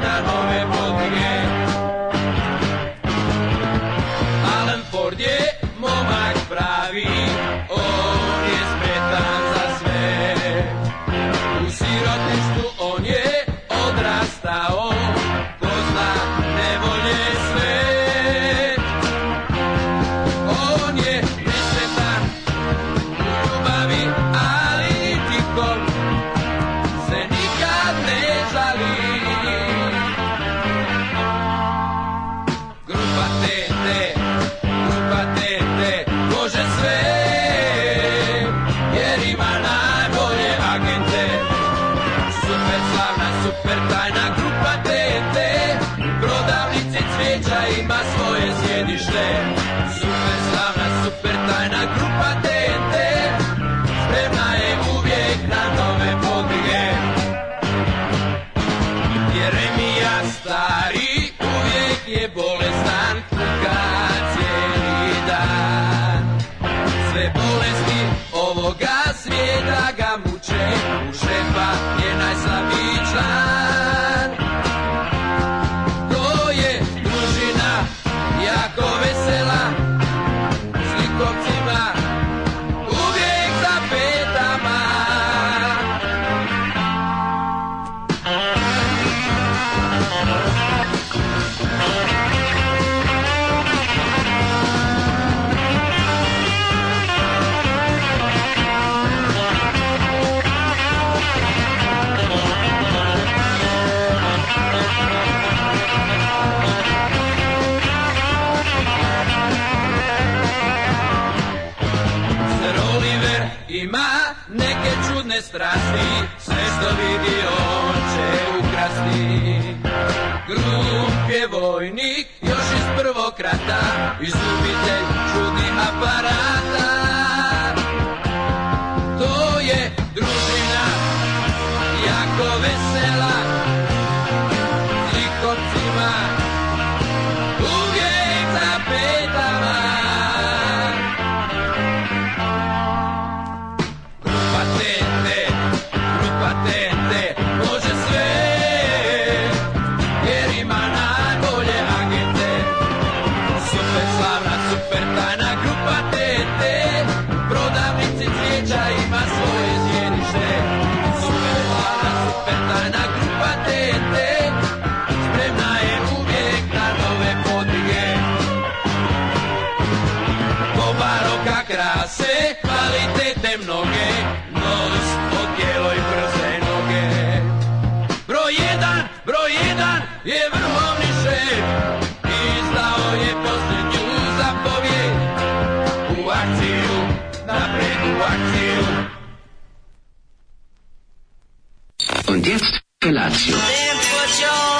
na nove podvige. Alan Ford je momak pravi, on je spretan za sve. U sirotištu on je odrastao, pozna nevolje sve. On je nesretan u ljubavi, ali tikom se nikad ne žali. Grupa TT, grupa TT, može sve, jer ima najbolje agente. Super slavna, super tajna grupa TT, u prodavnici cvijeća ima svoje sjedište. Super slavna, super tajna grupa TT, spremna je uvijek na nove podvige. Jeremija stari uvijek je bolestan kuka cijeli dan Sve bolesti ovoga svijeta ga muče U šefa je najslabiji član To je družina jako vesela S likovcima uvijek za petama Sir Oliver ima neke čudne strasti, sve što vidi on će ukrasti. Grup je vojnik, još iz prvog rata, izumitelj čudnih aparata. To je družina, jako vesela, s likovcima, uvijek za petama. Grupa TNT, grupa TNT, može sve, jer ima najbolje agente. Super slavna, super tajna grupa TNT, u prodavnici cvijeća ima svoje sjedište. Super slavna, super tajna grupa TNT, spremna je uvijek na nove podvige. Pobaroka krase, kvalitete mnoge, nos, odjelo i brze noge. Broj jedan, broj jedan je vrhovni šef, izdao je posljednju zapovjed. U akciju, naprijed u akciju, Und jetzt Felatio. Then put your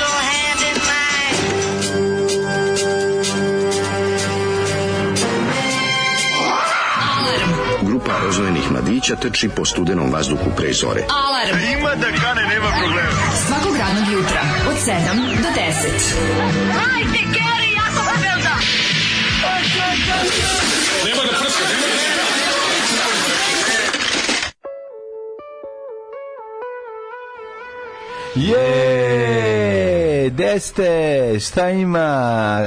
little hand in mine. Grupa rozvojenih mladića trči po studenom vazduhu pre zore. Alarm. Ima da kane, nema problema. Svakog radnog jutra, od 7 do 10. Hajde, Geri, jako se velda. Je, gde ste? Šta ima?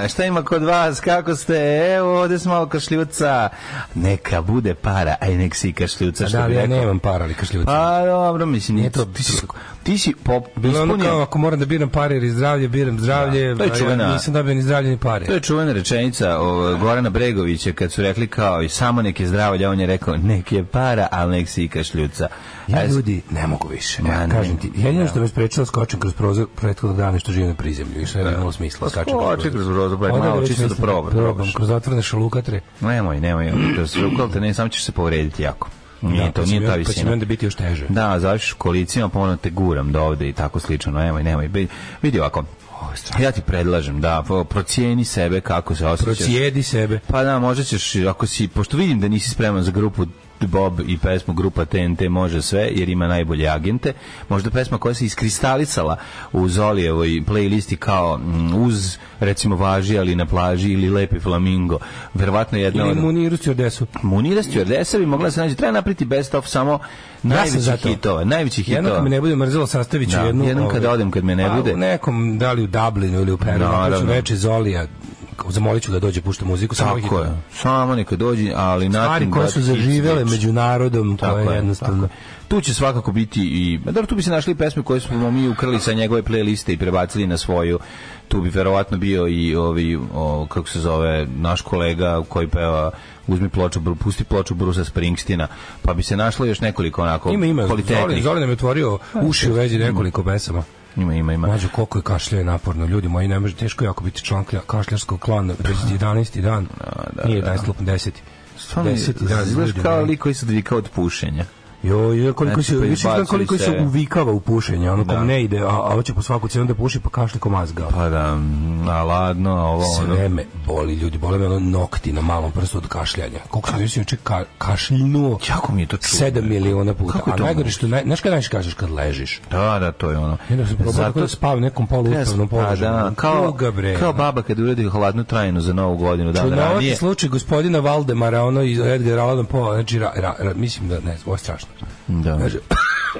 Šta ima kod vas? Kako ste? Evo, ovde smo malo kašljuca. Neka bude para, aj nek si kašljuca. Što Da, bi ja rekao. nemam para ili kašljuca. Pa dobro, mislim, nije to... to- Ti si, ti si pop, Bilo ono ispunio- kao, ako moram da biram pare ili zdravlje, biram zdravlje, to je a čuvena- ja nisam dobio ni zdravlje ni pare. To je čuvena rečenica o, Gorana Bregovića kad su rekli kao i samo neke zdravlja, on je rekao nek je para, ali nek si i kašljuca. Ja E, ljudi ne mogu više. Ma, Ja, ne. kažem ti, jedino što me sprečilo skočim kroz prozor prethodnog dana što živim na prizemlju. Više ne bi imalo smisla skočim Pa skoči kroz prozor, pa je Odavde malo već čisto da mislim proba- Probam probaš. kroz otvorene šalukatre. Nemoj, nemoj, kroz rukal te ne, samo ćeš se povrediti jako. Nije Da, to, pa će nije mi ta onda- Pa će mi visina. onda biti još teže. Da, zaviš kolicima, pa ono te guram do ovde i tako slično. Nemoj, nemoj. Bi- Vidi ovako, ja ti predlažem da po- procijeni sebe kako se osjećaš. Procijedi sebe. Pa da, možda ćeš, ako si, pošto vidim da nisi spreman za grupu Bob i pesmu grupa TNT može sve jer ima najbolje agente. Možda pesma koja se iskristalisala u Zolijevoj playlisti kao mm, uz recimo važi ali na plaži ili lepi flamingo. Verovatno jedna Ili od Muniru Stjordesu. Munira Stewardessa bi mogla da se nađe. Treba napriti best of samo najvećih za to. hitova. Najvećih Jednom hitova. kad me ne bude mrzelo, sastavit ću Da, jednu... jednom ovaj, kada odem, kad me ne pa, bude. U nekom, da li u Dublinu ili u Peru, Naravno. napravit ću veče Zolija, zamolit ću ga da dođe pušta muziku. samo Tako hitove. je. Samo neka dođe, ali na Stvari koje su zaživele među narodom, Tako koje je, jednostavno... tako je. Tu će svakako biti i... ma Dobro, tu bi se našli pesme koje smo mi ukrali sa njegove playliste i prebacili na svoju. Tu bi verovatno bio i ovi, o, kako se zove, naš kolega koji peva uzmi ploču, Bru- pusti ploču Brusa Springsteena, pa bi se našlo još nekoliko onako Ima, ima. Zoli, kvalitetnih. Zoli nam je otvorio uši u vezi nekoliko pesama. Ima, ima, ima. Mađo, koliko je kašlja naporno, ljudi moji, ne može teško je jako biti član klja- kašljarskog klana, već 11. dan, nije 11, lupno, 10. Stvarno, 10. dan, izgledaš ljudi kao moji. lik koji se dvika od pušenja. Jo, jo, koliko Znači, se pa više znam izbacuju koliko se sebe. uvikava u pušenje, ono Da. kom ne ide, a, a hoće po svaku cenu da puši pa kašlje ko mazga. Pa da, a ladno, a ovo, ono. Sve me boli ljudi, bole me ono nokti na malom prstu od kašljanja. Koliko sam juče ka, kašljinuo Jako mi je to čudno. 7 miliona puta. Kako je A to najgore što, naj, znaš kada najviše kažeš kad ležiš? Da, da, to je ono. Ja da sam probao tako da spavam u nekom poluutpravnom Pa položaju. da, kao, Tuga, bre. ono. kao baba kad uredi hladnu trajnu za novu godinu, dan Čudnovati ranije. slučaj gospodina Valdemara, ono iz Edgar Allan Poe, znači, ra, ra, ra, mislim da, ne, ovo je strašno. Da. Kaže,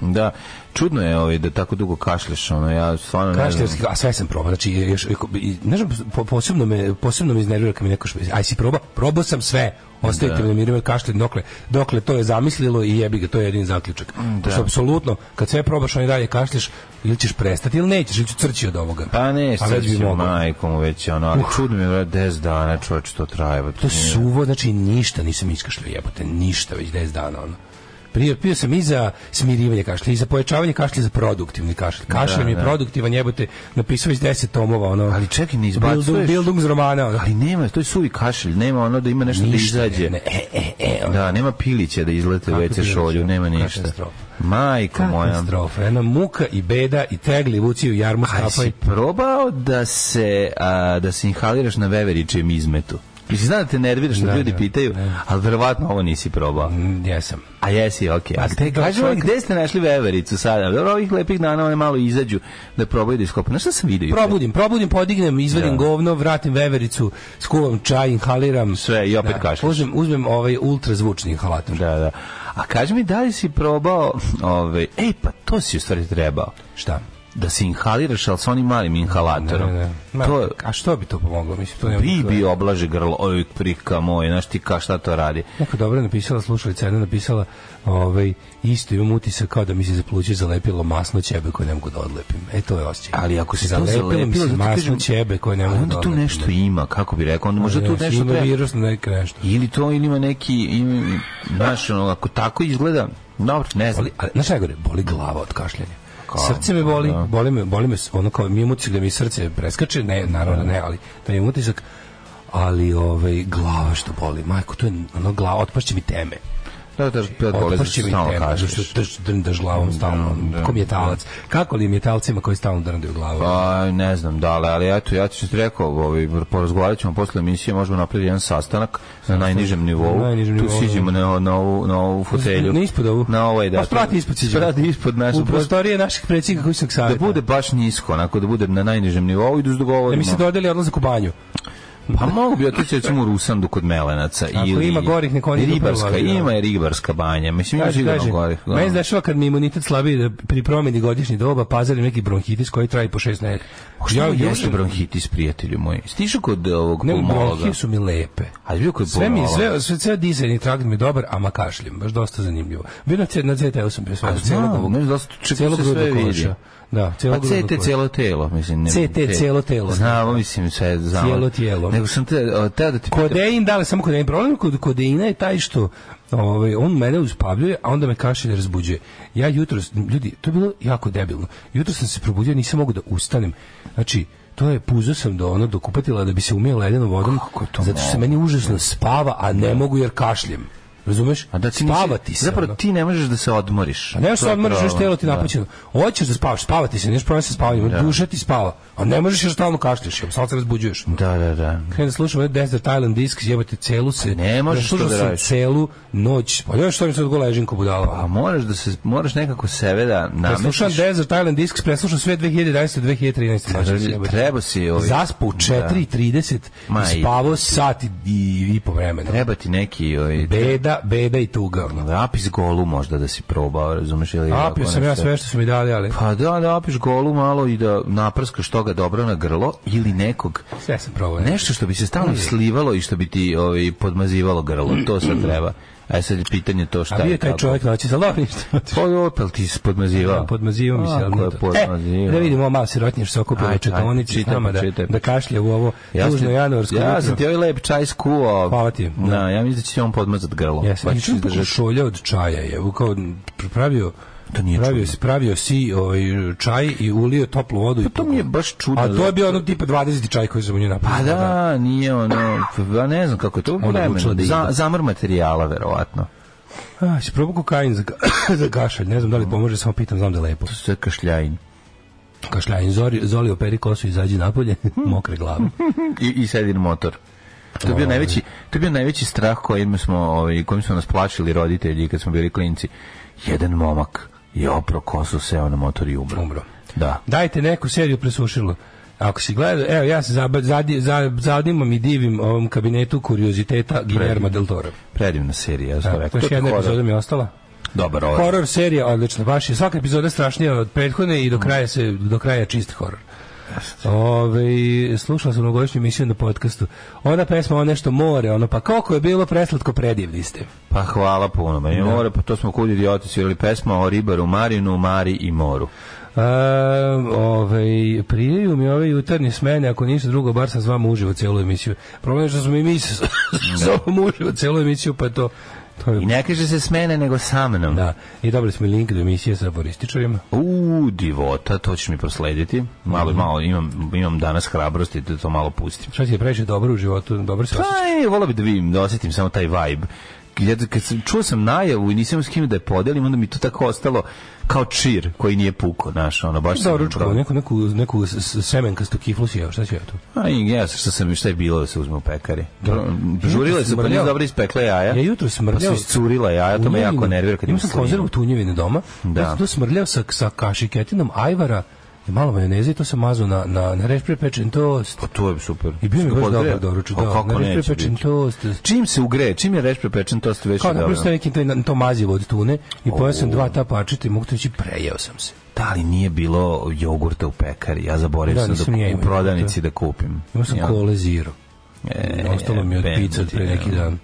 da, čudno je ovaj, da tako dugo kašlješ, ono, ja stvarno ne znam. kašljarski, a sve sam probao, znači, još, i- ne znam, po- posebno me, posebno me iznervira kad mi neko špe, aj si probao, probao sam sve, ostavite me na miru, jer kašljem dokle, dokle to je zamislilo i jebi ga, to je jedini zaključak. Mm, Pošto apsolutno, kad sve probaš, on i dalje kašlješ, ili ćeš prestati, ili nećeš, ili ću crći od ovoga. Pa ne, A sad već bi ćemo mogao. majkom već, ono, ali čudno mi je, brate, 10 dana čovječ to traje. brate, To je nije- suvo, znači ništa nisam iskašljao jebote, ništa već 10 dana ono. Prije pio sam i za smirivanje kašlja, i za pojačavanje kašlja, i za produktivni kašlj. Kašlj Da, mi je da. produktivan, jebote, napisao iz 10 tomova, ono. Ali čekaj, ne izbacuješ? Bildung, romana, ono. Ali nema, to je suvi kašelj, nema ono da ima nešto da Ništa, izađe. ne, e, e, e, ono. Da, nema pilića da izlete u Kako WC šolju, pilića? nema ništa. Katastrofa. Majko moja. Katastrofa, jedna muka i beda i tegli vuci u jarmu A stapaj. si probao da se, a, da se inhaliraš na veveričem izmetu? Mislim, znam da te nerviraš što Da, ljudi da, pitaju, ali verovatno ovo nisi probao. Mm, Jesam. A jesi, okej. Pa, A te da, kaži vam čovjek- gde ste našli vevericu sada? Dobro, ovih lepih dana one malo izađu da probaju da iskopaju. Znaš šta sam vidio? juče? Probudim, probudim, podignem, izvadim Da. govno, vratim vevericu, skuvam čaj, inhaliram. Sve, i opet da, kašljaš. Uzmem, uzmem ovaj ultrazvučni inhalator. Da, da. A kaži mi, da li si probao, ove, ej, pa to si u stvari trebao. Šta? Da se inhaliraš, ali sa onim malim inhalatorom. Ne, ne, ne. To, a što bi to pomoglo? Mislim, to nema bi nikakve- bi oblaže grlo, oj, prika moje, znaš ti ka šta to radi. Neko dobro je napisala, slušalica jedna napisala, ovaj, isto imam utisak kao da mi se za pluće zalepilo masno ćebe koje ne mogu da odlepim. E, to je osjećaj. Ali ako se to zalepilo, mi zalepilo, se zato masno kažem, ćebe koje ne ali mogu da onda tu odlepim. nešto ima, kako bi rekao, onda možda Ne, tu nešto ima treba. virus na neke nešto. Ili to, ili ima neki, ima, znaš, ono, ako tako izgleda, dobro, ne znam. Boli, ali, znaš šta je gore? Boli glava od kašljanja. Kao, srce me boli, da. boli me, boli me s- ono kao mi utisak da mi srce preskače, ne, naravno da ne, ali da mi utisak, ali ovaj glava što boli, majko, to je ono glava, otpašće mi teme. Da, da, da, boli, Otpašće mi stalno teme, kažeš. zašto drž, drndaš glavom stalno, da, ko mjetalac. Kako li je mjetalcima koji stalno drndaju glavom? Pa, ne znam da li, ali eto, ja ti sam rekao, ovaj, porazgovarat ćemo posle emisije, možemo napraviti jedan sastanak na najnižem nivou. Na najnižem tu nivou, siđemo na, na, ovu, na ovu fotelju. Na ispod ovu? Na ovaj, da. Pa sprati ispod siđemo. Sprati ispod nas. U prostorije naših predsjednika koji su Da savjeta. bude baš nisko, onako da bude na najnižem nivou i da se Da dogovorimo. mi se dodeli odlazak u banju. Pa mogu bi otići recimo u Rusandu kod Melenaca. Ako ili ima gorih, nek oni idu Ribarska, prvo, ali da. ima je ribarska banja. Mislim, ima Kaže, sigurno kaže, gorih. ono. meni se dešava kad mi je imunitet slabiji da pri promjeni godišnjih doba pazarim neki bronhitis koji traje po šest nedelja. Ja, jeste sam- bronhitis, prijatelju moji. Stišu kod ovog Ne, pulmologa. bronhije su mi lepe. A bio kod Sve mi, pulmologa. sve, sve, ceo dizajn i trakt mi je dobar, ama kašljem, baš dosta zanimljivo. Bio na, C- na CTU sam bio sve, A celog znam, ovog- meni dosta čak celog se sve grudnog vidi. koša. Da, Pa celog grudnog CT koša. cijelo telo, mislim. Ne, CT te- cijelo telo. Znamo, mislim, sve znamo. Cijelo tijelo. Nego sam te, o, teo da ti pitam. Kodein, da li samo kodein? Problem kod kodeina je taj što ovaj, on mene uspavljuje, a onda me kašelj razbuđuje. Ja jutro, ljudi, to je bilo jako debilno. Jutro sam se probudio, nisam mogu da ustanem. Znači, to je puzo sam do ono dokupatila da bi se umio ledenom vodom. Kako to? Zato što se meni užasno spava, a ne mogu jer kašljem. Razumeš? A da ti nisi- spavati se. Zapravo ono. ti ne možeš da se odmoriš. A Pa ne možeš To se je odmoriš, još problem. telo ti Da. napućeno. Hoćeš da spavaš, spavati se, nemaš problem sa spavanjem, duša ti spava. A ne možeš jer stalno kašljaš, jer stalno se razbuđuješ. Da, da, da. Krenem da slušam ovaj Desert Island Discs, jebate celu se. Pa ne možeš slušao to da sam radiš. celu noć. Pa još što mi sad gola ležim ko budala. A Pa moraš da se moraš nekako sebe da Preslušam namestiš. Desert Island Discs, preslušam sve 2011. 2013. noći, Treba- jebote. Pa treba si, ovi- Zaspao u 4.30 Ma, i spavao sat i, i, i po vremena. Treba ti neki ovaj Beda, beda i tuga. ono. Apis golu možda da si probao, razumeš ili ovako Apio sam ja nešto. sve što su mi dali, ali Pa da, da apiš golu malo i da naprskaš toga dobro na grlo ili nekog sve sam probao. nešto što bi se stalno slivalo i što bi ti ovaj podmazivalo grlo, to sad treba. A sad je pitanje to šta A bio je je taj kako. čovjek noći, za dobro ništa. Pa opel ti se podmazivao. Podmazivao mi se, ali Ako je nije to. podmazivao. E, da vidimo ovo malo sirotinje što se okupilo Ajde, u četovnici s ajde, nama da, čitaj, čitaj. da kašlje u ovo Ja sam- tužno januarsko Ja jutro. sam ti ovaj lep čaj skuo. Hvala ti. Da, ja mislim da će on podmazat grlo. Jesam. Pa Ja ćeš sam izdržati. šolja od čaja je, u kao pravio To nije pravio, čudno. si, pravio si ovaj, čaj i ulio toplu vodu. i Pa to mi je popio. baš čudno. A to je bio ono tipa 20 čaj koji sam u nju napravio. Pa da, nije ono, ja ne znam kako je to je vremena. odlučila da ide. Za, zamor materijala, verovatno. A, si probao kokain za, ka- za kašalj, ne znam da li pomože, samo pitam, znam da je lepo. Mm. To su sve kašljajin. Kašljajin, zori, zoli operi kosu, izađi napolje, mokre glave. I, i sedin motor. To je bio najveći, to je bio najveći strah kojim smo, ovaj, kojim su nas plašili roditelji kad smo bili klinci. Jedan momak je opro kosu, seo na motor i umro. Umro. Da. Dajte neku seriju presušilo. Ako si gledao, evo ja se zaba, zadi, za, zadimam i divim ovom kabinetu kurioziteta Guillermo del Toro. Predivna serija, ja sam Da, rekao. to je ti jedna horor. epizoda mi je ostala. Dobar, ovaj. Horor serija, odlično, baš je. Svaka epizoda je strašnija od prethodne i do kraja se do kraja je čist horor. Ove, slušala sam mnogošnju emisiju na podcastu. Ona pesma, ono nešto more, ono pa koliko je bilo preslatko predivni ste. Pa hvala puno. Meni je more, pa to smo kud idioti svirali pesma o ribaru Marinu, Mari i moru. Um, ovaj, prijaju mi ove jutarnje smene, ako ništa drugo, bar sam s vama uživo celu emisiju. Problem je što smo i mi s, s vama uživo celu emisiju, pa to... to je, I ne kaže se s mene, nego sa mnom. da. I dobili smo i link do emisije sa borističarima. U, divota, to ćeš mi proslediti. Malo, Mhm. malo, imam, imam danas hrabrosti da to malo pustim. Šta ti je previše dobro u životu, dobro se osjećaš? Pa, e, volao bi da vidim, da osetim samo taj vibe. Ja, kad sam, čuo sam najavu i nisam s kim da je podelim, onda mi to tako ostalo kao čir koji nije puko, znaš, ono, baš sam... Doručko, neku, neku, neku s- s- semenkastu kiflu si jeo, šta ću ja tu? A, i ja, sam- šta sam, šta je bilo da se uzme u pekari. Žurile su, pa nije Smrljao. dobro ispekle jaja. Ja jutro Pa su smrljao. iscurila jaja, to me jako nervira kad imam imam sam slinju. konzervu tunjevine doma. Da. Da. Ja sam to smrljao sa, sa kašiketinom ajvara i malo majoneze i to sam mazao na, na, na reč prepečen tost. Pa to je super. I bio mi Što baš podgreva? dobar doručak, A da. Kako Na reč neće prepečen biti? tost. Čim se ugreje, čim je reš prepečen tost, već je Kao da dobro. prosto neki taj na- to mazivo od tune i pojeo sam dva ta pačeta i mogu to reći prejeo sam se. Da li nije bilo jogurta u pekari? Ja zaboravio Da, sam nisam da, ja u imao prodavnici da kupim. Imao sam Ja- kole zero. E, Ostalo mi je od ben pizza od ti, pre ja. neki dan.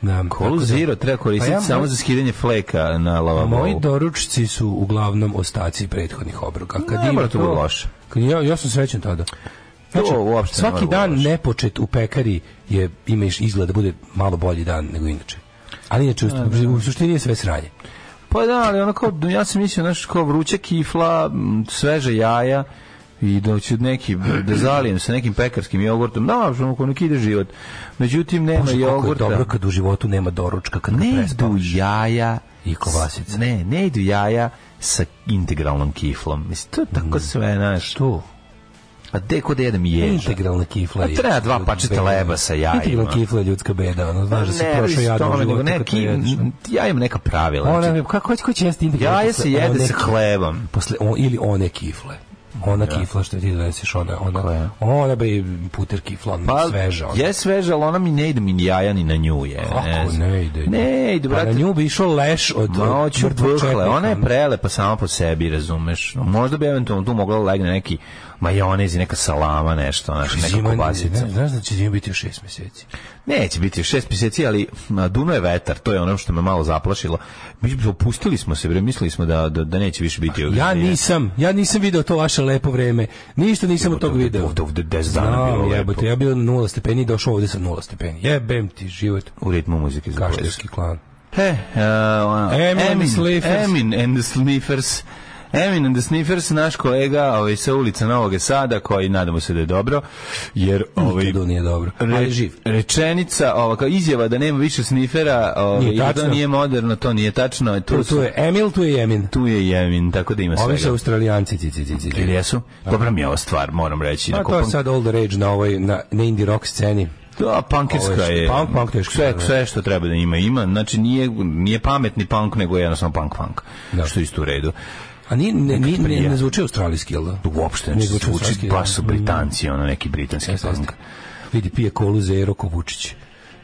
Da, tako Kolu da- zero treba koristiti Pa ja- pa samo za skidanje fleka na lavabou. Moji doručci su uglavnom ostaci prethodnih obroka. Kad Ne ima mora to bude loše. Kad ja, ja sam srećan tada. Znači, To uopšte ne mora svaki bude dan loše. nepočet u pekari je, ima iš- izgled da bude malo bolji dan nego inače. Ali inače, u, u suštini je sve sranje. Pa da, ali ono kao, ja sam mislio, znaš, kao vruća kifla, m, sveže jaja, i da ću neki, da zalijem sa nekim pekarskim jogurtom, da, što ono ide život. Međutim, nema Bože, kako je jogurta. dobro kad u životu nema doručka, kad ne, ne idu prespavaš. jaja I kobasice. s- Ne, ne idu jaja sa integralnom kiflom. Mislim, to je tako sve, znaš. Mm. Što? A gde kod jedem ježa? Integralna kifla A je. Pa treba dva ljudska pačeta beda. leba sa jajima. Integralna kifla je ljudska beda, ono, znaš da se Pa Ne, prošao mislim, jadno u tome, nego životu. ne, kad to Ono, jedeš, ki- ono. n- ja imam neka pravila. znači, Ona, kako, ko će jesti integralna jaje kifla? se jede One sa ki- hlebom. posle o, ili one kifle. Ona kifla što ti donesiš, ona, Koja? ona, ona bi puter kifla, ona Pa, sveža. Ona. Je sveža, ali ona mi ne ide mi ni jaja ni na nju je. Kako ne ide? Ne ide, Pa brate. na nju bi išao leš od Noću mrtvog bukle, četnika, ona je ono. prelepa sama po sebi, razumeš. Možda bi eventualno tu mogla legne neki majonez i neka salama, nešto, znaš, neka Zima, ne- kobasica. ne- Znaš da će zima biti još šest meseci. Neće biti šest mjeseci, ali a, duno je vetar, to je ono što me malo zaplašilo. Mi opustili smo se, bre, mislili smo da, da, da neće više biti ovdje. Ja nisam, ja nisam video to vaše lepo vreme. Ništa nisam od tog video. Ovdje, ovdje 10 dana bilo lepo. jebote, ja bio na nula stepeni i došao ovde sa nula stepeni. Jebem ti život. U ritmu muzike za poeziju. Kaštarski klan. He, uh, Emin and Emin, Sliffers. Emin and the Sliffers. Emin and the Sniffers, naš kolega ovaj, sa ulica Novog Sada, koji nadamo se da je dobro, jer ovaj, Nikad on nije dobro, ali živ. rečenica, ova, kao izjava da nema više snifera, ovaj, Nije i da to tačno. nije moderno, to nije tačno, tu, Tu, su- tu je Emil, tu je Jemin. tu je Jemin, tako da ima Ovi su svega. Australijanci, ci, ci, ci, ci. Ili jesu? Dobra mi je ova stvar, moram reći. A Onako, Pa to je punk- sad all the rage na ovoj na, na indie rock sceni. Da, punkerska Ovo je što- je. punk, punk teško, sve, da, da. sve što treba da ima, ima. Znači, nije, nije pametni punk, nego je jednostavno punk punk. Da. Što je isto u redu. A nije, ne, nije, ne, prija. ne zvuči australijski, jel da? Uopšte, znači, zvuči zvuči svaki, baš da. su Britanci, ono neki britanski Jeste, punk. jeste. Vidi, pije kolu Zero ko Vučić.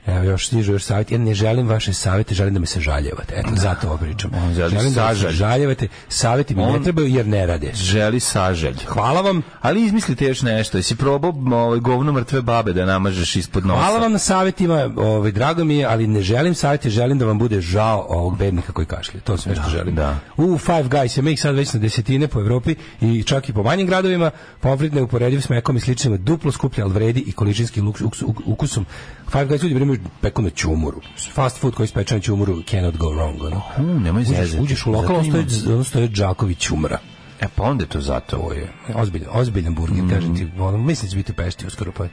Evo, još stižu još savjet. Ja ne želim vaše savjete, želim da me se žaljevate. Eto, zato ovo pričam. On želi Želim da me se sažalj. žaljevate. Savjeti mi On- ne trebaju jer ne rade. Želi saželj. Hvala vam. Ali izmislite još nešto. Jesi probao ovaj, govno mrtve babe da namažeš ispod nosa? Hvala vam na savjetima, ovaj, drago mi je, ali ne želim savjete, želim da vam bude žao ovog bednika koji kašlje. To sam nešto želim. da. U Five Guys, ima ih sad već na desetine po Evropi i čak i po manjim gradovima, pomfrit neuporediv s mekom i sličnima, duplo skuplje, ali vredi i količinski luks- uks- uk- ukusom. Five Guys ljudi primaju peku na čumuru. Fast food koji speča na čumuru cannot go wrong. Ono. U, Hmm, nemoj Uđeš, zezati. uđeš u lokal, Zato ima- ostaje, ono stoje džakovi čumra. E pa onda je to zato. To je ozbiljan, ozbiljan burger, Mhm. kažem ti. Ono, mislim da će biti u Pešti uskoro, pa,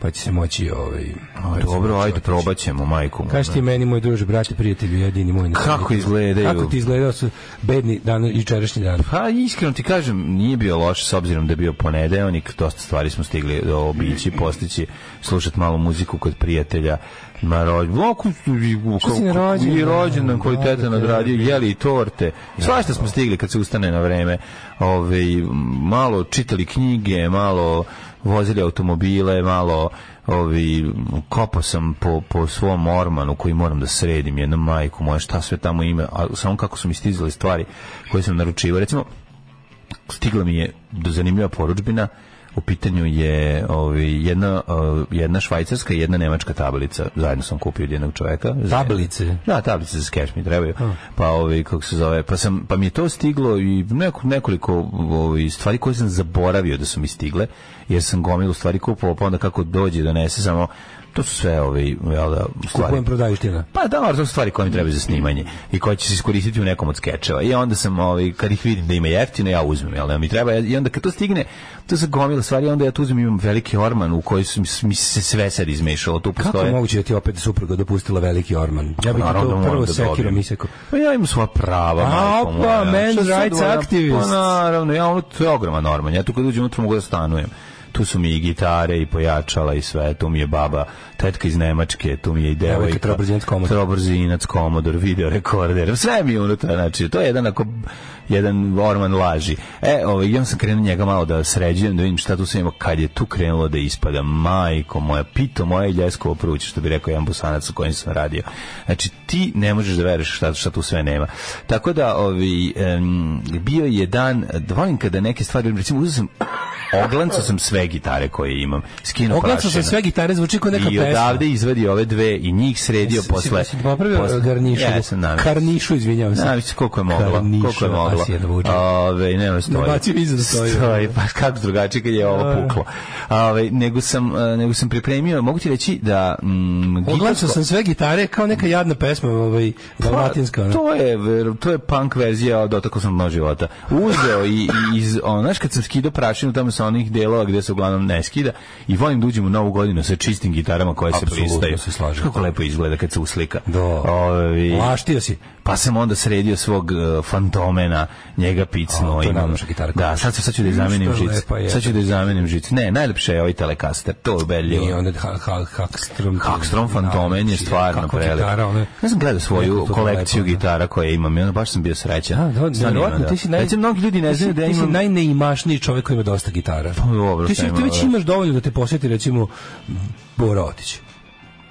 pa će se moći... Ovaj, pa A, će se Dobro, moći ajde, otići. probat ćemo, majku. mu, Kaži ti meni, moj druže, brate, prijatelju, jedini moj. na Kako svijetu. izgledaju? Kako ti izgledao su bedni dan i jučerašnji dan? Pa iskreno ti kažem, nije bio loš s obzirom da je bio ponedeljnik, dosta stvari smo stigli do obići, postići, slušat malu muziku kod prijatelja, na rođendan, Što si na rođendan? i rođendan koji teta Dobro, nadradio, jeli i torte, svašta smo stigli kad se ustane na vreme, Ove, malo čitali knjige, malo vozili automobile, malo ovi, kopao sam po, po svom ormanu koji moram da sredim jednu majku moja, šta sve tamo ima, a samo kako su mi stizale stvari koje sam naručivao. Recimo, stigla mi je do zanimljiva poručbina u pitanju je ovi, jedna, eh, jedna švajcarska i jedna nemačka tablica. Zajedno sam kupio od jednog čoveka. Tablice? Da, tablice za skeš mi trebaju. Pa, ovi, kako se zove, pa, sam, pa mi je to stiglo i neko, nekoliko ovi, stvari koje sam zaboravio da su mi stigle, jer sam gomilu stvari kupovao, pa onda kako dođe donese samo to su sve ovi, jel da, stvari. Kupujem prodaješ ti ono. na. Pa da, ali to su stvari koje mi trebaju za snimanje i koje će se iskoristiti u nekom od skečeva. I onda sam, ovaj, kad ih vidim da ima jeftino, ja uzmem, jel, da mi treba. I onda kad to stigne, to se gomila stvari, onda ja tu uzmem, imam veliki orman u koji su, mi- mi se sve sad izmešalo, tu Kako postoje. je moguće da ti je opet supruga dopustila veliki orman? Ja bih ti Naravno da to moram prvo da sekiro dobijem. misekao. Pa ja imam svoja prava. A, majko opa, moja. men's Šta sad rights moram? activist. Pa naravno, ja ono, to je ogroman norman. Ja tu kad uđem unutra mogu da stanujem. Tu su mi i gitare i pojačala i sve. Tu mi je baba, tetka iz Nemačke, tu mi je i devojka. Trobrezinac Commodore. Trobrezinac, Komodor, video rekorder. Sve mi je unutra, znači, to je jedan ako jedan orman laži. E, ovaj, i onda sam krenuo njega malo da sređujem, da vidim šta tu sve ima. Kad je tu krenulo da ispada, majko moja, pito moje ljeskovo pruće, što bi rekao jedan bosanac sa kojim sam radio. Znači, ti ne možeš da veriš šta, šta tu sve nema. Tako da, ovi, em, bio je dan, da volim kada neke stvari, recimo, uzeo sam, oglancao sam sve gitare koje imam. Skinuo Oglasno sam prašinu. sve gitare, zvuči kao neka I pesma. odavde izvadi ove dve i njih sredio Si- posle. si- si popravio posle- garnišu. Ja sam namestio. Karnišu, izvinjavam se. Znaš koliko je moglo, Karnišu, koliko je moglo. vas je navučen. Ove, ne, ne, stoji. Nabacio iza da stoji. Stoji, pa kako drugačije kad je ovo puklo. Ove, nego, sam, e, nego sam pripremio, mogu ti reći da... Mm, Oglasno gitarsko- sam sve gitare kao neka jadna pesma, ovaj, dalmatinska. ono. Pa, to je ver- to je punk verzija od dotakao sam dno života. Uzeo i, i iz ono, znaš kad sam skidao prašinu tamo sa onih delova gde se uglavnom ne skida i volim da uđem u novu godinu sa čistim gitarama koje se Apsolutno blistaju. se slažem. Kako lepo izgleda kad se uslika. Da. Ovi, Laštio si. pa sam onda sredio svog e, fantomena, njega picno A, to je imam. najlepša gitara koju Da, sad, sad ću da je zamenim Što je žic. lepa je. Sad ću da je zamenim žic. Ne, najlepše je ovaj Telecaster, to je ubedljivo. I onda ha, ha, Hakstrom. Znači, Kakstrom E, Fantomen je stvarno Kako prelep. gitara, ono. Ja sam gledao svoju Kako to kolekciju lepo, da. gitara koje imam i onda baš sam bio srećan. A, da, da, Stvarno imam, verovatno, ti si naj... Recimo, mnogi ljudi ne ti si- znaju da ja Ti si imam... Pa, najneimašniji čovjek koji ima dosta gitara. dobro, ti, si, šta ima, ti već da. imaš dovoljno da te posjeti, recimo, Bora Otić.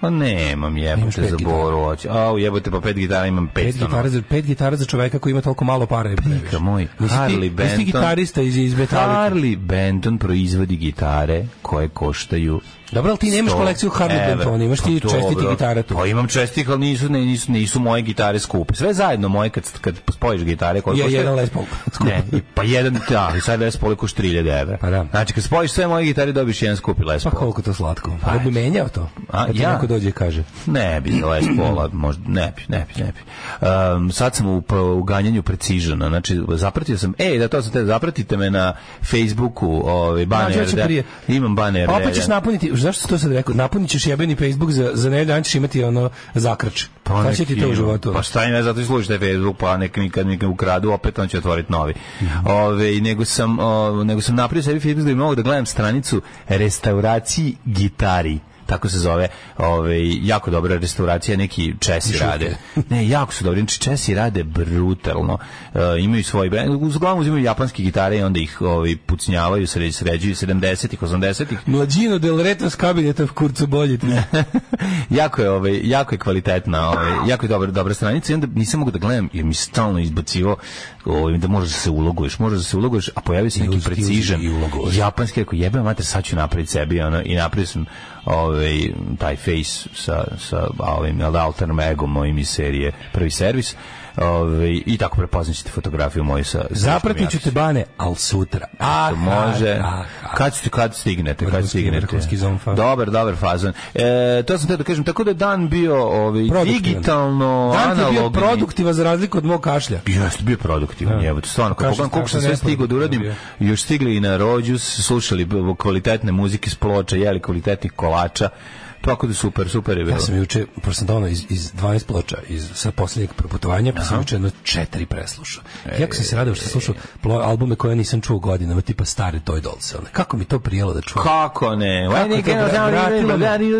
Pa nemam Imaš jebote pet za gitara. boru oči. Au, jebote, pa pet gitara imam pet. Pet gitara, za, pet gitara za čoveka koji ima toliko malo para. je previše. Pika moj, Nisi ti- Harley Nisi ti Benton. gitarista iz, iz Metallica. Harley Benton proizvodi gitare koje koštaju Dobro, ali ti nemaš sto kolekciju Harley evra. Bentona, imaš ti Pa čestiti dobro. gitara tu. Pa imam čestitih, ali nisu, ne, nisu, nisu moje gitare skupe. Sve zajedno moje, kad, kad spojiš gitare koje Je- koštaju... jedan Les Paul. Skup. Ne, i- pa jedan, da, i sad Les Paul je koš 3000 evra. Pa da. Znači, kad spojiš sve moje gitare, dobiš jedan skupi Les Pa Paul. koliko to slatko. Pa, da bi menjao to. A, da ti ja? neko neko dođe i kaže. Ne bi Les Paula, možda, ne bi, ne bi, ne bi. Um, sad sam u, pa, u ganjanju precisiona, znači zapratio sam, ej, da to sam te, zapratite me na Facebooku, ovaj, Znači, baner, hoću prije. da, imam baner. A opet ćeš napuniti, zašto si to sad rekao? Napunit ćeš jebeni Facebook za, za nedelju, dan ćeš imati ono zakrač. Pa nek će ti to u ima. životu? Pa šta im ja zato i služite Facebook, pa nek mi kad mi ga ukradu, opet on će otvoriti novi. Ove, i nego, sam, o, nego sam napravio sebi Facebook da bi mogu da gledam stranicu restauraciji gitari tako se zove, ove, jako dobra restauracija, neki Česi rade. Ne, jako su dobri, znači Česi rade brutalno. E, imaju svoj brand, uglavnom uzimaju japanske gitare i onda ih ove, pucnjavaju, sređ- sređuju 70-ih, 80-ih. Mlađino del Retos kabineta v kurcu bolji ti. jako je ovaj jako je kvalitetna, ovaj jako je dobra dobra stranica i onda nisam mogao da gledam jer mi stalno izbacivao ovaj da možeš da se uloguješ, možeš da se uloguješ, a pojavio se neki uzi- i uzi- precižan i uloguješ. japanski rekao jebe mater sad ću napraviti sebi ono i napravio sam ovaj taj face sa sa ovim jel da, alternom egom mojim iz serije prvi servis. Ovaj i tako prepoznaćete fotografiju moju sa sa Zapratit ću Japanski. te bane, al sutra. Ako Ah, može. ah, ah. Kad ste kad stignete, kad Vrhunski- stignete. vrhunski zon fazon. Dobar, dobar fazon. E, to sam te da kažem, tako da je dan bio ovaj Produktivan. digitalno Dan ti je analogni. bio produktiva za razliku od mog kašlja. Jeste bio produktivan, Da. evo, stvarno, kako Kaže, pogledam koliko sam strašno sve stigao da uradim, neproduktivan još stigli i na rođu, slušali b- b- kvalitetne muzike s ploča, jeli kvalitetnih kolača, tako da super, super je bilo. Ja sam juče, pošto sam dono iz, iz 12 ploča iz, sa posljednjeg proputovanja, pa sam juče jedno četiri preslušao. E, jako sam se radao što sam slušao plo, albume koje nisam čuo godinama, tipa stare Toy Dolls. one. Kako mi to prijelo da čujem? Kako ne? Kako to, bra- vratilo me- vratilo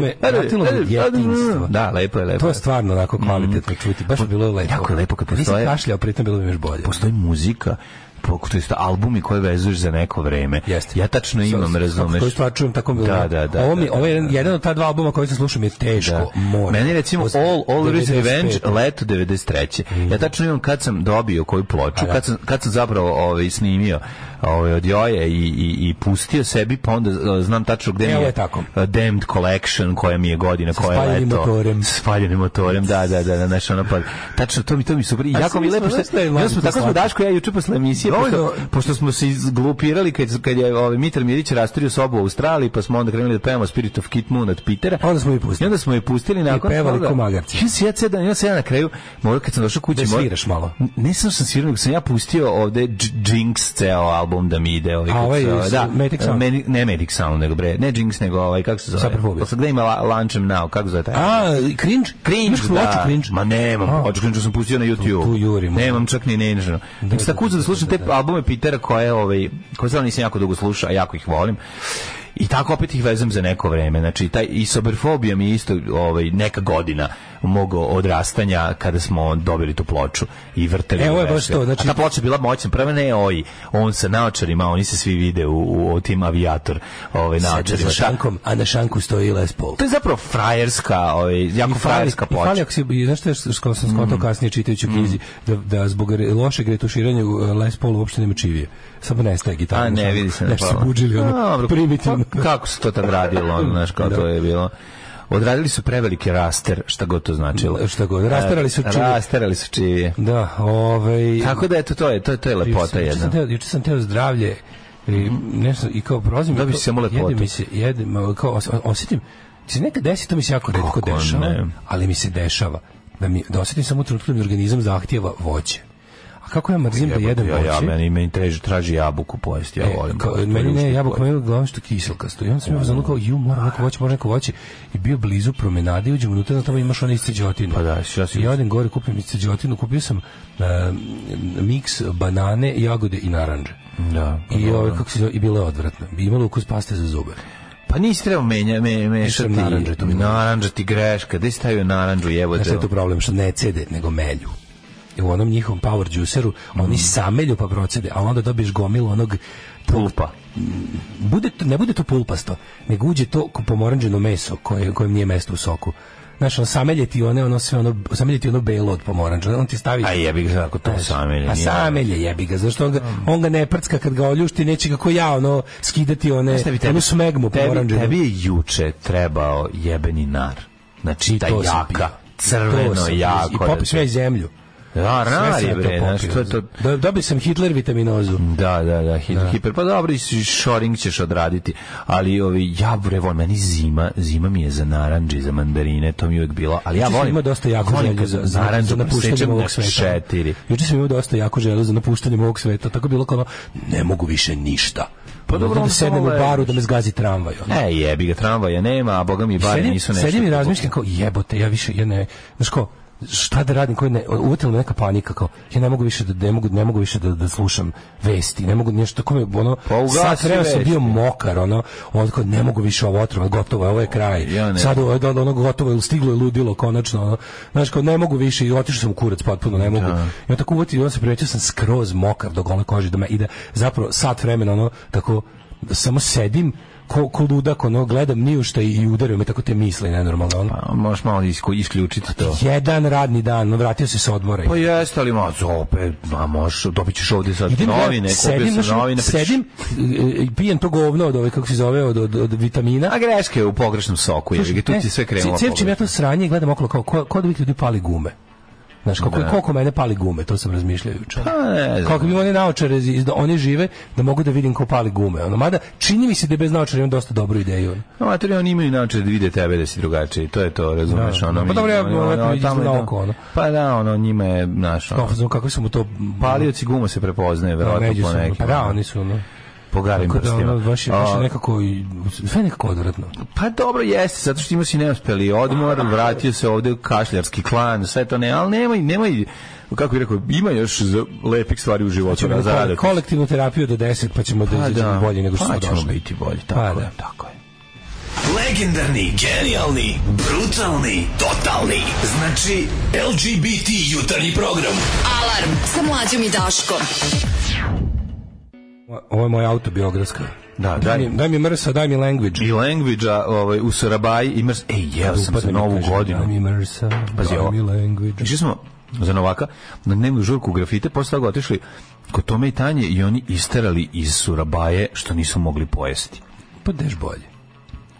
me- vratilo me djetinjstvo. Da, lepo je, lepo. To je. je stvarno onako kvalitetno čuti. Baš mi je bilo lepo. Jako je lepo kad postoje- Nisam kašljao, pritom bilo mi još bolje. postoji muzika pok- to jest albumi koje vezuješ za neko vreme. Jeste. Ja tačno imam, Sad, razumeš. Kako to stvar čujem, tako mi je Da, bilo. da, da. Ovo mi, da, ovo je da, jedan, da. jedan od ta dva albuma koje sam slušam je teško. Mora. Meni recimo Od All All Is 95. Revenge leto 93. Ja tačno imam kad sam dobio koju ploču, A, da. kad sam kad sam zapravo ovaj snimio ovaj od Joje i, i, i pustio sebi pa onda eh, znam tačno gde E, mi ovo je je tako. eh, Damned Collection koja mi je godina, koja je spaljenim leto. motorem. S spaljenim motorem. Da, da, da, da, znaš, ono pa tačno to mi to mi super. I A jako mi je svi smo, lepo znaš šta je što ja smo slatko? tako smo Daško i ja juče posle emisije pošto, Dovoljno- pošto smo se izglupirali kad kad je ovaj Mitar Mirić rasturio sobu u Australiji, pa smo onda krenuli da pevamo Spirit of Kit Moon od Pitera. Onda smo i I pustili. onda smo je pustili nakon pevali ko magarci. Ja se ja sedan, ja se ja na kraju, možda kad sam došao kući, Da mora- sviraš malo. N- Nisam sam svirao, nego sam ja pustio ovde J- Jinx ceo album da mi ide, ovaj kako ovaj se zove, s- da, Matic Sound. Meni- ne Medic Sound, nego bre, ne Jinx, nego ovaj kako se zove. Superphobia. Posle gde ima la, Lunchem Now, kako se zove taj? A, cringe? Cringe, Imaš ploču da. cringe? Ma nemam, A. Pa ploču cringe sam pustio na YouTube. Tu jurimo. Nemam čak ni nežno. Da, da, sam tako uzeo da slušam te albume Pitera koje, ovaj, koje stvarno nisam jako dugo slušao, a jako ih volim. I tako opet ih vezam za neko vreme. Znači, taj, i soberfobija mi je isto ovaj, neka godina mog odrastanja kada smo dobili tu ploču i vrteli. E, u ovo je baš veslu. to, znači- A ta ploča je bila moćna, prema ne oji. On sa naočarima, oni se svi vide u, u, u tim avijator ovaj, Sede naočarima. za Ta- šankom, a na šanku stoji Les Paul. To je zapravo frajerska, ovaj, jako frajerska I fali ploča. Mm. ako si, i znaš što je što sam skontao kasnije čitajući u knjizi, da, da zbog re- lošeg retuširanja e, Les Paul uopšte nema čivije. Samo nestaje gitara. A na ne, šanku. vidi se. Nešto su hvala. buđili, ono, Dobro, primitivno. pa Kako se to tad radilo, ono, znaš, kao Da. to je bilo. Odradili su preveliki raster, šta god to značilo. E, Šta god, rasterali su čivije. Rasterali su čivije. Da, ovaj... Tako da, eto, to je, to je, to je Juče lepota sam- juče jedna. Mhm. sam teo- Juče sam teo zdravlje i, nešto, i kao prozim. Dobiš kao- samo lepotu. Jede mi se, jede, ma, kao, os, osjetim, se nekad desi, to mi se jako redko Kako dešava, ne? ali mi se dešava. Da, mi, da osjetim samo u trenutku da mi organizam zahtijeva voće. A kako ja mrzim da jedem ja, ja, voće? meni, meni traži, traži jabuku pojesti, ja volim. E, kao, pojesti, meni ne, ručnu jabuka, pojesti. meni je glavno što kiselkasto. I onda sam ja zanukao, kao, ju, moram neko voće, moram neko voće. I bio blizu promenade, uđem unutra, na tamo imaš onaj isceđotinu. Pa da, ja si- I ja odem gore, kupim isceđotinu, kupio sam e, miks banane, jagode i naranđe. Da, pa I dobro. ove kako se zove, i bilo je odvratno. I Imalo ukus paste za zube. Pa nisi trebao menja, me, mešati. Nisam naranđe tu bilo. Naranđa ti greška. Gde si stavio naranđu, jebote? Znaš šta je tu problem? Što ne cede, nego melju. I u onom njihovom power juiceru, Mm. oni samelju pa procede, a onda dobiješ gomilu onog Mm, Pulpa. bude to, ne bude to pulpasto, nego uđe to ko- pomoranđeno meso koje, kojem nije mesto u soku. Znaš, on samelje ti one, ono sve ono, samelje ti ono belo od pomoranđa, on ti stavi... A jebi ga, ako to Znaš, samelje. A nije- Mm. samelje jebi ga, zašto on ga, on ga ne prcka kad ga oljušti, neće kako ja ono skidati one, Stavi onu smegmu tebi, pomoranđenu. tebi je juče trebao jebeni nar. Znači, ta to sam jaka, bio. To crveno sam bio. jako. I popis sve zemlju. Ja, rar Sve je, sam bre, to znaš, popio. to je to... Do- Dobio sam Hitler vitaminozu. Da, da, da, hit, Da. hiper. Pa dobro, i s- šoring ćeš odraditi, ali ovi, ja bre, volim, meni zima, zima mi je za naranđe, za mandarine, to mi je uvijek bilo, ali ja Juče sam volim... imao dosta jako volim želju kad za, za, naranđu za napuštanje presečem na ovog sveta. Četiri. Juče sam imao dosta jako želju za napuštanje ovog sveta. Tako je bilo kao ono, ne mogu više ništa. Pa dobro, dobro, da onda sednem u samo baru legneš. da me zgazi tramvaj. ono. E, jebi ga, tramvaja nema, a boga mi bare Sedim- nisu nešto... Sedim i drugo. razmišljam kao jebote, ja više ja ne, znaš kao šta da radim, koji ne, uvetila me neka panika kao ja ne mogu više da ne mogu, ne mogu više da, da slušam vesti, ne mogu nešto tako me ono Pa ugasi sad vremena sam vesti. bio mokar ono, ono kao ne mogu više ovo otrovno, gotovo je, ovo je kraj. Ja ne. sad ovo je ono gotovo je stiglo je ludilo konačno ono. Znaš kao ne mogu više i otišao sam u kurac potpuno ne mogu. I onda tako uvetio se primetio sam skroz mokar do gole kože da me ide zapravo sat vremena ono tako samo sedim ko, ko ludak, ono, gledam ni u šta i, i udaraju me tako te misli nenormalno. Ono. Pa, možeš malo isku- isključiti to. Jedan radni dan, no, vratio se sa odmora. Pa jeste, ali malo, opet, a možeš, dobit ćeš ovdje sad Idem gledam, novine, kupio znaš, ono, sam novine, pa ćeš- sedim e, i pijem to govno od ove, kako se zove, od, od, od vitamina. A greška je u pogrešnom soku, jebi ga, tu Ne, ti sve krenulo. ce- Cepčim E, ja to sranje i gledam okolo kao, ko, ko da uvijek ljudi pali gume. Znaš, koliko, koliko mene pali gume, to sam razmišljao juče. Pa, ne znam. Kako bi imao one naočare, iz- da oni žive, da mogu da vidim ko pali gume. Ono, mada, čini mi se da je bez naočara imam dosta dobru ideju. ono. No, Amatori, oni imaju način da vide tebe da si drugačiji, to je to, razumeš, Da, ono... da, pa mi- dobro, ja ono, verovatno ono, vidim tamo je na to- oko, ono. Pa da, ono, njima je, znaš, ono, Kao, znam kako sam mu to... pa, palioci guma se prepoznaje, verovatno Pa, po međusobno. nekim. Pa da, oni su, ono, Po galim Tako da, prstima. ono, baš je, baš je A, nekako, i- sve je nekako odvratno. Pa dobro, jeste, zato što imao si neuspeli odmor, vratio se ovde u kašljarski klan, sve to ne, ali nemoj, nemoj, kako bih rekao, ima još za- lepih stvari u životu. Ćemo da na zarade. kole- kolektivnu terapiju do 10, pa ćemo da izađemo bolje nego što pa smo ćemo došli. biti bolji, Pa tako da. je, tako je. Legendarni, genijalni, brutalni, totalni. Znači LGBT jutarnji program. Alarm sa mlađom i Daškom. Ovo je moja autobiografska. Da, Daj mi, daj. daj mi mrsa, daj mi language. I language-a ovaj, u Sarabaji imaš, ej, jeo sam za Upadne mi, novu kaže, Daj mi godinu. mrsa, Pazi daj ovo. mi language. Išli smo za Novaka na dnevnu žurku u grafite, posle toga otišli kod Tome i Tanje i oni isterali iz Surabaje što nisu mogli pojesti. Pa deš bolje.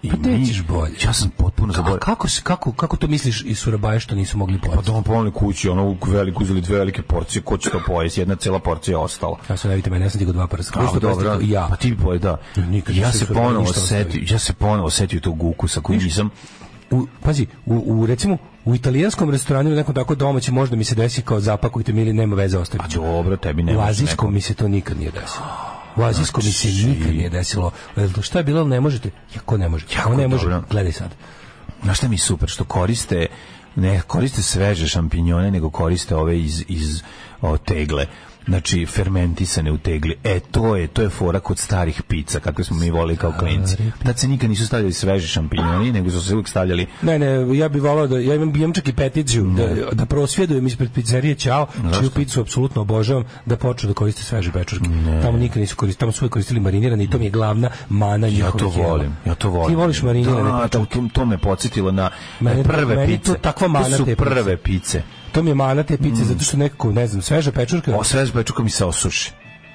I Pa mi- nećeš bolje. Ja sam potpuno A zaboravio. kako, se, kako, kako to misliš i Surabaje što nisu mogli Pa pojeti? doma pomali kući, ono veliku uzeli dve velike porcije, ko će to pojesti, jedna cela porcija je ostala. Ja se ne vidite mene, ja sam ti go dva prska. A, Ušto dobro, prsti, Ja. pa ti bi pojel, da. Nikad ja nisam se Surabaji ponovo ništa ostavio. setio, ja se ponovo setio tog ukusa koji nisam, u, pazi, u, u, recimo, u italijanskom restoranu ili nekom tako domaći možda mi se desi kao zapakujte mi ili nema veze ostavit pa ću. dobro, tebi ne U može znači, azijskom mi se to nikad nije desilo. U azijskom mi se nikad nije desilo. Jel, Šta je bilo, ne možete? Ja, ko ne može? Ko Jako ne može? dobro. Gledaj sad. Znaš šta mi je super, što koriste ne koriste sveže šampinjone, nego koriste ove iz, iz o, tegle. Znači, fermentisane u tegli. E, to je, to je fora kod starih pica, kakve smo mi volili kao klinci. Tad se nikad nisu stavljali sveži šampinjoni, nego su se uvijek stavljali Ne, ne, ja bih volao da ja imam, imam čak i peticiju da, da prosvjedujem ispred pizzerije Ćao, čiju picu apsolutno obožavam, da počnu da koriste sveže pečurke. Tamo nikad nisu koristili, tamo su uvijek koristili marinirane i to mi je glavna mana Ja njihovih to jela. volim, ja to volim. Ti voliš marinirane da, pečurke? to, to, to me podsjetilo na Meni- na prve meni pice. to takva mana To su te pice. prve pice. To mi je mana te pice, Mm. zato što nekako, ne znam, sveža pečurka, O, svež bečuka mi se osuši.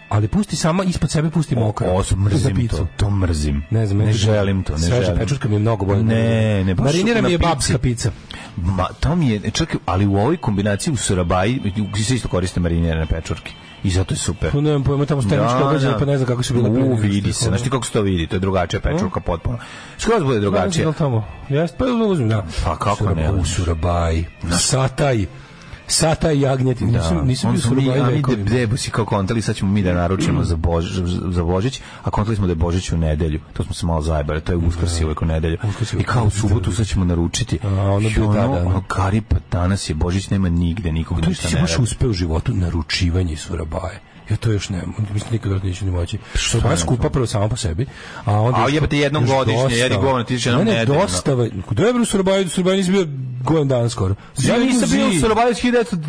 ali pusti sama, ispod sebe pusti mokro. O, Za mrzim picu. to, to mrzim. Ne znam, ne meni- želim to, ne sveža želim. pečurka mi je mnogo bolje. Ne, ne, baš Marinira na mi je pici. babska pica. Ma, to mi je, e, čak, ali u ovoj kombinaciji u Sarabaji se isto koriste marinirane pečurke. I zato je super. Tu Pa nemam pojma, tamo stenička obrađena, pa ne znam kako su bile ono. pre U, nego što vidi ih se. Znaš ti kako se to vidi? To je drugačija pečurka potpuno. Skroz bude drugačija. Znači, tamo? Jeste, pa uzmem, da. Pa kako ne, Surab- U uzmeš? Surabaj. Sataj. Sataj jagnjetin. Nisam, nisam Onda bio u smo mi, Surabaju a mi de, vekovima. debusi kao kontali, sad ćemo mi da naručimo za, Bož, za Božić, a kontali smo da je Božić u nedelju. To smo se malo zajebali, to je uskrs je uvek u nedelju. Uskrs I je uvek kao u u subotu sad ćemo naručiti. A, ono I bi- da, da, ono, da. Pa ono kari, pa danas je Božić, nema nigde, nikog To ništa ti ne si baš radi. uspeo u životu naručivanje iz Surabaje. Ja to još nemam. Mislim, nikad vjerojatno neću ni moći. Što ne je znam. skupa prvo samo po sebi. A onda A još- jebate, jednom još godišnje, dostava. jedi govno, ti ideš jednom Ne, ne, nedeljno. dostava. Dobro, u Surabaju, u Surabaju nisam bio gojen dan skoro. Ja nisam bio u Zid. Surabaju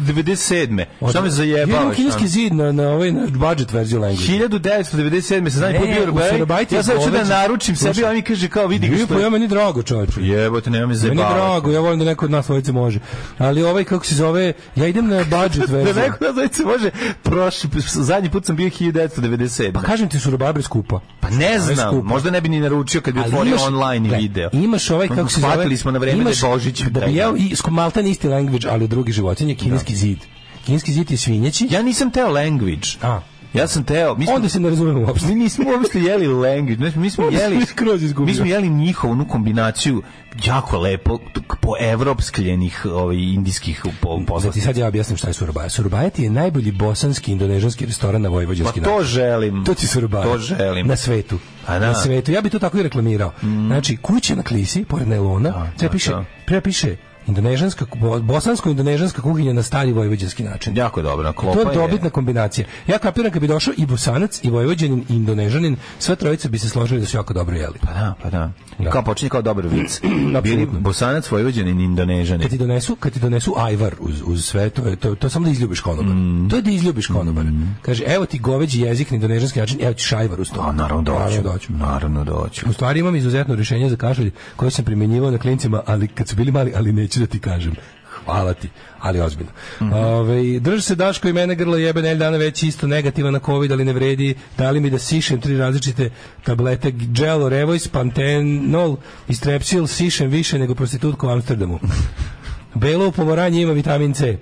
1997. Šta me Ja imam zajebavaš? kineski zid na, na, ovaj, na budget verziju language. 1997. se zadnji Ne, put bio u u Surabaju. Surabajci Ja sad ću da izvoleći. naručim sebi, a mi kaže kao vidi ga Nije što pa je. ja meni drago, čovječe. Jebote, nema me Meni je zajebavaš. drago, ja volim da neko od nas dvojice može. Ali ovaj, kako se zove, ja idem na budget Da verziju. neko da zajedno se može, prošli, zadnji put sam bio 1997. Pa kažem ti, Surabaya je skupa. Pa ne je znam, skupo. možda ne bi ni naručio kad bi Ali otvorio imaš- online i gle, video. Imaš ovaj, kako se zove... Shvatili smo na vreme da je Božić. Da bi jeo i sku- maltan isti language, ali drugi životinje, kineski zid. Kinski zid je svinjeći. Ja nisam teo language. A. Ja sam teo, mi smo, Onda se ne razumemo uopšte. mi nismo uopšte jeli language, znači, mi smo Onda sam jeli, skroz izgubio. mi smo jeli njihovu onu kombinaciju jako lepo po evropskljenih ovaj, indijskih po, Da ti pozlastica. sad ja objasnim šta je Surabaya. Surabaya ti je najbolji bosanski indonežanski restoran na Pa vojvođanski to želim. To ti su rubari. To želim. Na svetu. A da. Mm. Na svetu. Ja bi to tako i reklamirao. Znači, kuća na klisi, pored Nelona, sve da, piše, da. pre piše indonežanska, bo- bosansko-indonežanska kuhinja na stari vojvođanski način. E, Jako je dobro, na klopa to je je- dobitna kombinacija. Ja kapiram kad bi došao i bosanac, i vojvođanin, i indonežanin, sve trojice bi se složili da su jako dobro jeli. Pa da, pa da. Da. Kao počinje kao dobar vic. Bili Apsolutno. bosanac, vojvođanin, indonežani. Kad ti donesu, kad ti donesu ajvar uz, uz sve, to je to, to je samo da izljubiš konobar. Mm. To je da izljubiš konobar. Kaže, evo ti goveđi jezik na indonežanski način, evo ti šajvar uz to. A Pa naravno doću. Naravno doću. Naravno doću. U stvari imam izuzetno rješenje za kašalj koje sam primjenjivao na klincima, ali kad su bili mali, ali neću da ti kažem. Hvala ti, ali ozbiljno. Mhm. Ovaj, drži se Daško i mene grlo jebe nelj dana već isto negativa na COVID, ali ne vredi. Dali mi da sišem tri različite tablete, gelo, revois, pantenol i strepsil, sišem više nego prostitutku u Amsterdamu. Belo u pomoranje ima vitamin C. E.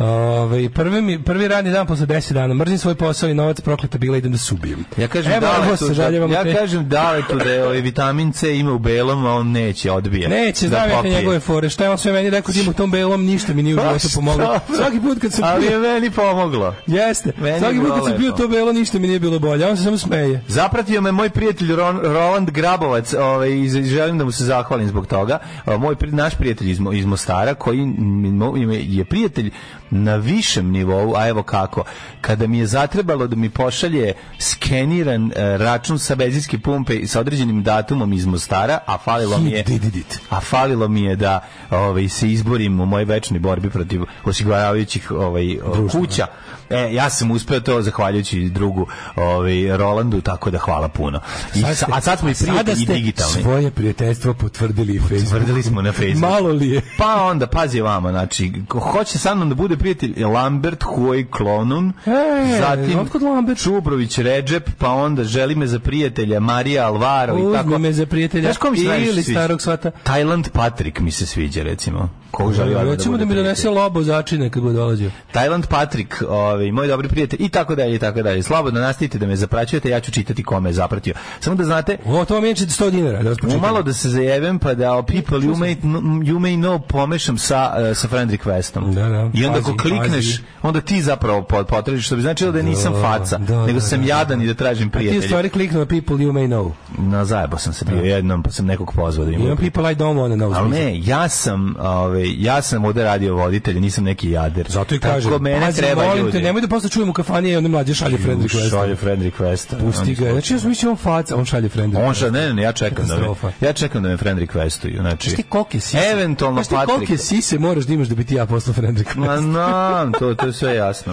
Ove, prvi, mi- prvi radni dan posle 10 dana. Mrzim svoj posao i novac prokleta bila idem da se ubijem. Ja kažem Evo, da evo, tu, sažaljevam ja te. kažem da tu da je ovaj vitamin C ima u belom, a on neće, odbije. da Neće, znam ja te popije. njegove fore. Šta je on sve meni rekao, da ima u tom belom, ništa mi nije u Pa životu šta? pomoglo. Svaki put kad sam Ali je pio... meni pomoglo. Jeste, Meni svaki je put bilo kad sam pio lepo. to belo, ništa mi nije bilo bolje. a On se samo smeje. Zapratio me moj prijatelj Ron, Roland Grabovac, ovaj, i z- želim da mu se zahvalim zbog toga. A, Moj, pri- naš prijatelj iz, Mo- iz Mostara, koji m- mo- im je- je prijatelj na višem nivou, a evo kako, kada mi je zatrebalo da mi pošalje skeniran e, račun sa benzinske pumpe sa određenim datumom iz Mostara, a falilo mi je... He did it. A falilo mi je da ovaj, se izborim u mojoj večnoj borbi protiv osiguravajućih ovaj, o, kuća. E, ja sam uspeo to zahvaljujući drugu ovaj, Rolandu, tako da hvala puno. I, sa- a sad smo i Sada prijatelji ste digitalni. svoje prijateljstvo potvrdili i Facebook. Tvrdili smo na Facebooku. Malo li je? Pa onda, pazi vama, znači, ko hoće sa mnom da bude prijatelj Lambert Huoj Klonun, E, otkud Lambert? Čubrović Redžep, pa onda želi me za prijatelja Marija Alvaro i tako. Uzmi me za prijatelja Znaš ko mi se najviše ili sviđa? starog svata. Tajland Patrik mi se sviđa recimo. Ko želi ovaj Recimo da bude mi donese prijatelj? lobo začine kad bude dolazio. Tajland Patrik, ovaj moj dobri prijatelj i tako dalje i tako dalje. Slobodno nastavite da me zapraćujete, ja ću čitati kome je zapratio. Samo da znate, O, to vam je 100 dinara. Da vas počitam. malo da se zajevem pa da o people you may, you may know pomešam sa, eh, sa friend requestom. Da, da, I onda pazi, ako klikneš, pazi. onda ti zapravo po- potražiš, što bi značilo da nisam Da, faca, da, nego da, sam da, da. jadan i da tražim A ti u prijatelja. stvari kliknuo people you may know. Na zajebo sam se bio jednom, pa sam nekog pozvao da mi bude Imam people I don't wanna know. Ali ne, ja sam, ovaj, ja sam ovde radio voditelj, nisam neki jader. Zato i Tako kažem. mene pazi, treba molim ljudi. te, nemoj da posle čujemo u kafani i onda mlađe šalje friend Ju, request. Šalje friend request. Pusti ga. Znači, ja sam mislio on faca, on šalje friend request. On šalje, ne, ne, ne, ja čekam da me, Katastrofa. ja čekam da me friend requestuju. Znači, Znaš ti kolike sise? Eventualno Znaš ti kolike Patrik. sise moraš da imaš da bi ti ja poslao friend Ma request? znam, to, to je sve jasno.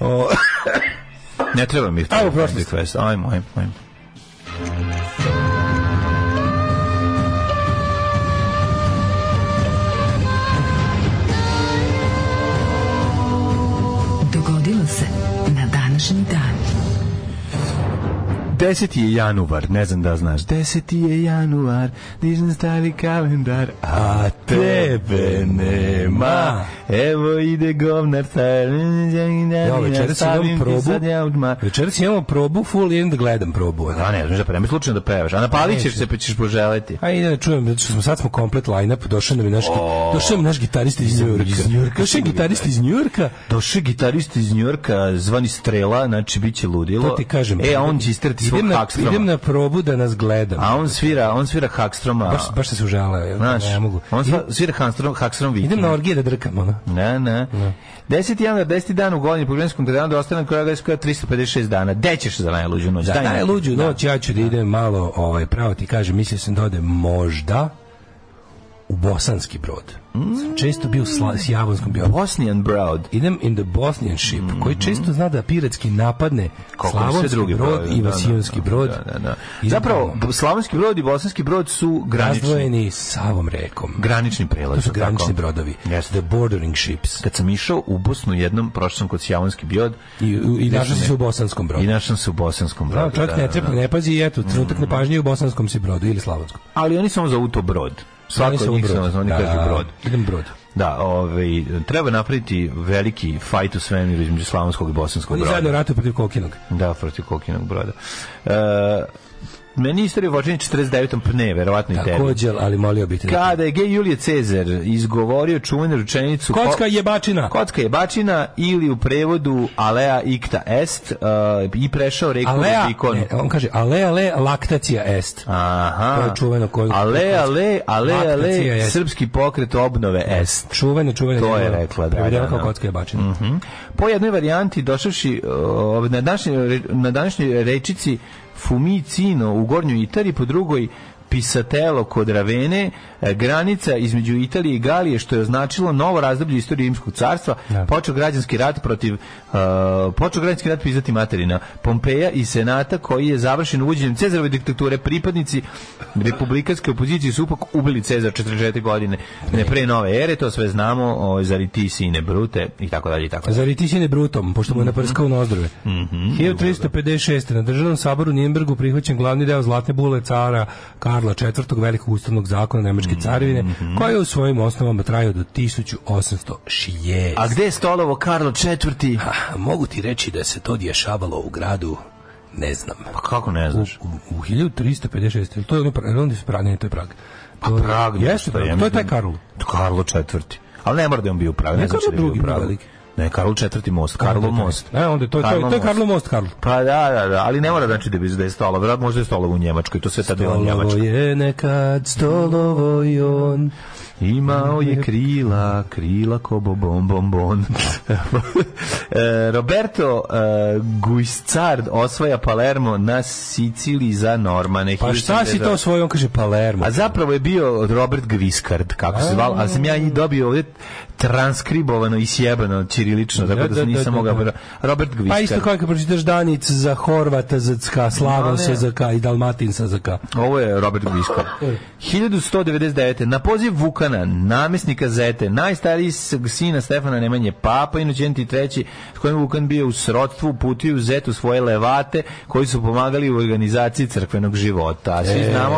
O, Ne treba mi friend prošlost. request. Ajmo, ajmo, ajmo. Dogodilo se na današnji dan. 10. je januar, ne znam da znaš. 10. je januar, dižem stari kalendar, a tebe nema. Evo ide govnar stari. ja, večeras imam probu. probu. Večeras imamo probu, full in, gledam probu. A ne, znaš da prema slučajno da pevaš. A napalit ćeš se pa ćeš poželeti. A ide da čujem, zato što smo, sad smo komplet line-up, došao nam je naš, došao nam je naš gitarista iz Iz Njujorka Njurka. Došao je sigurno, gitarista iz Njurka, Došao je gitarist iz Njorka, zvani Strela, znači bit će ludilo. to ti kažem. E, a on će istrati svog idem na, Hakstroma. Idem na probu da nas gledam. A on svira, on svira Hakstroma. baš, baš se sužalao, ja Znaš, ne mogu. on Idem- sva- svira Hakstrom, Hakstrom Viking. Idem na orgije da drkam, ono. Ne, ne. 10. januar, 10. dan u godini po granskom kalendaru ostane koja je 356 dana. Gde ćeš za najluđu noć? Da, Daj da, nam. luđu noć, ja ću da idem malo, ovaj, pravo ti kažem, mislio sam da odem možda u Bosanski brod. Sam često bio u Sla- s Javonskom bio. Bosnian Broad. Idem in the Bosnian ship, koji često zna da piratski napadne Mm. Koliko sve Slavonski drugi brod brodovi, i da, da, Vasijonski brod. Da, da, da. Idem Zapravo, tamo. Slavonski brod i Bosanski brod su granični, razdvojeni Savom rekom. granični prelaz. to su granični tako? brodovi. Jeste. The bordering ships. Kad sam išao u Bosnu jednom, prošao sam kod Slavonski brod I, i, i našao ne. sam se u Bosanskom brodu. i našao sam se u Bosanskom brodu. Da, čovjek da, ne da, trepne, da. Mm. ne pazi i eto, trenutak nepažnje u Bosanskom si brodu ili Slavonskom. Ali oni samo zovu to brod. Svako Oni od su u njih brodu. samo, oni Da, kažu brod. Idem brod. Da, ovaj, treba napraviti veliki fajt u svemiru između slavonskog i bosanskog Oni zajedno broda. ratuju protiv Kokinog. Da, protiv kokinog broda. E, meni istorija počinje 49. pne, verovatno i tebi. Također, ali molio bih te. Kada je Gej Julije Cezar izgovorio čuvenu rečenicu ko- Kocka je bačina. Kocka je bačina ili u prevodu Alea Ikta Est uh, i prešao reku Alea, Rubikon. ne, on kaže, ale, ale, laktacija est. Aha. To je čuveno koju- Ale, ale, ale, Laktacija ale, jest. srpski pokret obnove Est. Čuveno, čuveno. To je djelo, rekla, da, prevedeno da, kao da. kocka je bačina. Mhm. Po jednoj varijanti došavši uh, na, današnjoj, re- na današnjoj rečici Fumicino u Gornjoj Italiji, po drugoj Pisatelo kod Ravene, e, granica između Italije i Galije, što je označilo novo razdoblje istorije Rimskog carstva, Da. počeo građanski rat protiv uh, počeo građanski rat priznati materina Pompeja i Senata koji je završen uvođenjem Cezarove diktature pripadnici republikanske opozicije su upak ubili Cezar 44 godine ne pre nove ere to sve znamo o, zar i ti sine brute i tako dalje i tako dalje Zar i ti si ne brutom, pošto mu je naprskao nozdrove. Mhm. 1356. na državnom saboru u Nijembergu prihvaćen glavni deo Zlatne bule cara Karla IV. velikog ustavnog zakona Nemačke Mhm. carevine, koji je u svojim osnovama trajao do 1806. a gde je stolovo Karlo IV A, Ah, mogu ti reći da se to dješavalo u gradu? Ne znam. pa kako ne U, znaš u, u 1356. jel To je ono, pra- jel oni su Prag, ne, to je Prag. To, Pa Prag, ne, jeste, šta je, Prag, to je taj mislim- Karol. Karlo IV ali ne mora da je on bio u pravu ne, Ne, znači Karlo da je bio drugi u pravu. veliki. ne Karlo IV most Karlo most E, onda je to, to, je- to je Karlo Most, Karlo. Pa da, da, da, ali ne mora znači da bi da je stalo, vjerojatno možda je stalo u Njemačkoj, to sve tad bilo Stolovo Njemačka. je nekad, stolovo i on. Imao je krila, krila ko bo bom bom bon. E, Roberto e, Guiscard osvaja Palermo na Siciliji za Normane. Pa šta si to svoje, on kaže Palermo. A zapravo je bio Robert Gviskard, kako se zval, ali sam ja i dobio ovdje transkribovano i sjebano ćirilično, tako Da, da, da, da, nisam mogao... da. Robert Gviskard. Pa isto kao kad pročitaš Danic za Horvata za CK, Slavan Ma, ne. sa ZK i Dalmatin sa ZK. Ovo je Robert Guiskar. 1199. Na poziv Vukana, namjesnika Zete, najstariji s- sina Stefana Nemanje, papa Inocenti III, s kojim je Vukan bio u srodstvu, putio u Zetu svoje levate, koji su pomagali u organizaciji crkvenog života. A E. Svi znamo...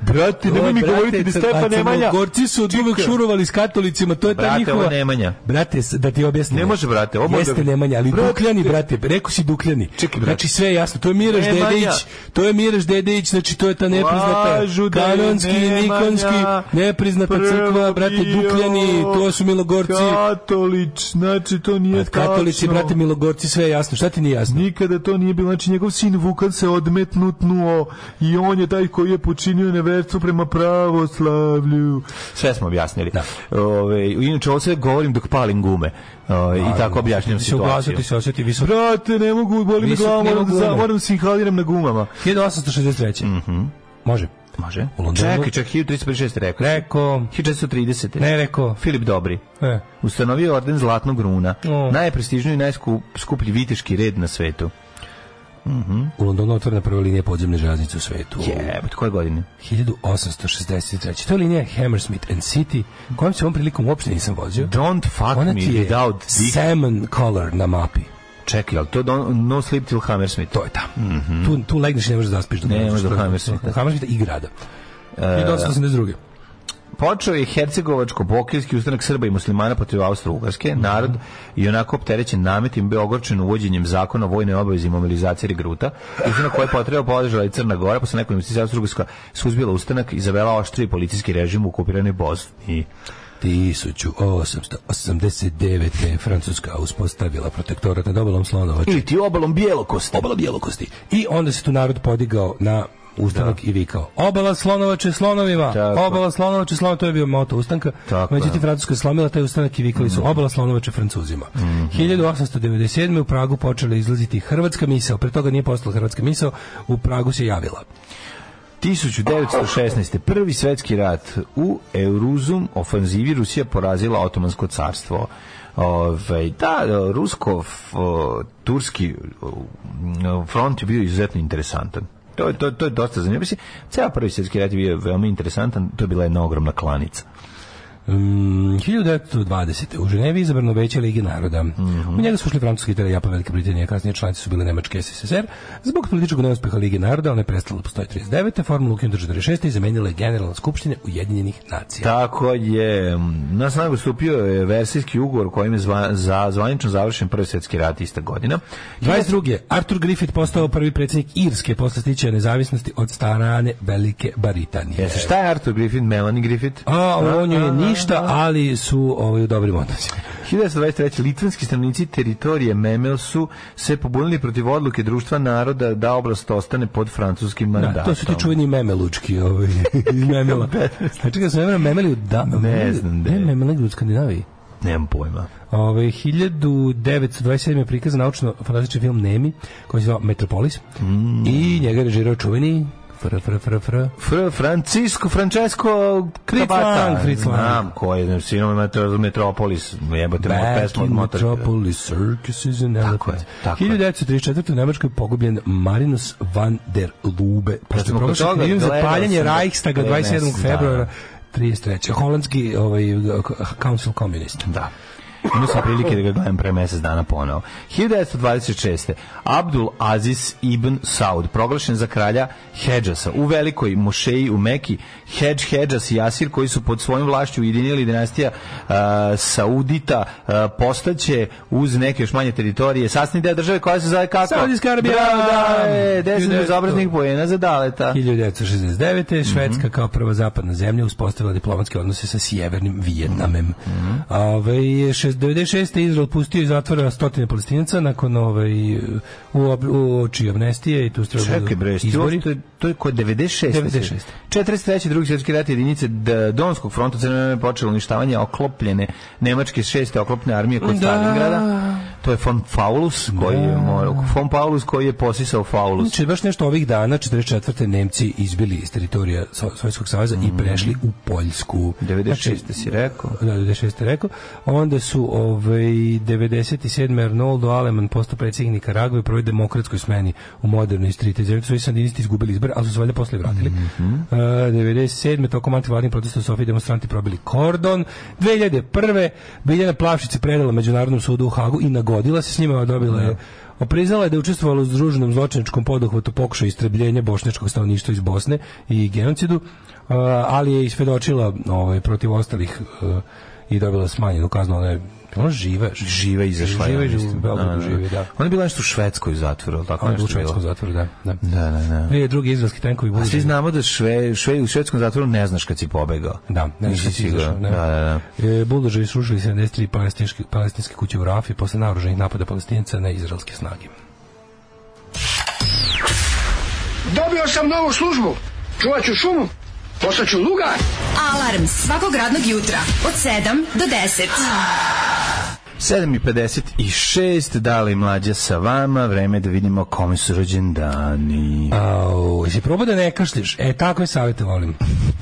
Brate, nemoj mi govoriti da Stefan Nemanja... Gorci su od uvek šurovali s katolicima, to je ta Brate, njihova... ovo je Nemanja. Brate, s- da ti objasnim. Ne može, brate, ovo je- Jeste Nemanja, ali Brate. Dukljani, brate, rekao si Dukljani. Čekaj, brate. Znači sve je jasno, to je Miraš Nemanja. Dedejić, to je Miraš Dedejić, znači to je ta nepriznata Kažu da je kanonski, Nemanja nikonski, nepriznata crkva, prvo brate, bio Dukljani, to su Milogorci. Katolič, znači to nije Pa, Katolici, tačno. brate, Milogorci, sve je jasno. Šta ti nije jasno? Nikada to nije bilo, znači njegov sin Vukan se odmetnutnuo i on je taj koji je počinio neverstvo prema pravoslavlju. Sve smo objasnili. Ove, inače, ovo sve govorim dok palim gume Ove, i tako objašnjam Se situaciju. uglasiti se osjeti visoko. Brate, ne mogu, boli me Visok glava, nivo moram, gume. da- moram da se inhaliram na gumama. 1863. Mhm. Može. Može. U Londonu. Čekaj, čekaj, 1356 rekao. Reko, 1430. ne reko. Filip Dobri. E. Ustanovio je orden Zlatnog runa. O. Najprestižniji i najskuplji viteški red na svetu. U Londonu otvorena prva linija podzemne železnice u svetu. Jebate, koje godine? 1863. To je linija Hammersmith and City, kojom se ovom prilikom uopšte nisam vozio. Don't fuck Ona me ti je without dick. salmon color na mapi. Čekaj, ali to don, No Sleep Till Hammersmith. To je ta. Tu, tu legneš i ne možeš da zaspiš. dok Mhm. Ne, ne možeš do dođeš Hammersmitha. E, Do Hammersmitha i grada. 1882. Počeo je hercegovačko-bokeljski ustanak Srba i muslimana protiv Austro-Ugarske. Mhm. Narod i onako opterećen nametim bio ogorčen uvođenjem zakona o vojnoj obavezi i mobilizaciji regruta. Ustanak koje je potrebao podržala i Crna Gora, posle nekoliko investicija Austro-Ugarska suzbila ustanak i zavela oštri policijski režim u okupiranoj Bosni. 1889. Francuska uspostavila protektorat nad obalom Slonovača. Ili ti obalom bijelokosti. obala bijelokosti. I onda se tu narod podigao na ustanak i vikao obala slonovače slonovima Tako. obala slonovače slonovima to je bio moto ustanka Tako je. Mhm. međutim Francuska je slomila taj ustanak i vikali su obala slonovače francuzima 1897. u Pragu počela je izlaziti hrvatska misao pre toga nije postala hrvatska misao u Pragu se javila 1916. Prvi svetski rat u Euruzum ofanzivi Rusija porazila Otomansko carstvo. Ove, da, rusko-turski front je bio izuzetno interesantan. To, je- to, to je dosta zanimljivo. Mislim, Ceo prvi svjetski rat je bio veoma interesantan, to je bila jedna ogromna klanica. Um, 1920. u Ženevi je izabrano veće Ligi naroda. U njega su ušli Francuska, Italija, Japan, Velika Britanija, a kasnije članice su bile Nemačka i SSSR. Zbog političkog neuspeha Lige naroda, ona je prestala da postoji 39. Formula ukinuta 46. i zamenila je Generalna skupština Ujedinjenih nacija. Tako je. Na snagu stupio je versijski ugovor kojim je zva- za, zvanično završen prvi svjetski rat ista godina. 22. Arthur Griffith postao prvi predsjednik Irske posle stičaja nezavisnosti od strane Velike Britanije. Jeste, šta je Arthur Griffith, Melanie Griffith? A on joj je ništa, ali su ovaj, u dobrim odnosima. 1923. Litvanski stanovnici teritorije Memel su se pobunili protiv odluke društva naroda da oblast ostane pod francuskim mandatom. Da, to su ti čuveni memelučki ovaj, iz memela. A čekaj, sam memela memeli u da, memeli- znam gde Ne, je. memeli negde u Skandinaviji. Ovaj, Nemam pojma. Ove, 1927. je prikazan naučno fantastični film Nemi, koji se zvao Metropolis. I njega je režirao čuveni Mm. fr, fr, fr, fr. Fr Francisco, Francesco Fritz Lang, Fritz Lang. Znam ko je, sinom je Metropolis, jebote moj Back pesma od in Motorhead. Metropolis, circuses and Tako elephants. je, tako je. 1934. u Nemačkoj je pogubljen Marinus van der Lube. Pošto je Pa smo kod prošao toga, krivim za gledao paljanje sam da- Reichstaga gledao sam, 27. da. februara 33. Holandski ovaj, council komunista. Da. Imao sam prilike da ga gledam pre mesec dana ponovo. 1926. Abdul Aziz ibn Saud proglašen za kralja Hedžasa u velikoj mošeji u Meki. Hedž, Hedžas i Jasir koji su pod svojom vlašću ujedinili dinastija uh, Saudita uh, postaće uz neke još manje teritorije sasni deo države koja se zove kako? Saudijska Arabija! Da, je, 10 1900. bezobraznih pojena za daleta. Mhm. 1969. Švedska kao prva zapadna zemlja uspostavila diplomatske odnose sa sjevernim Vijetnamem. Mhm. Ovaj, 96. Izrael pustio iz zatvora stotine palestinaca nakon ovaj, u, ob- u oči amnestije i tu su trebali Čekaj bre, jesi ti izbori. ovo- to je, to je kod 96. 96.. 43. drugi svjetski rat jedinice D- Donskog fronta crvene armije počelo uništavanje oklopljene nemačke šeste oklopne armije kod Da. Stalingrada. To je von Paulus koji je morao- von Paulus koji je posisao Faulus. Znači, baš nešto ovih dana, 44. Nemci izbili iz teritorija So- Sovjetskog saveza i prešli u Poljsku. Znači, 96. si rekao. da, 96. rekao. Onda su ovaj, 97. Arnoldo Aleman postao predsjednik Nikaragve u prvoj demokratskoj smeni u modernoj strite. Zemlje su i sandinisti izgubili izbor, ali su se valjda posle vratili. Mhm. E, 97. tokom antivladnih protesta u Sofiji demonstranti probili kordon. 2001. Biljana Plavšić se predala Međunarodnom sudu u Hagu i nagodila se s njima, a dobila je Opriznala je da je učestvovala u združenom zločinačkom poduhvatu pokušaju istrebljenja bošnjačkog stanovništva iz Bosne i genocidu, a, ali je isvedočila ovaj, protiv ostalih e, i dobila smanjenu kaznu. Ona je ona živa. Živa je izašla. Živa ja je mislim. u Beogradu Da, da, da. živi, da. Ona je bila nešto u Švedskoj u zatvoru, ali tako Ona je nešto u švedskom bila. zatvoru, da. da. Da, da, da. Prije drugi izraelski tenkovi A budu. svi znamo da šve, šve, u švedskom zatvoru ne znaš kad si pobegao. Da, ne Nisi znam si siguran. izašao. ne. Da, da, da. E, buldožeri su rušili 73 palestinske, palestinske kuće u Rafi posle naoružanih napada palestinca na izraelske snage. Dobio sam novu službu. Čuvat ću šumu. Postaću lugar. Alarm svakog radnog jutra od 7 do 10. 7.56, da li mlađa sa vama, vreme da vidimo kome su rođendani. Au, jesi probao da ne kašliš? E, tako je savjeta, volim.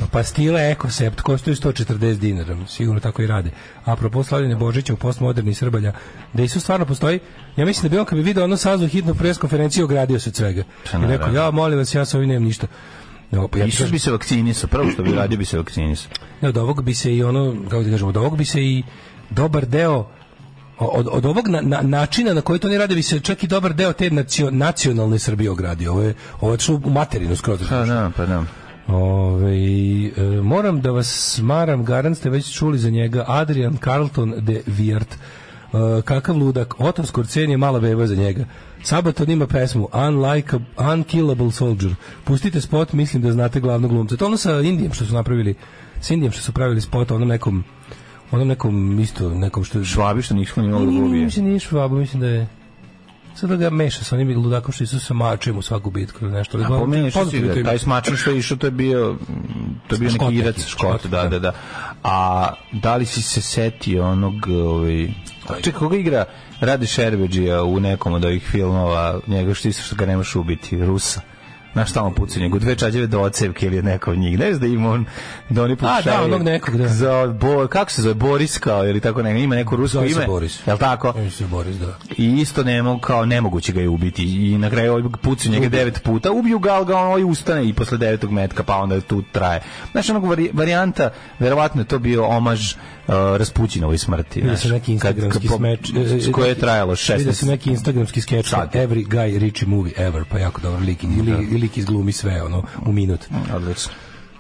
Pa Pastila Ekosept, koštaju 140 dinara. Sigurno tako i rade. Apropo Slavljene Božića u postmoderni Srbalja, da isu stvarno postoji, ja mislim da bi on kad bi video ono sazvu hitnu pres konferenciju, ogradio se od svega. I rekao, naravno. ja, molim vas, ja sa ovim nemam ništa. No, pa ja ti Isus kažem- bi se vakcinisao, prvo što bi radio bi se vakcinisao. ne, od ovog bi se i ono, kako ti kažemo, od ovog bi se i dobar deo od, od ovog na, na- načina na koji to oni rade bi se čak i dobar deo te nacio- nacionalne Srbije ogradio. Ovo je, ovo je otišlo u materinu skroz. Pa da, pa da. Ove, e, moram da vas smaram, garan ste već čuli za njega, Adrian Carlton de Viert. E, kakav ludak, Otos Korcen je mala beba za njega. Sabaton ima pesmu Unlike a, Unkillable Soldier. Pustite spot, mislim da znate glavnog glumca. To je ono sa Indijem što su napravili, s Indijem što su pravili spot, onom nekom onom nekom isto, nekom što... Švabi što niko nije moglo Nije, da nije, nije, ubije. mislim, nije Švabo, mislim da je... Sad da ga meša sa onim ludakom što su sa mačem u svaku bitku ili nešto. ali A uglavnom, pomeniš poznato si je ga, to ime. taj smačan što je išao, to je bio, mm, to je bio Škot neki neki, irac, škot, Škot, da, da. da, da. A da li si se setio onog, ovaj, čekaj, koga igra Rade Šerbeđija u nekom od ovih filmova, njega što isto što ga nemaš ubiti, Rusa. Naš stalno pucu njegu, dve čađeve do ocevke ili od nekog od njih. Ne znam da ima on, da oni pušaju. onog nekog, da. Za, bo, kako se zove, Boris kao, ili tako ne, ima neko rusko Zove se ime. Boris. E, Jel tako? Oni su Boris, da. I isto nemo, kao, nemoguće ga je ubiti. I na kraju ovaj pucu njega devet puta, ubiju ga, ali ga on ovaj ustane i posle devetog metka, pa onda tu traje. Znaš, onog vari, varijanta, verovatno je to bio omaž uh, Raspućinovoj smrti. Vidio znaš. sam neki Kad- kad instagramski po- smeč. e, Koje je trajalo Vidio 16 sam neki instagramski skeč Sad. Every guy Richie movie ever, pa jako dobar lik. I lik, i lik izglumi sve, ono, u minut. Odlično.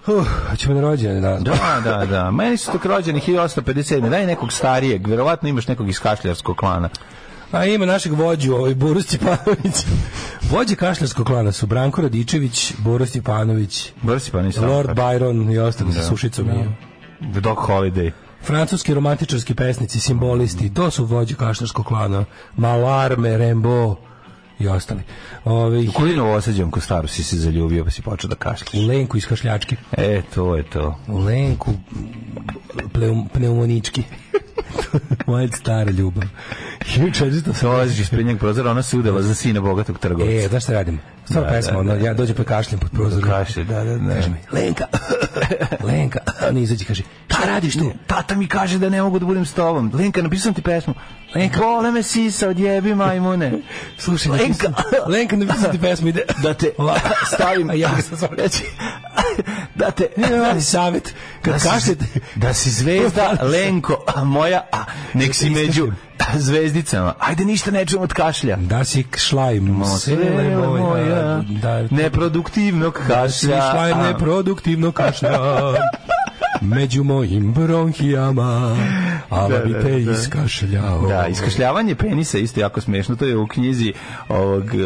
Uh, ćemo na rođene danas. Da, da, da. Meni su tok rođeni 1857. Daj nekog starijeg. Verovatno imaš nekog iz kašljarskog klana. A ima našeg vođu, ovaj Boris Stjepanović. Vođe kašljarskog klana su Branko Radičević, Boris Stjepanović, Brsi pa nisam. Lord Byron i ostali sa sušicom. i- Doc Holiday. Francuski romantičarski pesnici, simbolisti, to su vođe kašljarskog klana. Malarme, Rembo i ostali. Ovi, U koju novosađom ko staru si se zaljubio pa si počeo da kašljaš? Lenku iz kašljačke. E, to je to. U Lenku pleum, pneumonički. Moja stara ljubav. 1400 Dolaziš ispred njeg prozora, ona se udala za sina bogatog E, trgovca. znaš šta radim? Stvarno Da, pesma, da, ono, ja dođem pa kašljem pod prozorom. Kašlje, da, da, da. Kaže mi, Lenka, Lenka, ne izađe, kaže, šta radiš tu? Tata mi kaže da ne mogu da budem s tobom. Lenka, napisam ti pesmu. Lenka, vole me sisa, odjebi majmune. Slušaj, Lenka. napisam- Lenka, ne pisam ti pesmu, ide. Da te Ovako. stavim... A ja sam stvarno. Da ti- Da te... Ne, ne, ne, savjet. Kad si- kašljete, da si zvezda Lenko a moja a, nek si među zvezdicama ajde ništa ne čujem od kašlja da si šlajm, sele Sele moja, moja, da, neproduktivnog kašlja Slišla a, je neproduktivno kašlja Među mojim bronhijama Da, Ali bi da, te da. iskašljao Da, iskašljavanje penisa je isto jako smešno, to je u knjizi ovog eh,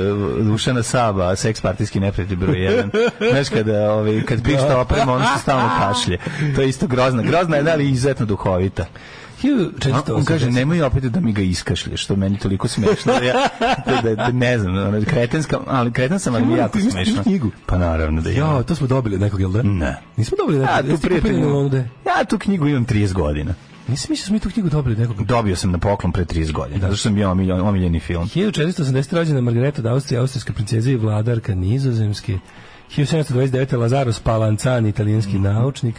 Dušana Saba, seks partijski neprijatelj broj 1. Znaš kada, ovaj, kad pišta oprema, ono se stalno kašlje. To je isto grozna. Grozna je, ali izuzetno duhovita. A, on kaže, nemoj opet da mi ga iskašlje, što je meni toliko smešno. Da ja, da, da, da, ne znam, ono, kretenska, ali kretan sam, ali mi je jako Imate, imate smešno. knjigu? Pa naravno da Ja, ja. to smo dobili od nekog, jel da? Ne. Nismo dobili od nekog. Ja tu, Jeste kupili prijatelju, ovde? ja tu knjigu imam 30 godina. Nisam mislio da smo mi tu knjigu dobili od nekog. Dobio sam na poklon pre 30 godina, zato što sam bio omiljen, omiljeni film. 1480. rođena Margareta od Austrije, austrijska princeza i vladarka nizozemske. 1729. Lazaro Spalancan, italijanski Mhm. naučnik.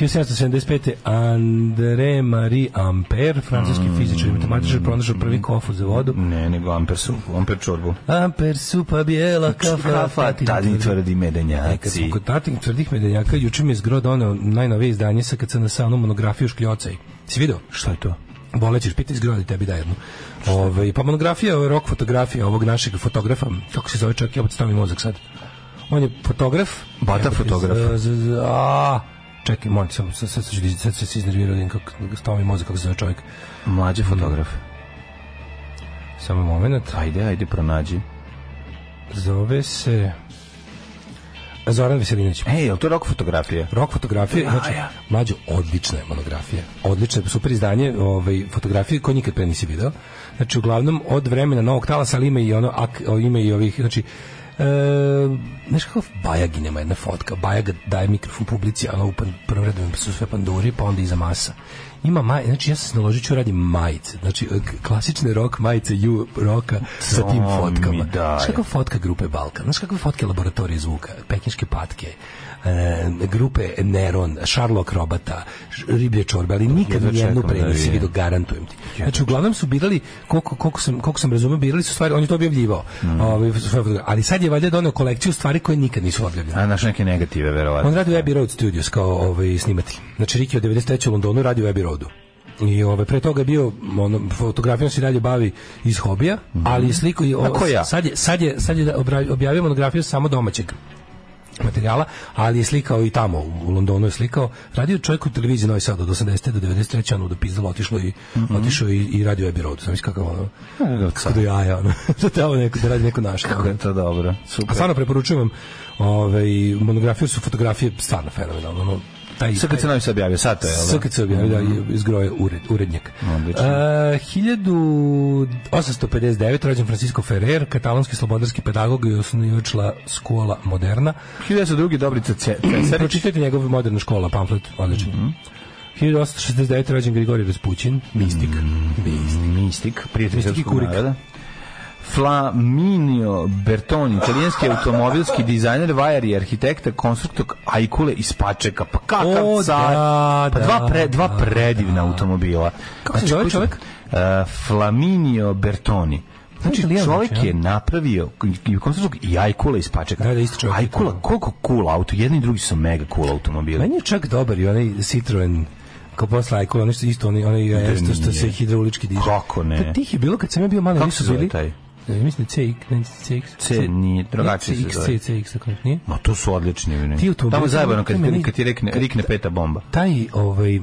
1775. André Marie Ampère, francuski Mhm. fizičar i matematičar, pronašao prvi kofu za vodu. Ne, nego Amper supu, Amper čorbu. Amper supa bijela kafa. Kafa, tatini tadni tvrdi E, kad smo medenjaci. kod tatnih tvrdih medenjaka, juče mi je zgro doneo najnovije izdanje sa kad sam na samom monografiju Škljocaj. Si video? Šta je to? Bolećeš, pitaj zgrodi, tebi da jednu. Ove, pa monografija, ovo je rock fotografija ovog našeg fotografa, kako se zove čovjek, ja sam mi mozak sad. On je fotograf. Bata Evo te, fotograf. z- z- z- a, čekaj, molim, sam, sad, sad, sad, ću diz- sad, sam se iznervirao, vidim kako stao mi mozak, kako se zove čovjek. Mlađi fotograf. Samo moment. Ajde, ajde, pronađi. Zove se... Zoran Veselinović. Ej, je li to rock fotografija? Rok fotografije, znači, ja. mlađo, odlična je monografija. Odlična, super izdanje ovaj, fotografije koje nikad pre nisi video. Znači, uglavnom, od vremena novog talasa, ali ima i ono, ak, o, ima i ovih, znači, e, znaš kako Bajagin ima jedna fotka, Bajaga daje mikrofon publici, a ono u pan- prvom redu su sve panduri, pa onda iza masa. Ima maj, znači ja sam se naložit ću radim majice, znači e, k- klasične rok majice ju roka sa tim mi fotkama. daj. Znaš kako kakva fotka grupe Balkan, znaš kakve fotke laboratorije zvuka, pekinške patke, e, grupe Neron, Sherlock Robata, š- riblje čorbe, ali nikad jedva nijednu čekam pre da nisi vidim. vidio, garantujem ti. Znači, uglavnom su birali, koliko, koliko, sam, koliko sam razumio, birali su stvari, on je to objavljivao, Mm. ovaj, svoje fotografije. ali sad je valjda doneo kolekciju stvari koje nikad nisu objavljene. A, naš neke negative, On verovatno. radi u Abbey Road Studios kao ovaj, snimati. Znači, Riki od 93. u Londonu radi u Abbey Roadu. I ove, pre toga je bio, ono, fotografijom se i dalje bavi iz hobija, ali sliku... i o- A Mhm. ko ja? Sad je, sad je, sad je da obra- objavio monografiju samo domaćeg materijala, ali je slikao i tamo u- u Londonu je slikao. Radio je čovjek u televiziji Novi Sad od 80. do 93. ono do pizdala otišlo i Mhm. otišao i, i radio je Abbey Road. Znaš kakav ono? Kako do jaja ono. da tamo neko da radi neko ono. naš. E, Kako je to dobro, A super. stvarno preporučujem vam ovaj, monografiju su fotografije stvarno fenomenalno. Ono, taj, Sve kad se taj- nam se objavio, sad to je, jel da? SKC objavio da je izgroje ured, urednjak. Odlično. E, 1859 rođen Francisco Ferrer, katalonski slobodarski pedagog i osnivač La Skola Moderna. 1902. Dobrica Ce- Cesarić. Pročitajte njegov moderna škola, pamflet, odličan. Mhm. 1869 rođen Grigorij Raspućin, mistik. Mhm, Mistik, prijatelj Mistik i srpskog kurik. naroda. Flaminio Bertoni, italijanski automobilski dizajner, vajar i arhitekta, konstruktor Ajkule iz Pačeka. Pa kakav O, car! da, pa dva, da, pre, dva da, predivna automobila. Kako se zove koji su- čovjek? E, Flaminio Bertoni. Znači, Italijan, čovjek znači, je napravio i konstruktor i Ajkula iz Pačeka. Da, da, isti čovjek. Ajkula, koliko cool auto, jedni i drugi su mega cool automobili. Meni je čak dobar i onaj Citroen kao posle Ajkula, nešto isto, onaj, onaj Da što, što nije. se hidraulički diže. Kako ne? Da, tih je bilo kad sam ja bio mali, Kako nisu se zove bili. taj? E, Mislim da CX, ne CX. C, nije, drugačije se CX, zove. CX, tako nije. Ma to su odlični. ne. Ti automobili- Tamo je zajebano kad, to meni- kad ti rekne, kad- rikne peta bomba. taj ovaj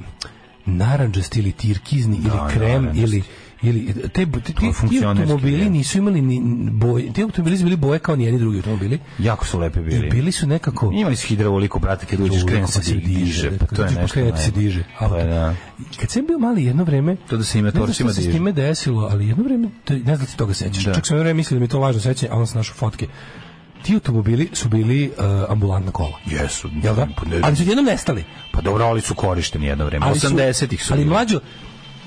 narandžasti ili tirkizni ili krem narandžasti. ili ili te, te, te, ti funkcionerski, automobili je. nisu imali ni boje, ti automobili su bili boje kao ni jedni drugi automobili. Jako su lepe I bili. bili su nekako Imali su hidrauliku, brate, kad uđeš Drugo, kren kako se di- diže. Pa to je Kako nešto. krene ti se najbolje. diže. Pa da. Kad sam bio mali jedno vreme, To da se ime ne znam torcima šta se s diže. time desilo, ali jedno vreme, to, ne znam da ti toga sećaš. Da. Čak sam jedno vreme mislio da mi je to lažno sećanje, a on se našao fotke. Ti automobili su bili uh, ambulantna kola. Jesu. Jel da? Pa ne- Ali su jednom nestali. Pa dobro, ali su korišteni jedno vreme. Ali su- 80-ih su. Ali bili. mlađo,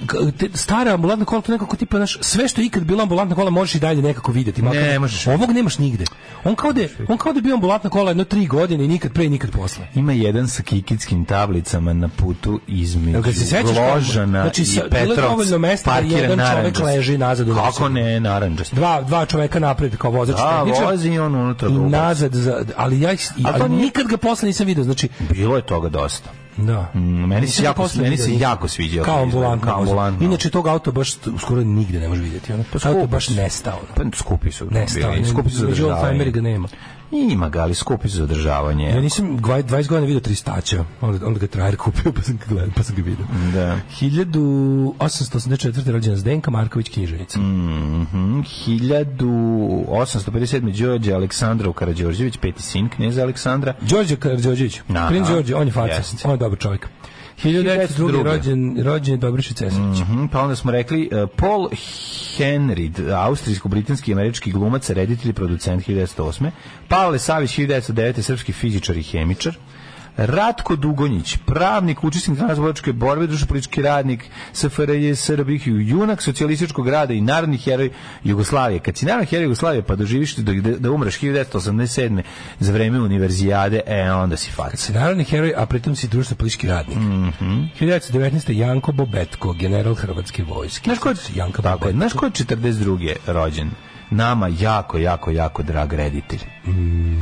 k- te, stara ambulantna kola, to nekako tipa, znaš, sve što je ikad bila ambulantna kola možeš i dalje nekako vidjeti. makar- Ne, možeš. Ovog nemaš nigde. On kao da, je- on kao da je bio ambulantna kola jedno tri godine i nikad pre, i nikad posle. Ima jedan sa kikitskim tablicama na putu između Jel ga se sećaš kako- Ložana znači, i sa- bilo je Petrovca. dovoljno mesta da Parkiran jedan čovek narandžast. leži Znači, nazad u Kako naselju. ne, naranđast. Dva, dva čoveka napred kao vozač Da, tehničar vozi i on unutra. i drugo. nazad, za, ali ja ih- A to ali nije- nikad ga posle nisam video, znači, Bilo je toga dosta. da. Mm, Meni Nisam se ga jako, posle meni video se nikad. jako sviđao. Kao ambulantno. Kao ambulantno. Inače, tog auto baš st- skoro nigde ne može vidjeti. Ono. skupo auto baš su. nestao. ono. Pa skupi su. Nestao. bili, Ne, Skupi su za među održavanje. oldtimeri ga nema. Ima ga, ali skupi su za održavanje. Ja nisam 20 20 godina video tristaća, onda, onda ga trajer kupio pa sam ga gledao, pa sam ga video. Da. 1884. rođena Zdenka Marković književica. Mhm, 1857. Đorđe Aleksandrov Karađorđević, peti sin knjeza Aleksandra. Đorđe Karadžođević, Aha. princ Đorđe, on je faca, Jeste. on je dobar čovjek. 1902. rođen, rođen je Dobriša Cesarić. Mhm, pa onda smo rekli eh, Paul Henry, austrijsko-britanski i američki glumac, reditelj i producent 1908. Pavle Savić 1909. srpski fizičar i hemičar. Ratko Dugonjić, pravnik, učesnik transportičke borbe, drušopolitički radnik SFRJ, Srbih, junak socijalističkog rada i narodni heroj Jugoslavije. Kad si narodni heroj Jugoslavije pa doživiš da, da umreš 1987. za vreme univerzijade, e, onda si fac. Si narodni heroj, a pritom si društveno politički radnik. Mm Mhm. 1919. Janko Bobetko, general Hrvatske vojske. Znaš ko je, Znači, Janka tako, je. Bobetko. znaš ko je 42. rođen? Nama jako, jako, jako drag reditelj.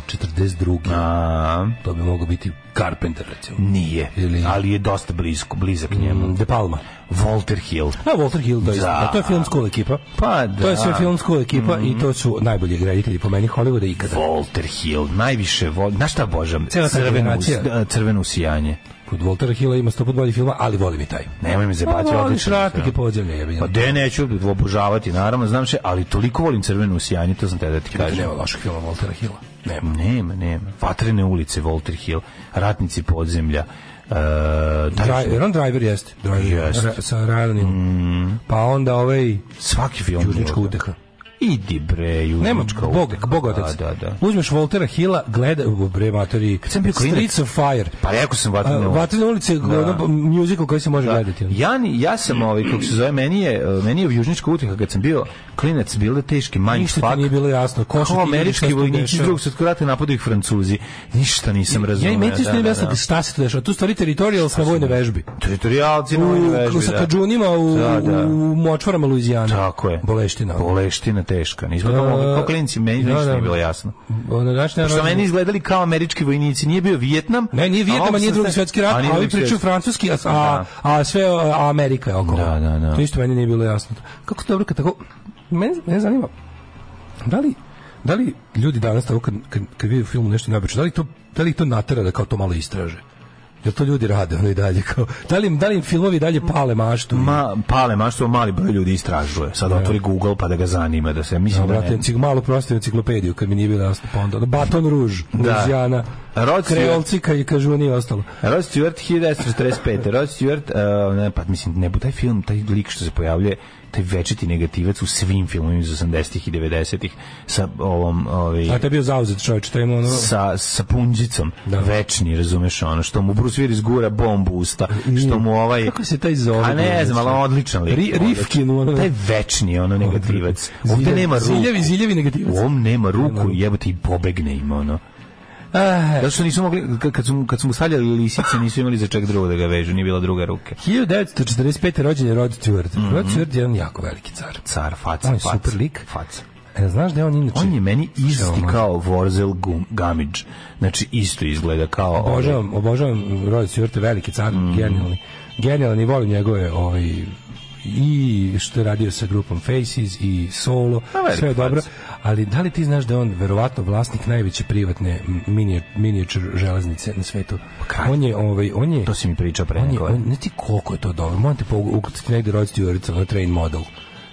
42. A, Mm, To bi mogao biti Carpenter, recimo. nije, Ili- ali je dosta blisko, blizak njemu. Mm, De Palma. Walter Hill. A Pa, Walter Hill, to je, Da. da. to je film school ekipa. Pa da. To je sve film school ekipa i to su najbolji reditelji po meni Hollywooda ikada. Walter Hill, najviše volim. Znaš šta božam? Cela ta crveno, us- generacija. da, crveno usijanje. Kod Waltera Hilla ima 100 put boljih filma, ali volim i taj. Nemoj me zebati, Pa, voliš odličan je ratnike film. podzemlje, jebim. Pa de, neću obožavati, naravno, znam še, ali toliko volim crveno usijanje, to sam te da ti kažem. Nema loših filma Waltera Hilla. Nema, nema, nema. Vatrene ulice, Walter Hill, ratnici podzemlja, e, taj Dri, su- jer on driver jeste. Driver, Jeste. Mm. Ra, sa Ryanom. Pa onda ovaj svaki film. Južnička je uteha. Idi bre, južnička Nema, bog, uteha. bog otac. Da, da, da. Uzmeš Voltera Hilla, gleda, u, bre materi, sam bio klinac- Streets of Fire. Pa rekao sam A, vatrene ulice. Vatrene ulice, ono, musical koji se može gledati. ono. Ja, ni- ja sam, ovaj, kako se zove, meni je, eh, meni je u Južnička uteha kad sam bio klinac, bilo je teški mindfuck. Ništa ti nije bilo jasno. Ko su Kao ti ljudi, šta se američki tu vojnici iz dešava? drugog svjetskog rata napadaju ih Francuzi. Ništa nisam razumio. Ja i meni ti da, što nije da, jasno da. šta se tu dešava. Tu stvari teritorijal na vojne vežbi. Teritorijalci na vojnoj U, vežbi, sa da. kađunima u, Da, da. u močvarama Luizijana. Tako je. Boleština. Boleština teška. Nismo to Da, mogli, kao klinci, meni da, ništa da. nije bilo jasno. Ono, znaš, ne, Što ono- meni izgledali kao američki vojnici. Nije bio Vijetnam. Ne, nije Vijetnam, a nije drugi svjetski rat, a ovi pričaju francuski, a, a, Da. a sve a, Amerika je okolo. Da, da, da. To isto meni nije bilo jasno. Kako to dobro kad tako... Mene, mene zanima, da li, da li ljudi danas tako kad, kad, kad vide u filmu nešto neobično, da li to, da li ih to natera da kao to malo istraže? Jel to ljudi rade ono i dalje? Kao, da, li, im- da li im filmovi dalje pale maštu? Ma, pale, ma što mali broj ljudi istražuje. Sad otvori Google pa da ga zanima da se, mislim Ja, da brate, ne. encik, malo prosto enciklopediju, kad mi nije bilo jasno, pa onda, ono, Baton Rouge, Da. Louisiana, Rod Stewart. kreolci, ka, kažuni i ostalo. Rod Stewart 1945. Rod Stewart, uh, ne, pa mislim, ne bu taj film, taj lik što se pojavljuje, taj večiti negativac u svim filmovima iz 80-ih i 90-ih sa ovom, ovaj, A to je bio zauzet čovječ, to je imao ono... sa, sa punđicom, Da. večni, razumeš ono, što mu Bruce Willis gura bombu u usta, što mu ovaj... Kako se taj zove? A ne znam, ali on odličan lik. znači. Ri- Rifkin, ono. Taj večni, ono, negativac. Ovde Ziljavi- nema ruku. Ziljavi, ziljavi negativac. U ovom nema ruku, jebote i pobegne im, ono. Eh. Zato što nisu mogli, k- kad su, mu- kad su mu stavljali lisice, nisu imali za čak drugo da ga vežu, nije bila druga ruke. 1945. rođen je Rod Stewart. Rod Stewart je jedan jako veliki car. Car, faca, On je faca, super lik. Faca. E, znaš da je on inače... On je meni isti Šta ono? kao Vorzel Gum, Gamić. Znači, isto izgleda kao... ovaj- Obožavam, obožavam Rod Stewart, veliki car, genijalni. Genijalni, volim njegove ovaj, i što je radio sa grupom Faces i solo, Pa, veliki sve je fac. dobro, ali da li ti znaš da je on verovatno vlasnik najveće privatne mini, miniature železnice na svetu? kralj. On je, ovaj, on je, To si mi pričao pre on je, neko. on, ne ti koliko je to dobro, moram te pogukucati negde Rod Stewart na ovaj train model.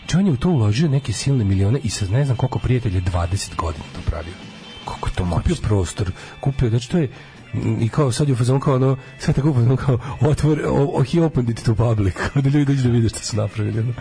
Če on je u to uložio neke silne milione i sa ne znam koliko prijatelja 20 godina to pravio Kako to kupio moćno? prostor, kupio, znači to je m, i kao sad je u fazonu kao ono sve tako u fazonu kao otvor, o, o, he opened it to public, kao da ljudi dođu da vide šta su napravili, ono.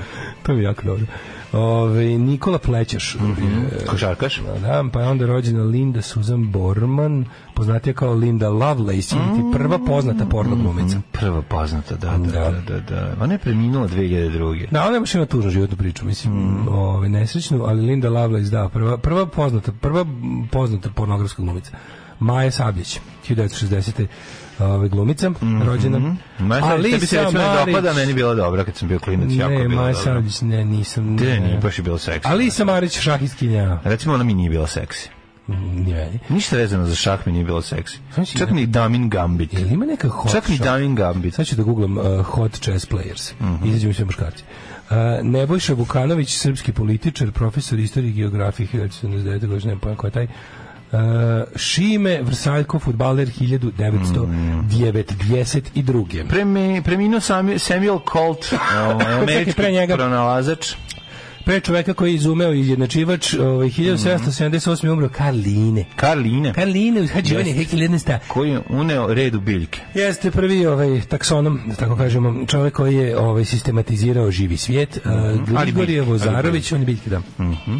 to mi je jako dobro Ove, Nikola Plećaš je- Košarkaš? da, pa je onda rođena Linda Susan Borman poznatija kao Linda Lovelace mm. prva poznata porno glumica Prva poznata, da, da, da, Da. da, da. Ona je preminula 2002. Da, ona baš ima tužnu životnu priču, mislim, Mm. ovaj, nesrećnu, ali Linda Lovelace, da, prva, prva poznata, prva m, poznata pornografska glumica. Maja Sabljić, 1960. Ovaj, glumica, Mhm, rođena. Ma, ali tebi se recimo ne dopada, meni je bila dobra kad sam bio klinac, jako je Ne, bila Maja dobra. Sabljić, ne, nisam. Ne, nije, baš je bilo seksi. Ali sam Marić, šahistkinja. Recimo, ona mi nije bila seksi. Mm, Ni meni. Ništa vezano za šah mi nije bilo seksi. Znači, Čak ne- ni Damin Gambit. Jel ima neka hot Čak ni shot? Damin Gambit. Sad ću da googlam uh, hot chess players. Izađu mi sve muškarci. Uh, Nebojša Vukanović, srpski političar, profesor istorije i geografije 1979. godine, nemam pojma ko je taj. Uh, Šime Vrsaljko, futbaler 1992. Mm. Premi, preminuo Sami- Samuel Colt, ovaj, američki pre njega. pronalazač. Pre čoveka koji je izumeo i jednačivač, ovaj, 1778. je umro Karline. Karline, Karline, uhađivanje, Jeste. hekil jednostavno. koji je uneo redu biljke. Jeste prvi ovaj taksonom, da tako kažemo, čovjek koji je ovaj sistematizirao živi svijet, mm Mhm. Ali biljke, Grigorije ali Vozarović, on je biljke da. Mhm.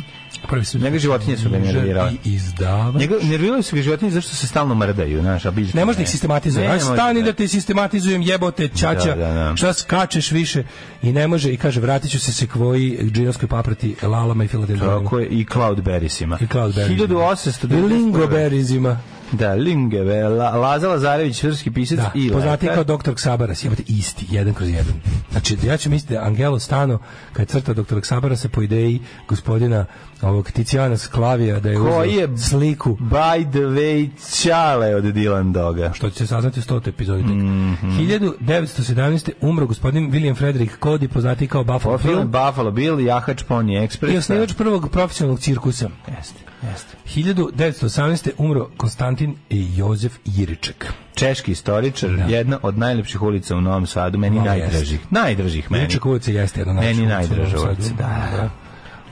Prvi su Njega životinje su ga nervirale. I izdava. Njega nerviraju su ga životinje zašto se stalno mrdaju, znaš, a biljke Ne možeš da ih Ne, sistematizuješ. ne Aj može, stani ne. da te sistematizujem, jebote, ćaća. Da, da, da. Šta skačeš više? I ne može i kaže vratit ću se se kvoji džinovskoj paprati lalama i filadelfijama. Tako je, i Cloudberriesima. I cloudberriesima. 1800... I lingoberizima. Da, Lingeve, La, Laza Lazarević, srpski pisac Da, i poznati lekar. kao doktor Ksabaras, jebate isti, jedan kroz jedan. Znači, ja ću misliti da Angelo Stano, kad je crta doktor Ksabarasa po ideji gospodina ovog Ticijana Sklavija, da je uzeo Koji je sliku By the way, Ćale od Dylan Doga. što će se saznati u 100. epizodi. tek. Mhm. 1917. umro gospodin William Frederick Cody, poznati kao Buffalo Profil Bill, Buffalo Bill, Jahač Pony i Express. osnivač prvog profesionalnog cirkusa. Jeste, jeste. 1918. umro Konstantin Jozef Jiriček. Češki istoričar, jedna od najlepših ulica u Novom Sadu, meni Ma, najdražih. Najdražih meni. Jiriček ulica jeste jedna Meni najviše ulica u najdraža Novom ulica, Sadu. da, da.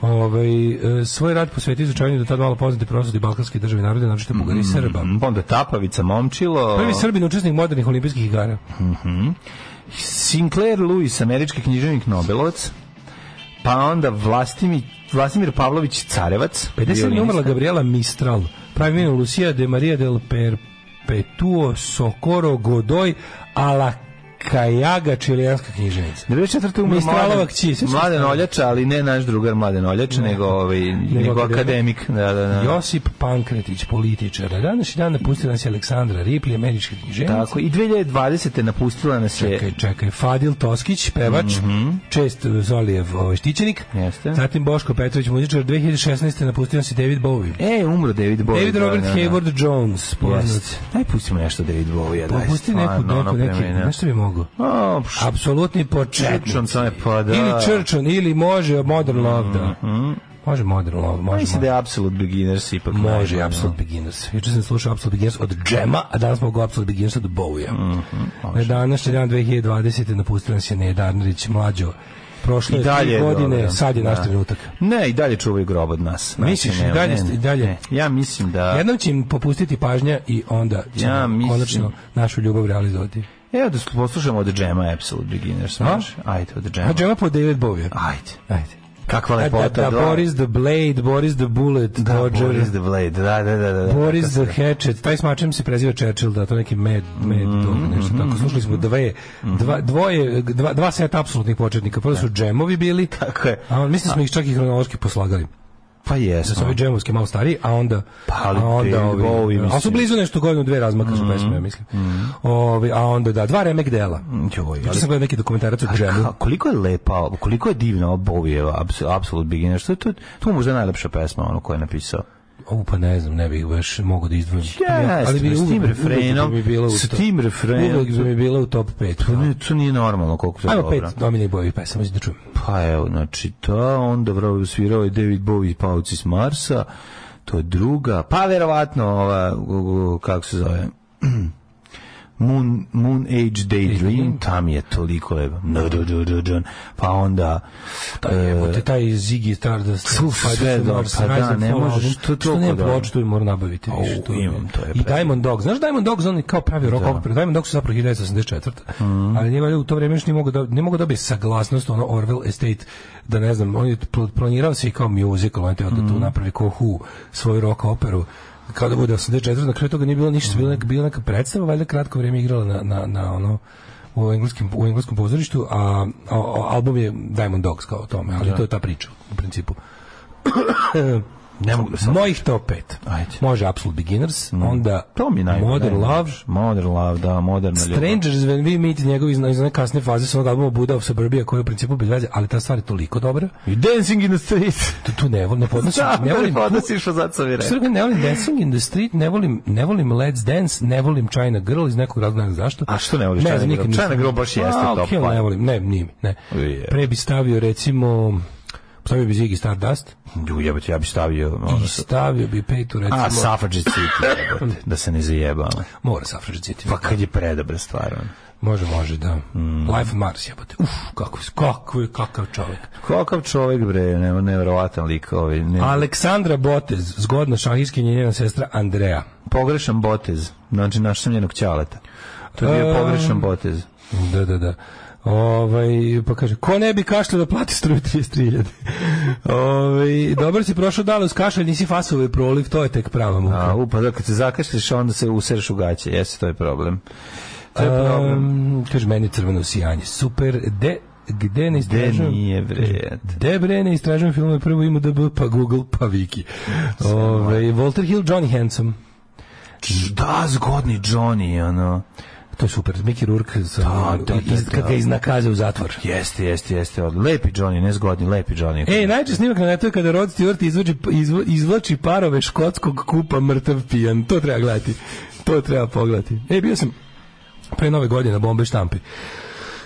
Ovaj, e, svoj rad posvetio izučavanju do tada malo poznate prosvjeti balkanske države i narode, naročito Bugari i Srba. Mm, Onda Tapavica, Momčilo. Prvi Srbin učesnik modernih olimpijskih igara. Sinclair Lewis, američki književnik Nobelovac. Pa onda Vlastimir, Vlastimir Pavlović Carevac. 50 je violinista. umrla Gabriela Mistral, pravi ime Lucia de Maria del Perpetuo Socorro Godoy a la Kajaga, čilijanska književnica. 94. umro Mistralova mladen, kći, sećaš se? mladen Oljača, ali ne naš drugar Mladen Oljača, nego, ovaj, nego, akademik. Da, da, da. Josip Pankretić, političar. Današnji dan napustila nas je Aleksandra Ripley, američka književnica. Tako, i 2020. napustila nas je Čekaj, čekaj, Fadil Toskić, pevač, čest eh, Zolijev ovaj, štićenik, Mhm. Jeste. zatim Boško Petrović, muzičar, 2016. napustio se David Bowie. E, umro David Bowie. David Robert da, da, da. Hayward Jones, poznat. Jeste. Daj pustimo nešto David Bowie. Pa daj, pusti neku, stvarno, ono neku, neki, pre mene. znaš što bi mogao? O, pš, Apsolutni Churchill, početnik. to je pa da. Mhm. Ili Churchill, ili može Modern Love, da. Može Modern Love, može. Mislim da može. je Absolute Beginners ipak. Može, najbolje, Absolute Beginners. Juče sam slušao Absolute Beginners od Džema, a danas mogu Absolute Beginners od Mhm, Bowija. Na današnji dan 2020. napustio nas je Ned Arnerić, mlađo. prošlo I je dalje tri je godine, dobro. sad je nastavljen Da. utak. Ne, i dalje čuvaju grob od nas. Znači, Misliš, i ne, dalje ne, ste- i dalje? ne. Ja mislim da... Jednom će im popustiti pažnja i onda će Ja mislim- konačno našu ljubav realizovati. Evo da poslušamo od Džema Absolute Beginners. Može? Ajde, od Džema. A džema po David Bowie. Ajde. Ajde. Kakva Da, lepota. da, da, Boris the Blade, Boris the Bullet, da, Dodger, Boris the Blade. Da, da, da. da, da. Boris the Hatchet, taj smačem se preziva Churchill, da, to neki med, med, Mhm, dog, nešto tako. Slušali smo dve, dva, dvoje, dva, dva seta apsolutnih početnika. Prvo su džemovi bili, Tako je. a on, mislim smo ih čak i hronološki poslagali. Pa Da su jesmo. ovi džemovski malo stariji, a onda... Pa, ali a onda David Bowie, ovi, a su mislim. Mhm, blizu nešto godinu, dve razmaka su pesme, ja mislim. Ovi, a onda, da, dva remek dela. Joj, Juče ali- sam gledao neki dokumentarac o džemu. Ka- koliko je lepa, ovo, koliko je divna ova Bovijeva Abs- Absolute Beginner, što je to, to je možda najlepša pesma ono koju je napisao. O, pa ne znam, ne bih baš mogao da izdvojim. Jeste, s tim refrenom, s tim refrenom. Uvijek bi mi bila u top 5. Pa ne, to nije normalno koliko to je Ajmo pet dobro. Domini Bojevi pesama, da čujem. Pa evo, znači to, onda vrlo svirao je David Bowie i Pauci s Marsa, to je druga, pa verovatno ova, u- u- kako se zove, Moon, Moon Age Daydream, tam je toliko lepo. No, do, do, do, do. Pa onda... Evo te e, taj Ziggy Stardust. Uf, Fighter sve for dobro, Mars, pa Rise da, and ne Fall možeš, album. to je Što toliko nemam dobro. ploču, to je Znači, moram nabaviti. Au, više, mi imam, to je I predivno. Diamond Dogs. Znaš Diamond Dogs, on je kao pravi rock Da. Mhm. opera. Diamond Dogs su zapravo 1984. Ali nije valjda u to vreme još nije mogao da, ne mogao dobiti saglasnost, ono Orwell Estate, da ne znam, on je pl- planirao se i kao musical, on je teo da Mhm. tu napravi ko Who, svoju rock operu kao da bude 84, na kraju toga nije bilo ništa, bila neka, bila neka predstava, valjda kratko vrijeme igrala na, na, na ono, u engleskim u engleskom pozorištu, a, a, a album je Diamond Dogs kao o tome, ali to je ta priča u principu. ne mogu da sam... Mojih top 5. Ajde. Mm. Može Absolute Beginners, onda To mi je najbolje. Modern Love, Modern Love, da, Modern Strangers When We Meet, njegovi iz iz one kasne faze svog albuma Buddha of Suburbia, koji je u principu bez veze, ali ta stvar je toliko dobra. I Dancing in the Street. Tu, tu ne volim, ne podnosim, Da, ne volim, odnosiš, zato sam i rekao. Srga, ne volim Dancing in the Street, ne volim, ne volim Let's Dance, ne volim China Girl iz nekog razloga, ne znam zašto. A što ne voliš China znam, Girl? nikad nisam- China Girl baš A, jeste top okej, ali five. ne volim, ne, nije mi, ne. Je. Pre bi stavio, recimo, stavio bi Ziggy Stardust Ju, jebote, ja bi stavio... ono, i stavio bi Peitu, recimo, A, Suffragette City, jebote, da se ne zajebamo. mora Suffrage City. Pa kad je predobra stvar, ono. Može, može, da. Mm. Life on Mars, jebote. Uf, kako, kako, kakav čovjek. Kakav čovjek bre, ne, nevjerovatan lik ovaj, ne, Aleksandra Botez, zgodna šahiskinja i njena sestra Andrea. pogrešan botez, znači naš sam njenog ćaleta. To je bio Em. pogrešan botez. Da, da, da. Ovaj, pa kaže, ko ne bi kašljao da plati struju 33.000? Ovaj, dobro si prošao dale uz kašalj, nisi fasovoj proliv, to je tek prava muka. A, upa, da, kad se zakašliš, onda se usereš u gaće, jesi, to je problem. To je problem. Em, kaže, meni je crveno sijanje. Super, de, gde Gde ne istražujem? E, nije vred? De bre, ne istražujem filmove, prvo ima DB, pa Google, pa Viki. Ovaj, Walter Hill, Johnny Handsome. Da, zgodni Johnny, ono. To je super, Mickey Rourke, sa, Da, da, da, iz- Pa, kad da. ga iznakaze u zatvor. Jeste, jeste, jeste. od- Lepi Johnny, ne zgodni, lepi Johnny. E, najčešći snimak na netu je kada Rod Stewart izvuči, izvu- izvlači parove škotskog kupa mrtav pijan. To treba gledati. To treba pogledati. E, bio sam pre nove godine na bombe štampi.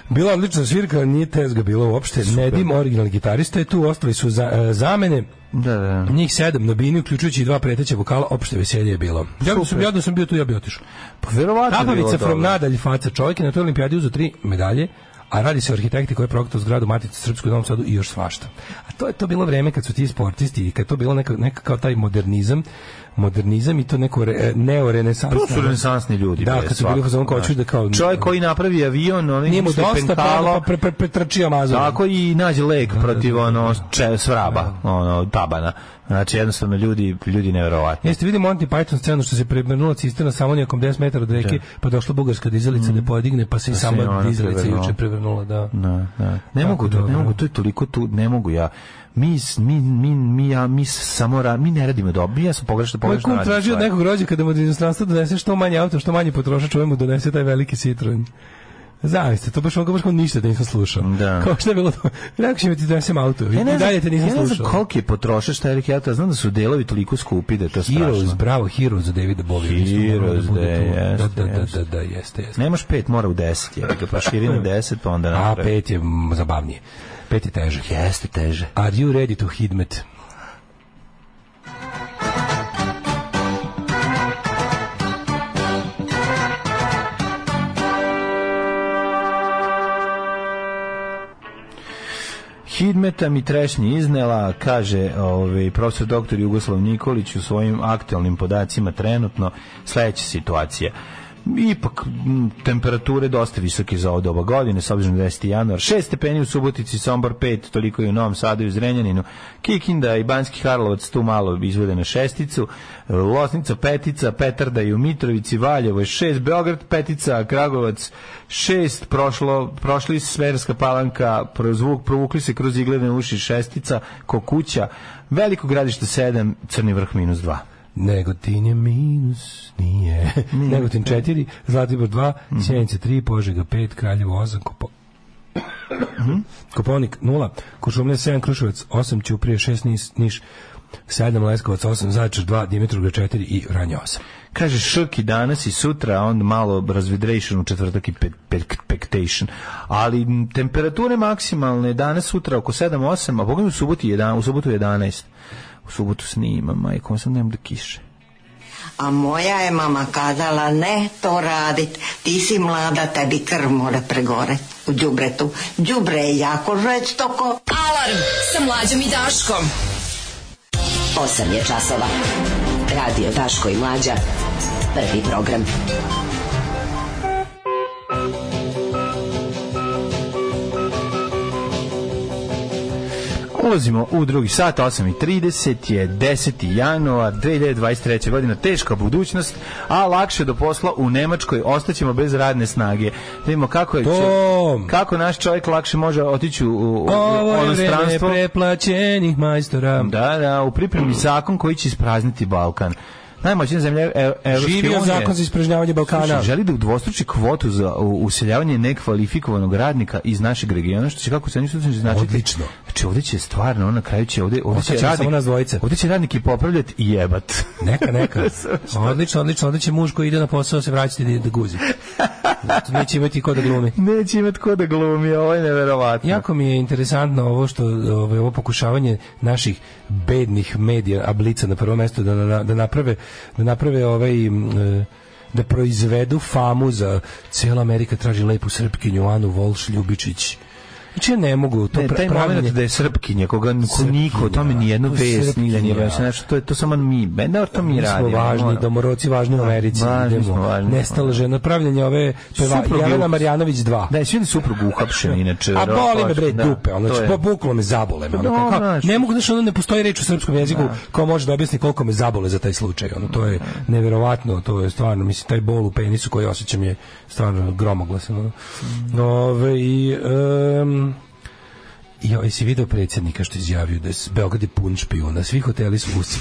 Bila odlična svirka, nije tezga bila uopšte. Nedim, originalni gitarista je tu, ostali su za, e, zamene. Da, da. Njih sedam na bini, uključujući i dva preteća vokala, opšte veselje je bilo. Ja da sam, ja da sam bio tu, ja bi otišao. Pa verovatno je bilo Tapavica dobro. from nadalje faca čovjek je na toj olimpijadi uzeo tri medalje a radi se o arhitekti koji je projektao zgradu Matice Srpskoj u Novom Sadu i još svašta. A to je to bilo vreme kad su ti sportisti i kad je to bilo neka, neka kao taj modernizam, modernizam i to neko re, neorenesansno. To su renesansni ljudi. Da, bre, kad su bili svakako, u fazonu kao, da. hoću da kao- Čovjek koji napravi avion, on Nije mu se dosta, penkalo, pa, pa, pa, pretrčio Amazon. Tako i nađe lek protiv ono če, svraba, ono tabana. Znači jednostavno ljudi ljudi neverovatni. Jeste vidimo Monty Python scenu što se prebrnula cisterna samo nekom 10 metara od reke, pa došla bugarska dizalica da podigne, pa se i Mm. i sama ona dizalica prevrnula. juče prevrnula, da. Da, da. Ne mogu to, ne dobro. mogu to je toliko tu, ne mogu ja. Mi s- mi mi mi ja mi s- samo ra, mi ne radimo dobro. Ja sam pogrešno Moj pogrešno kum radim traži od stvari. nekog rođaka da mu od inostranstva donese što manje auto, što manje potrošač, ovaj mu donese taj veliki Citroen. Zamislite, to baš ono baš kao ništa da nisam slušao. Da. Kao što je bilo to. Rekao si mi ti donesem auto. Ja ne I znam, dalje te nisam ja ne znam slušao. koliki je potrošač šta je rekao, ja to znam da su delovi toliko skupi da je to Heroes, strašno. bravo, Heroes za Davida Bowie. Mislim, moralo Heroes, bude da, tu. jeste, da, da, da, jeste. da, da, jeste, jeste. Nemaš pet, mora u deset, je ga proširi na deset, pa onda A, napravi. pet je mm, zabavnije. Pet je teže. Jeste teže. Are you ready to hidmet? pa- Hidmeta mi trešnji iznela, kaže ovaj, profesor doktor Jugoslav Nikolić u svojim aktualnim podacima trenutno sledeća situacija. Ipak m, temperature dosta visoke za ovo doba godine, s obzirom na 10. januar. 6 stepeni u Subotici, Sombor 5, toliko i u Novom Sadu i u Zrenjaninu. Kikinda i Banski Karlovac tu malo izvode na šesticu. Loznica petica, Petarda i u Mitrovici, Valjevo je 6, Beograd petica, Kragovac 6, prošlo, prošli Sverska palanka, prozvuk, provukli se kroz igledne uši šestica, Kokuća, Veliko gradište 7, Crni vrh minus 2. Negotin je minus, nije. Negotin 4, Zlatibor 2, Mhm. Sjenica 3, Požega 5, Kraljevo 8, Kopo... Mhm. Koponik 0, Košumlje 7, Kruševac 8, Ćuprije 6, Niš, Niš 7, Leskovac 8, Zaječar 2, Dimitrovgrad 4 i Vranje 8. Kaže šrki danas i sutra, a onda malo razvidration u četvrtak i pe- pe- pektation. Ali m, temperature maksimalne danas, sutra oko 7-8, a pogledaj u subotu, 11, u subotu 11. U subotu snima, majko, sam nemam da kiše. A moja je mama kazala ne to radit, ti si mlada, tebi krv mora pregore u đubretu. Đubre je jako žestoko. Alarm sa mlađom i Daškom. 8 je časova. Radio Daško i Mlađa. Prvi program. Ulazimo u drugi sat, 8.30 je 10. januar 2023. godina, teška budućnost, a lakše do posla u Nemačkoj, ostaćemo bez radne snage. Da vidimo kako je... To! Kako naš čovjek lakše može otići u, u, u inostranstvo. preplaćenih majstora. Ono Da, da, u pripremi zakon koji će isprazniti Balkan. Najmoćnija zemlja Ev- Evropske Živio unije. zakon za ispražnjavanje Balkana. Slušaj, želi da udvostruči kvotu za u- useljavanje nekvalifikovanog radnika iz našeg regiona, što će kako se nisu znači Odlično. Znači ovdje će stvarno, on na kraju će ovdje, ovdje će Ostaćemo radnik, samo nas dvojice. ovdje će radnik i popravljati i jebat. Neka, neka. odlično, odlično. Onda će muž koji ide na posao se vraćati da, da guzi. Zato neće imati ko da glumi. Neće imat ko da glumi, ovo je neverovatno. Jako mi je interesantno ovo što ovaj, ovo pokušavanje naših bednih medija, a blica na prvo mesto da, na- da naprave da naprave ovaj m, e, da proizvedu famu za cijela Amerika traži lepu srpkinju Anu Volš Ljubičić. Znači ja ne mogu to Ne, pra- taj pravljenje- moment da je Srpkinja, koga ko niko, o tome Srpkinja, nijednu to je vest, nije nije Srpkinja. vest, znači, to je to samo mi, ben, da to mi, mi smo radimo. važni, moramo. domoroci važni u Americi. Važni idemo. smo, važni smo. Nestala žena, pravljenje ove peva, Supruge Jelena u- Marjanović 2. Da je svi suprug uhapšen, inače. A boli me bre Da, dupe, ono, to znači, je. Pa po buklo me zabole. me, Ono, kao, dobro, kao, znaš. ne mogu, znaš, ono ne postoji reč u srpskom jeziku koja može da objasni koliko me zabole za taj slučaj. Ono, to je neverovatno, to je stvarno, mislim, taj bol u penisu koji osjećam je stvarno gromoglasan. Ono. Ove, i, em, Jo, jesi video predsjednika što je izjavio da je s- Beograd je pun špijuna, svi hoteli su usi.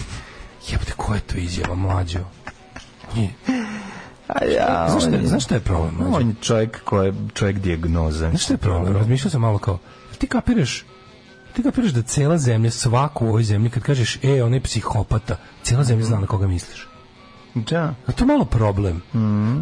Jebote, ko je to izjava, mlađo? Nije. A ja, Znaš šta on je- je- znaš šta je problem, mlađo? On je čovjek koji je čovjek dijagnoza. Znaš šta je problem? Razmišljao sam malo kao, ti kapiraš, ti kapiraš da cela zemlja, svaku u ovoj zemlji, kad kažeš, e, on je psihopata, cela zemlja zna na koga misliš. Da. A to je malo problem.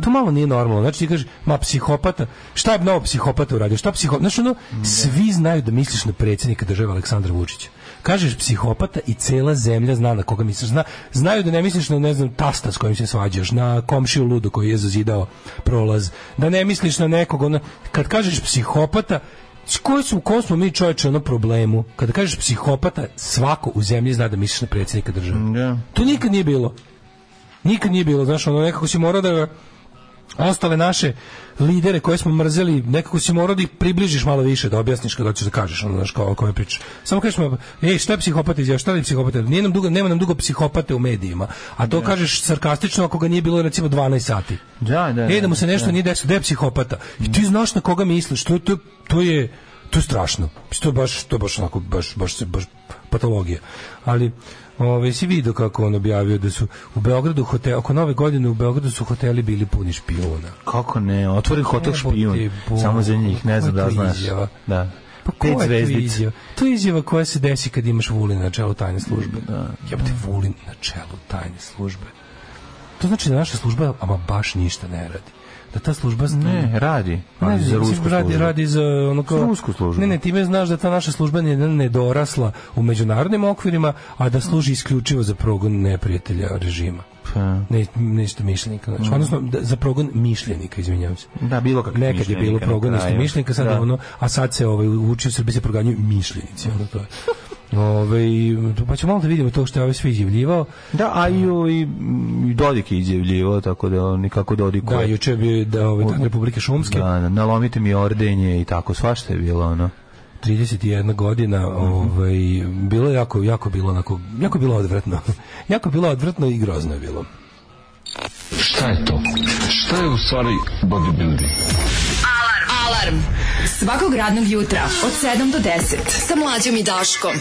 To malo nije normalno. Znači ti kažeš, ma psihopata, šta je novo psihopata uradio? Šta psihopata? Znači ono, svi znaju da misliš na predsjednika države Aleksandra Vučića. Kažeš psihopata i cela zemlja zna na koga misliš. Zna, znaju da ne misliš na, ne znam, tasta s kojim se svađaš, na komšiju ludu koji je zazidao prolaz, da ne misliš na nekog. Ono, kad kažeš psihopata, s koji su, u kom smo mi čovječe ono problemu? Kada kažeš psihopata, svako u zemlji zna da misliš na predsjednika države. Da. To nikad nije bilo. Nikad nije bilo, znaš, ono nekako si morao da ostale naše lidere koje smo mrzeli, nekako si morao da ih približiš malo više, da objasniš kada ćeš da kažeš, ono, znaš, kao o kome pričaš. Samo kažeš, ma, ej, šta je psihopata izjava, šta je psihopata? Nije nam dugo, nema nam dugo psihopate u medijima, a to kažeš sarkastično ako ga nije bilo recimo 12 sati. Da, da, Ej, da mu se da, nešto da. nije desilo, da je psihopata. I ti znaš na koga misliš, to, to, to je to je strašno. To je baš, to je baš onako, baš, baš, se- baš patologija. Ali, ovaj, si vidio kako on objavio da su u Beogradu hotel, oko nove godine u Beogradu su hoteli bili puni špijuna. Kako ne? Otvori hotel Jebote, špijun. bo- Samo za njih, ne znam Koja da li je to znaš. izjava? Da. Pa ko Pet je to zvezdica. izjava? To je izjava koja se desi kad imaš Vulina na čelu tajne službe. Da. Jebote, Vulin na čelu tajne službe. To znači da naša služba ama baš ništa ne radi. Da ta služba Ne, radi. Ali ne, za rusku radi, službu. radi za ono kao... Za rusku službu. Ne, ne, time znaš da ta naša služba ne nedorasla u međunarodnim okvirima, a da služi isključivo za progon neprijatelja režima. Pa, Ne, neisto mišljenika. Znači, odnosno, da, za progon mišljenika, izvinjavam se. Da, bilo kakvih Nekad je bilo mišljenika na progon isto kraju. mišljenika, sad Da. je ono, a sad se ovaj, uči u Srbiji se proganjuju mišljenici. Ono to je. Ove, pa ćemo malo da vidimo to što je ovaj sve izjavljivao. Da, a i, i, i Dodik je izjavljivo, tako da on nikako Da, Dodikuje. juče je bio da, ove, dan Republike Šumske. Da, da, nalomite mi ordenje i tako, svašta je bilo, ono. 31 godina, ovaj bilo je jako jako bilo onako, jako bilo odvratno. jako bilo odvratno i grozno je bilo. Šta je to? Šta je u stvari bodybuilding? Alarm. Alarm. Svakog radnog jutra od 7 do 10 sa mlađom i Daškom.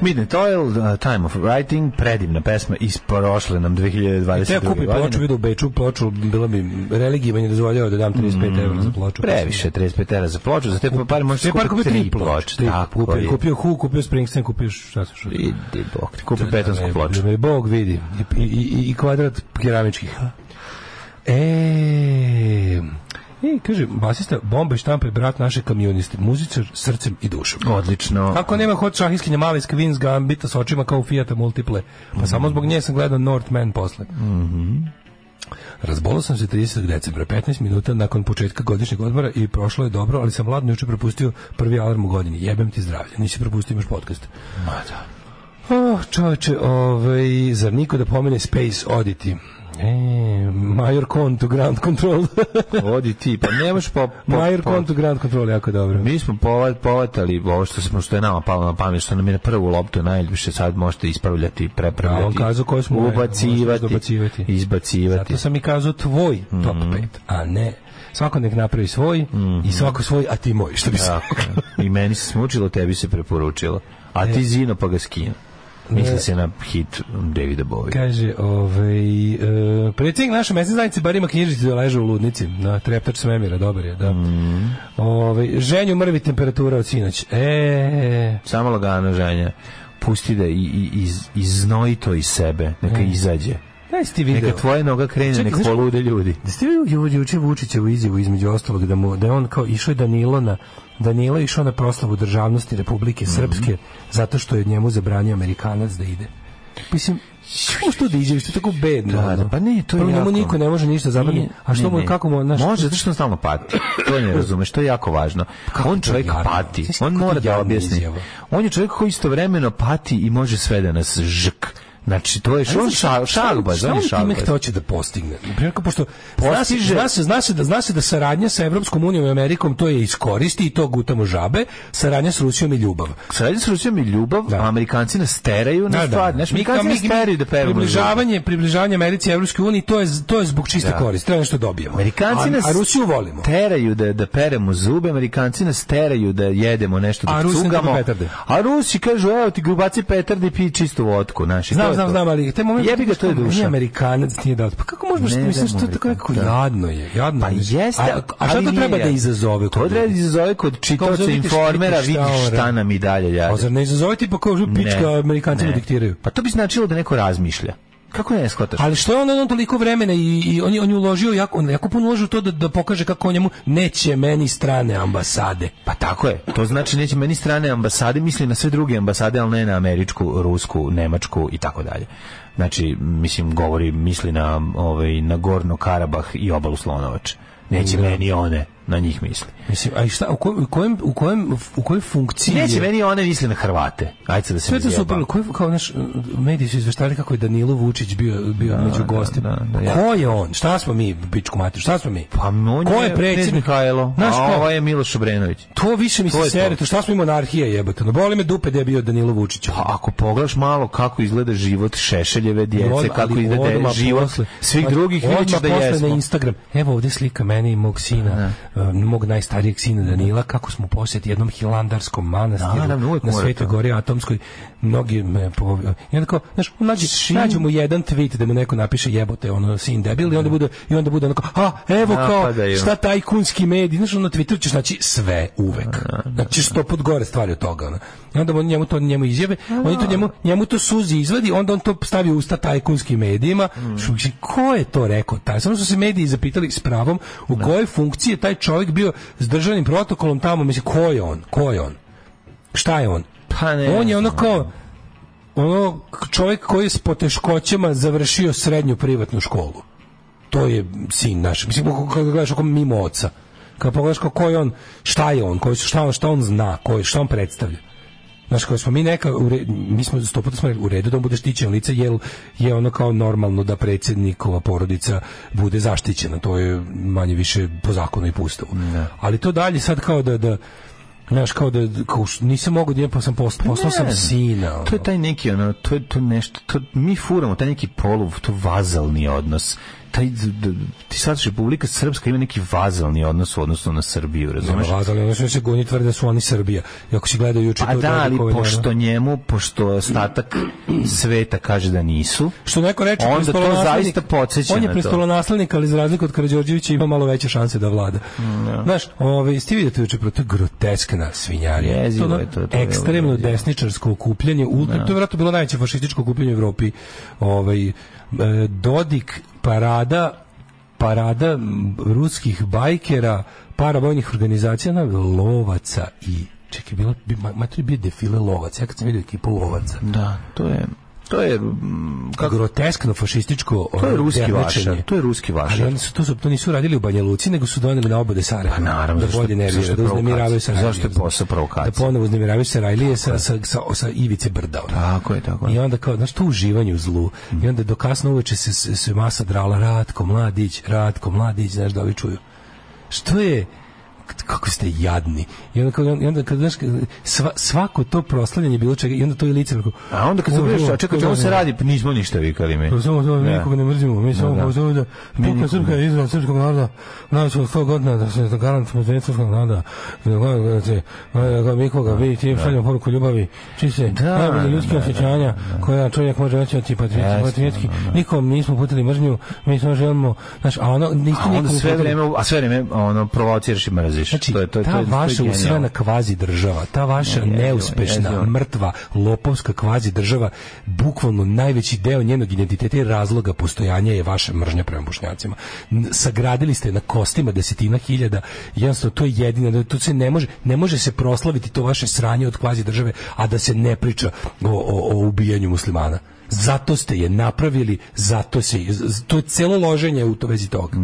Midnight Oil, uh, Time of Writing, predivna pesma iz prošle nam 2022. Te ja kupi ploču, vidio u Beču ploču, bila bi religija meni dozvoljava da dam 35 evra za Mm. ploču. Previše, 35 evra za ploču, za te pare možeš Sve par kupiti kupio tri ploče. ploče. Tri, Tako kupio, je. kupio Hu, kupio Springsteen, kupio šta se što. Idi, bok, ti kupi betonsku Da me- ploču. Da me Bog vidi. I, i, i- i kvadrat keramičkih. E, I, kaže, basista, bomba i štampa je brat naše kamioniste, muzičar srcem i dušom. Odlično. Kako nema hot šahiskinja mali Vince Gambita s očima kao u Fiat Multiple? Pa samo zbog nje sam gledao Northman posle. Mhm. Razbolao sam se 30. decembra, 15 minuta nakon početka godišnjeg odmora i prošlo je dobro, ali sam vladno juče propustio prvi alarm u godini. Jebem ti zdravlje, nisi propustio imaš podcast. Ma da. Oh, čoveče, ovaj, zar niko da pomene Space Oddity? E, Major Con to Ground Control. Odi ti, pa nemaš po... po Major po- Con to Ground Control, jako dobro. Mi smo pova- povatali ovo što, smo, što je nama palo na pamet, što nam je na prvu loptu najljepše, sad možete ispravljati, prepravljati, A on kazao koje smo- možete ubacivati, dobacivati. izbacivati. Zato sam i kazao tvoj top Mhm. 5, a ne svako nek napravi svoj i svako svoj, a ti moj, što bi se... Tako je. I meni se smučilo, tebi se preporučilo. A ti zino pa ga skinu. Mislim se na hit Davida Bowie. Kaže, ovaj, e, predsjednik naše mesne zajednice bar ima knjižicu da leže u ludnici, na treptač svemira, dobar je, da. Mhm. Ovaj, ženju mrvi temperatura od sinoć. E, Samo lagano ženja. Pusti da i, i, iz, iznoji to iz sebe. Neka izađe. daj si ti video. Neka tvoja noga krene, Čekaj, nek znaš- polude ljudi. Da ste vidjeli ju- juče Vučićevu izjavu između ostalog da, mu, da je on kao išao je Danilo na Danilo je išao na proslavu državnosti Republike Srpske zato što je njemu zabranio Amerikanac da ide. Mislim, što što da iđe, što je tako bedno. Da, ono. da, pa ne, to je Prvo, njemu jako. niko ne može ništa zabraniti. Nije- A što ne, mu, ne. kako mu, ono, znaš, Može, zato što on stalno pati. To ne razumeš, to je jako važno. Pa on čovjek jadno? pati, Znaš on kako mora da jadna objasni. izjava? On je čovjek koji istovremeno pati i može sve da nas žk. Znači, to je Ali on znaš, šal, šta on- šalbaz, šta on je on time šalbaz. hoće da postigne? Na primjer, kao pošto zna se, Postiže- zna se, zna se da, zna se da saradnja sa Evropskom unijom i Amerikom to je iskoristi i to gutamo žabe, saradnja s Rusijom i ljubav. Saradnja s Rusijom je ljubav, Da. a Amerikanci nas teraju na Da, da. stvar. Znaš, mi kao mi teraju da pevamo ljubav. približavanje, približavanje Americi i Evropskoj uniji, to je, to je zbog čiste koristi, treba nešto dobijemo. Amerikanci a, nas a Rusiju volimo. Teraju da da peremo zube, Amerikanci nas teraju da jedemo nešto da A Rusi nam cugamo. daju petarde. A Rusi kažu evo ti grubaci petarde i pi čistu vodku, naši. Znam, znam, znam, ali te momente Jebi ga, to je što Ni duša. Amerikanac nije dao. Pa kako Ne možeš, mislim, damo što je tako nekako Amerikanca. jadno je, jadno Pa je. jeste, a, a šta ali to nije treba da jadno. izazove? To kod treba da ljudi? izazove kod Kao čitavca zovite informera, šta vidiš on šta radi. nam i dalje A ljade. Pa zar ne izazove ti pa kao žu pička Ne, Amerikancima ne. diktiraju? Pa to bi značilo da neko razmišlja. Kako ne shvataš? Ali što je on, on toliko vremena i, i on, je, on je uložio jako, on je jako puno uložio u to da, da pokaže kako on njemu neće meni strane ambasade. Pa tako je. To znači neće meni strane ambasade, misli na sve druge ambasade, ali ne na američku, rusku, nemačku i tako dalje. Znači, mislim, govori, misli na, ovaj, na Gorno Karabah i obalu Slonovač. Neće meni one, na njih misli. Mislim, a i šta, u, ko- u kojem, u kojem, u kojoj funkciji Neće je- meni one misli na Hrvate. Ajde sad da se Sve ne to su zajebam. upravo, koji, kao naš, mediji su izveštali kako je Danilo Vučić bio, bio među gostima. da, da, ja. Ko je on? Šta smo mi, pičku mater, šta smo mi? Pa on Ko je predsjednik? Mihajlo, Znaš a ko? ovo je Miloš Obrenović. To više mi To se je to. sere, to šta smo im anarhija jebote. No boli me dupe da je bio Danilo Vučić. Pa ako pogledaš malo kako izgleda život Šešeljeve djece, Od- kako ali izgleda odmah život posle- svih Znači, drugih, vidjet ćeš odmah da posle na jesmo. Instagram. Evo ovdje slika mene i mog sina, eh, mog najstarijeg sina Danila, kako smo posjeti jednom hilandarskom manastiru Naravno, uvijek na mora Svetoj to. gori Atomskoj. Mnogi me po... I onda kao, znaš, nađi, nađu mu jedan tweet da mu neko napiše jebote, ono, sin debil, i onda bude, i onda bude onako, a, evo kao, Napadaju. šta taj kunski medij, znaš, ono, na Twitteru ćeš naći sve uvek. Znači, sto put gore stvari od toga, ono. I onda on njemu to njemu izjave, oni to njemu, njemu to suzi izvadi, onda on to stavi u usta tajkunskim medijima. Mm. Što mislim, ko je to rekao? Taj? Samo su se mediji zapitali s pravom u kojoj funkciji je taj čovjek bio s državnim protokolom tamo, mislim, ko je on? Ko je on? Šta je on? Pa ne on je ono znam. kao ono čovjek koji je s poteškoćama završio srednju privatnu školu. To je sin naš. Mislim, kako gledaš oko mimo oca. Kad pogledaš kako ko je on, šta je on, koji su, šta, on, šta on zna, koji, šta on predstavlja. Znaš, kao smo mi neka, u re- mi smo sto puta smo rekli, u redu da on bude štićen lice, jer je ono kao normalno da predsjednikova porodica bude zaštićena, to je manje više po zakonu i pustavu. Ali to dalje sad kao da, da Znaš, kao da kao, š- nisam mogao da idem, pa sam post, poslao sam znam. sina. ono. To je taj neki, ono, to je to nešto, to, mi furamo taj neki polu, to vazalni odnos. Taj, d- d- ti sad Republika Srpska ima neki vazalni odnos u odnosu na Srbiju, razumeš? Ono, vazali, ono što se goni tvrde da su oni Srbija. I ako si gledao juče... Pa to je da, ali dodatkovanje, ono. pošto njemu, pošto ostatak sveta kaže da nisu, Što neko reče, Onda to prestolonaslednik- zaista podsjeća On na je to. prestolonaslednik, ali za razliku od Karađorđevića ima malo veće šanse da vlada. Mm, Znaš, ovaj, ove, jeste vidjeli to juče, pro- to je groteskna svinjarija. Jezivo ono je to, to je ekstremno jezivo. desničarsko okupljanje, ultra, to je vjerojatno bilo najveće fašističko okupljanje u Evropi. Ovaj, e, Dodik, parada, parada m, ruskih bajkera, paravojnih organizacija, na lovaca i čekaj, bila, bi, ma, ma, to je bio defile lovaca, ja kad sam vidio ekipu lovaca, da, to je, to je, mm, kako, groteskno fašističko to je ono, ruski dermačenje. vašar, to je ruski Ali vašar. oni su to, su, to nisu radili u Banja Luci, nego su doneli na obode Sarajeva. Pa naravno, da zašto- bolje nervira, zašto je da uznemiravaju provokacija? Sarajlije. Zašto je posao provokacija? Da ponovo uznemiravaju Sarajlije sa, sa, sa, sa ivice brda. ono. Tako je, tako je. Mm. I onda kao, znaš, to uživanje u zlu. I onda do kasno uveče se, se, se masa drala, Ratko Mladić, Ratko Mladić, znaš da ovi čuju. Što je, k- kako ste jadni. I onda, kao, i onda kad, znaš, sva, svako to proslavljanje bilo čega, i onda to i lice. Kako, A onda kad se uveš, a čekaj, čemu ono, se radi? Pa Nismo ništa vikali mi. Pa samo to, mi Da. nikoga ne mrzimo, mi samo da. pozovemo da Mi puka nikoga Srpska je izraz srpskog naroda, najveće od 100 godina da se garantimo za srpskog naroda, da gledate, da nikoga, vi ti šaljamo poruku ljubavi, čiste, Da, najbolje ljudske da, da, osjećanja koja čovjek može reći od Jeste, patriotski, nikom nismo putili mržnju, mi samo želimo, znaš, a ono, niste A onda nikom sve vreme, a sve vreme ono provociraš i mraziš. Znači, to je to je to ta je, to je vaša genijalno. usrana kvazi država, ta vaša jezivo, neuspešna, jezivo. mrtva, lopovska kvazi država, bukvalno najveći deo njenog identiteta i razloga postojanja je vaša mržnja prema bošnjacima. N- Sagradili ste na kostima desetina hiljada, jednostavno to je jedina, da- to se ne može, ne može se proslaviti to vaše sranje od kvazi države, a da se ne priča o, o, o ubijanju muslimana. Zato ste je napravili, zato se je- z- to je celo loženje u to vezi toga.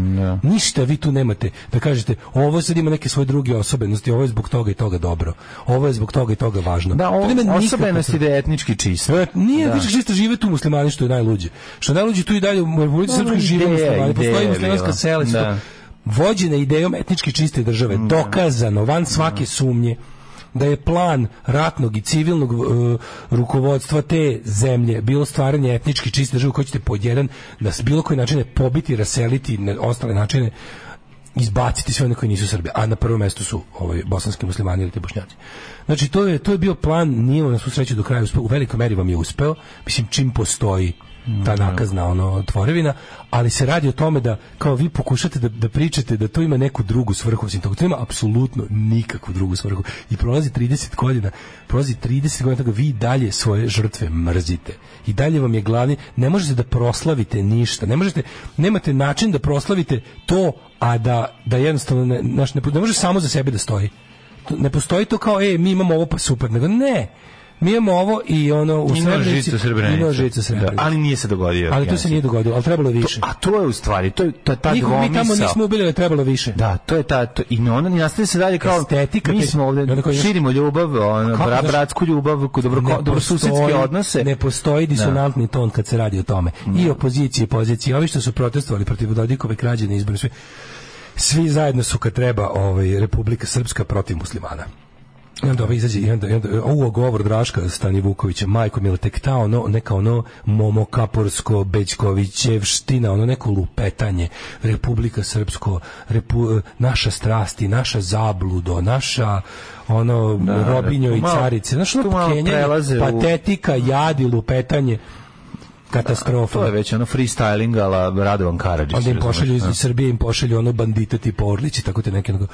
Ništa vi tu nemate da kažete ovo sad ima neke svoje druge osobenosti, ovo je zbog toga i toga dobro. Ovo je zbog toga i toga važno. Da, To nema o, nikakve osobenost je da je etnički čist. E, Nije više čisto žive tu muslimani što je najluđe. Što je najluđe tu i dalje u Republici Dobro, Srpskoj žive ideja, muslimani. ideja Postoji je muslimanska bila. sela. i sve Da. Mm. to. Vođene idejom etnički čiste države, dokazano, van svake sumnje, da je plan ratnog i civilnog e, rukovodstva te zemlje bilo stvaranje etnički čiste države koje ćete pod jedan na s- bilo koji načine pobiti, raseliti, na ostale načine izbaciti sve one koji nisu Srbi, a na prvom mestu su ovaj bosanski muslimani ili ti bošnjaci. Znači to je to je bio plan, nije on na svu sreću do kraja uspeo. U velikoj meri vam je uspeo, mislim čim postoji ta nakazna ono tvorevina, ali se radi o tome da kao vi pokušate da, da pričate da to ima neku drugu svrhu, osim toga, to ima apsolutno nikakvu drugu svrhu. I prolazi 30 godina, prolazi 30 godina toga vi i dalje svoje žrtve mrzite. I dalje vam je glavni, ne možete da proslavite ništa, ne možete, nemate način da proslavite to a da, da jednostavno ne, znaš, ne, ne može samo za sebe da stoji. Ne postoji to kao, e, mi imamo ovo pa super, nego ne. Mi imamo ovo i ono u Ima Srebrenici- žicu Srebrenicu. Imao žicu Srebrenicu. Da, ali nije se dogodio. ali to se genocid. nije dogodilo, ali trebalo je više. A to je u stvari, to je ta, ta Nikog mi tamo dvomisao. nismo ubili, ali trebalo je više. Da, to je ta to, i onda ni nastavi se dalje kao Estetika, mi te- smo i onda ovde kao još- širimo ljubav, ono, kako, bra, znaš- bratsku ljubav, ko- dobro, Ne ko- dobrosusedske postoji- odnose. Ne postoji disonantni ton kad se radi o tome. I opozicije i pozicije. Ovi što su protestovali protiv Dodikove krađe na izboru, svi, svi zajedno su kad treba ovaj, Republika Srpska protiv muslimana. I onda ovaj izađe, i onda, i onda, ovo govor Draška Stani Vukovića, majko mila, tek ta ono, neka ono momokaporsko, Bećkovićevština, ono neko lupetanje, Republika Srpsko, repu, naša strasti, naša zabludo, naša ono robinjo tu i malo- carice. Znaš, ono tu malo kenjanje, prelaze u- patetika, jadi, lupetanje. katastrofa. To je već ono freestyling, ala Radovan Karadžić. Onda im razumeš, pošalju iz da. iz Srbije, im pošalju ono bandita tipa Orlić i tako te neke. Ono,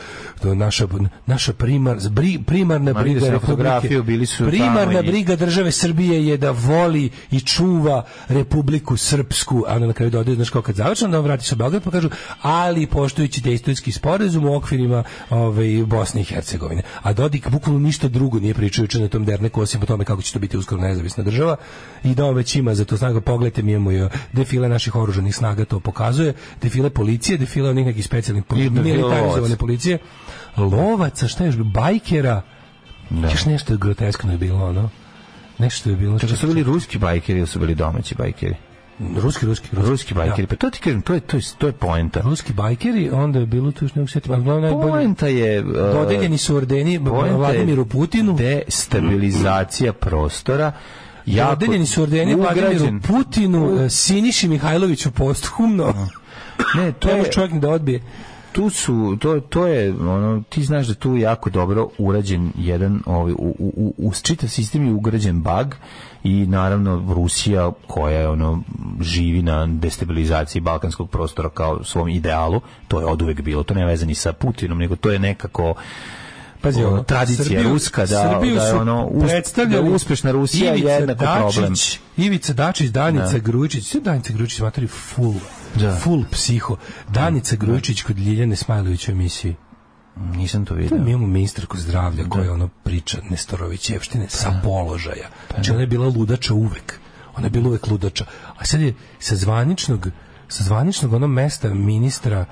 to je naša, naša primar, bri, primarna Ma, vidi briga se na Republike- fotografiju, bili su tamo Primarna i- briga države Srbije je da voli i čuva Republiku Srpsku, a onda na kraju dodaju, znaš kao kad završeno, da on vrati se u Beograd, pa kažu, ali poštujući dejstojski sporazum u okvirima ovaj, Bosne i Hercegovine. A Dodik bukvalno ništa drugo nije pričao juče na tom derneku, osim o tome kako će to biti uskoro nezavisna država i da on već ima za to snaga. Pogledajte, mi imamo i uh, defile naših oružanih snaga, to pokazuje, defile policije, defile onih nekih specijalnih poli- I defile militarizovane lovaca. policije, lovaca, šta još, bajkera, još nešto groteskno je bilo, ono. Nešto je bilo. Čekaj, su čekaj. bili ruski bajkeri ili su bili domaći bajkeri? Ruski, ruski, ruski, Ruski bajkeri, pa to ti kažem, to je, to je, to je poenta. Da. Ruski bajkeri, onda je bilo tu još nekog setima. Uglavnom najbolje... Poenta je... uh, Dodeljeni su ordeni b- poenta je Vladimiru Putinu. Destabilizacija prostora. jako- Dodeljeni su ordeni Vladimiru ugrađen- Putinu, e, Siniši Mihajloviću posthumno. Ne, to To je, je čovjek da odbije. tu su, to, to je, ono, ti znaš da tu jako dobro urađen jedan, ovaj, u, u, u, u čitav sistem je ugrađen bug i naravno Rusija koja je, ono, živi na destabilizaciji balkanskog prostora kao svom idealu, to je oduvek bilo, to ne veze ni sa Putinom, nego to je nekako Pazi, ono, ono, tradicija ruska da, Srbiju da je su ono us- predstavljali da je uspešna Rusija Ivica jednako Dačić, problem. Ivica Dačić, Danica Grujičić, sve Danica Grujičić smatraju full, Da. full psiho. Danica Grujičić kod Ljiljane Smajlović u emisiji. nisam to To vidio. je mi imamo ministarku zdravlja koja ono priča Nestorovićevštine Pa sa položaja. Znači ona je bila ludača uvek. Ona je bila uvek ludača. A sad je sa zvaničnog, sa zvaničnog onog mesta ministra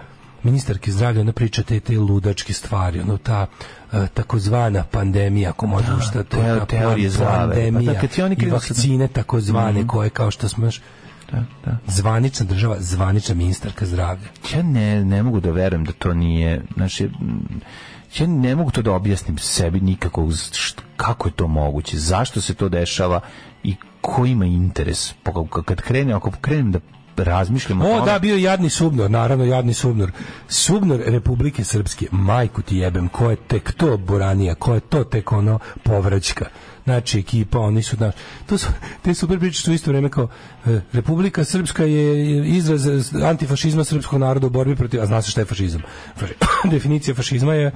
ministarke zdravlja ona priča te, te ludačke stvari, ono ta e, takozvana pandemija, ako možemo šta to teo- je, ta teorije zavere. Pa pandemija da, kad ti oni i krenu sa- Mhm. vakcine takozvane koje kao što smo još zvanična država, zvanična ministarka zdravlja. ja ne, ne mogu da verujem da to nije znači mm, ja ne mogu to da objasnim sebi nikako z- št- kako je to moguće zašto se to dešava i ko ima interes Pa ka- kad krenem ako krenem da razmišljam O, tome- da, bio je jadni Subnor, naravno jadni Subnor. Subnor Republike Srpske, majku ti jebem, ko je tek to Boranija, ko je to tek ono povraćka. Znači, ekipa, oni su, znaš, to su, te super priče su u isto vreme kao e, Republika Srpska je izraz e, antifašizma srpskog naroda u borbi protiv, a zna se šta je fašizam. Faši- Definicija fašizma je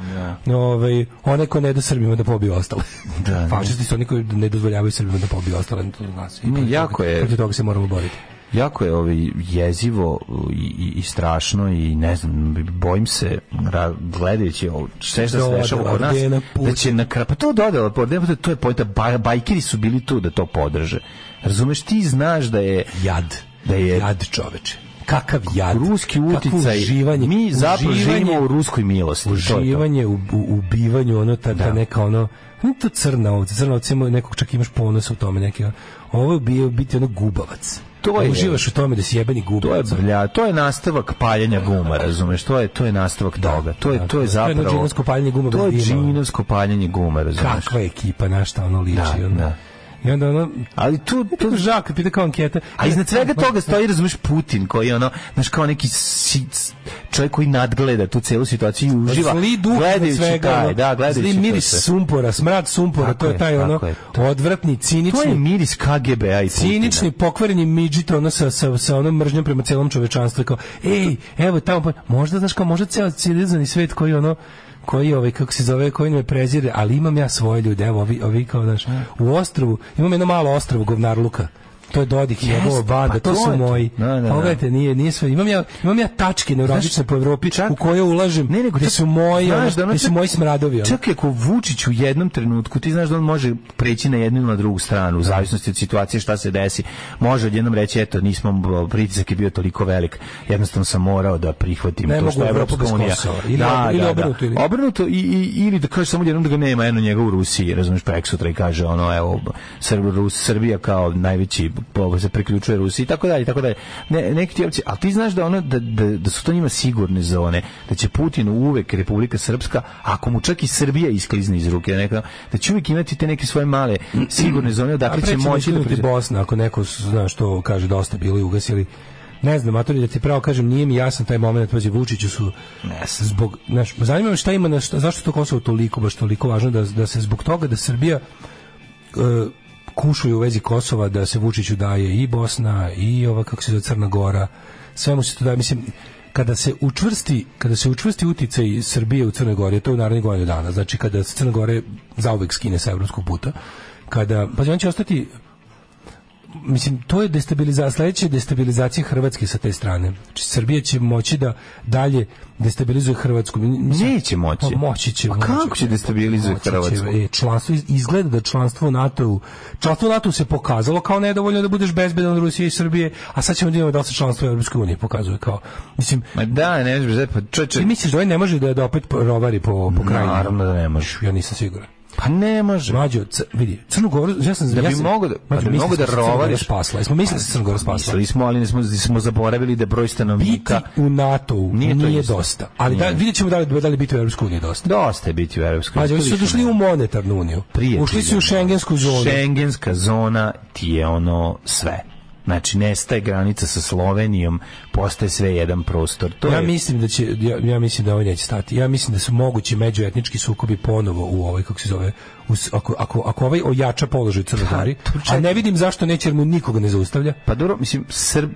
ovaj, onaj ko ne da Srbima da pobiju ostale. Da, Fašisti su oni koji ne dozvoljavaju Srbima da pobiju ostale. To nas, i Ne, protiv jako toga- je- Protiv toga se moramo boriti. jako je ovaj jezivo i, i, i strašno i ne znam bojim se ra, gledajući ovo sve što se Dodela dešava kod nas ordena, da će na kraju pa to dodala ordena, pa to je pojenta ba, bajkeri su bili tu da to podrže razumeš ti znaš da je jad. Da je- jad čoveče. Kakav jad. ruski Kakvo uticaj Uživanje, mi zapravo uživanje- živimo u ruskoj milosti to je to. Uživanje u, u ubivanju, ono ta, ta neka ono, ne to crna ovca, crna ovca ima nekog čak imaš ponosa u tome neki. ono. Ovo je bio biti ono gubavac. To Da je- uživaš u tome da si jebeni To je gubavac. ono, brlja, to je nastavak paljenja guma, razumeš? To je to je nastavak toga. To da, je to je da. To je jedno zapravo džinovsko paljenje guma To je bez dima. džinovsko paljenje guma, razumeš? Kakva je ekipa, na šta ono liči. Da, ono. da. I onda ono, Ali tu to tu žak, pita kao anketa. E, pa A iznad svega toga stoji, razumeš, Putin koji je ono, znaš, kao neki si, čovjek koji nadgleda tu celu situaciju i uživa. Zli duh gledajući iznad svega, taj, ono, da, gledajući zli to miris sve. sumpora, smrad sumpora, Tako to je je, taj ono tako je, to odvratni, cinični, To je miris KGB-a i Putina. cinični pokvareni midžit ono sa, sa, sa onom mržnjom prema celom čovečanstvu kao ej evo tamo pa- možda znaš kao možda ceo civilizovani svet koji ono koji ovaj kako se zove koji me prezire ali imam ja svoje ljude evo ovi, ovi kao znaš u ostrovu imam jedno malo ostrovo govnarluka to je Dodik i njegova Jeste, banda, pa to, to je su to. moji. Da, da, da. Pogledajte, nije, nije sve. Imam ja, imam ja tačke neurodične po Evropi u koje ulažem, Ne, nego gde čak- su moji, znaš ono, da ono gde su čak- moji smradovi. ono. Čak i ako Vučić u jednom trenutku, ti znaš da on može preći na jednu ili na drugu stranu, u zavisnosti od situacije šta se desi, može odjednom reći, eto, nismo, pritisak je bio toliko velik, jednostavno sam morao da prihvatim Ne to što mogu je Evropu Evropska bez unija. Kosova. Ili da, ob- ili da, obrnuto, da. ili- Obrnuto i, i- ili da kaže samo jednom da ga nema, eno njega u Rusiji, razumiješ, prek sutra i kaže, ono, evo, Srb- Rus, Srbija kao najveći, po- se priključuje Rusiji, i tako dalje, i tako dalje. Ne, neki ti opcije, ali ti znaš da, ono, da, da, da su to njima sigurne zone, da će Putin uvek Republika Srpska, ako mu čak i Srbija isklizne iz ruke, da, neka, da će uvek imati te neke svoje male sigurne zone, A odakle pre će ćemo moći da skinuti pređe. Bosna, ako neko zna što kaže dosta bili i ugasili. Ne znam, Matori, da ti pravo kažem, nije mi jasan taj moment, pađe Vučiću su zbog, znaš, zanima me šta ima, na šta, zašto je to Kosovo toliko, baš toliko važno da, da se zbog toga da Srbija e, kušuju u vezi Kosova da se Vučiću daje i Bosna i ova kako se zove Crna Gora. Sve mu se to daje, mislim kada se učvrsti kada se učvrsti uticaj Srbije u Crnoj Gori, to je u narednih godinu dana. Znači kada se Crna Gora zauvek skine sa evropskog puta, kada pa on će ostati mislim, to je destabilizacija, sledeća je destabilizacija Hrvatske sa te strane. Znači, Srbija će moći da dalje destabilizuje Hrvatsku. Mislim, Neće moći. Pa moći će. A moći kako će destabilizuje Moći će. Hrvatsku? E, članstvo, izgleda da članstvo u NATO-u članstvo u NATO-u se pokazalo kao nedovoljno da budeš bezbedan od Rusije i Srbije, a sad ćemo da vidimo da li se članstvo u Europskoj uniji pokazuje kao, mislim, Ma da, ne znam, pa čoče, ti misliš da ovaj ne može da, da opet rovari po, po krajini? Naravno da ne može. Ja nisam siguran. pa ne može. Mlađo, c, vidi, Crnu Goru, ja sam... Da ja bi sam- mogo da- pa Mlađo, da bi mislim mogo da smo se Crna Gora rovariš. Spasla. Jesmo mislili da se Crna Gora spasla. Pa Mislili smo, ali ne smo, smo zaboravili da broj biti stanovnika u NATO-u Nije nije, to isto. dosta. Ali da, Nije. vidjet ćemo da li, da li biti u Europskoj uniji dosta. dosta je biti u Evropskoj. Pazi, oni su došli u monetarnu uniju. Prijatelju. Ušli su u šengensku zonu. Šengenska zona ti je ono sve. Znači, nestaje granica sa Slovenijom, postaje sve jedan prostor. To ja je... mislim da će ja, ja mislim da ovo neće stati. Ja mislim da su mogući međuetnički sukobi ponovo u ovoj kako se zove u, s- ako ako ako ovaj ojača položaj u Crnoj Gori, Pa, to čak- a ne vidim zašto neće jer mu nikoga ne zaustavlja. Pa dobro, mislim, Srb,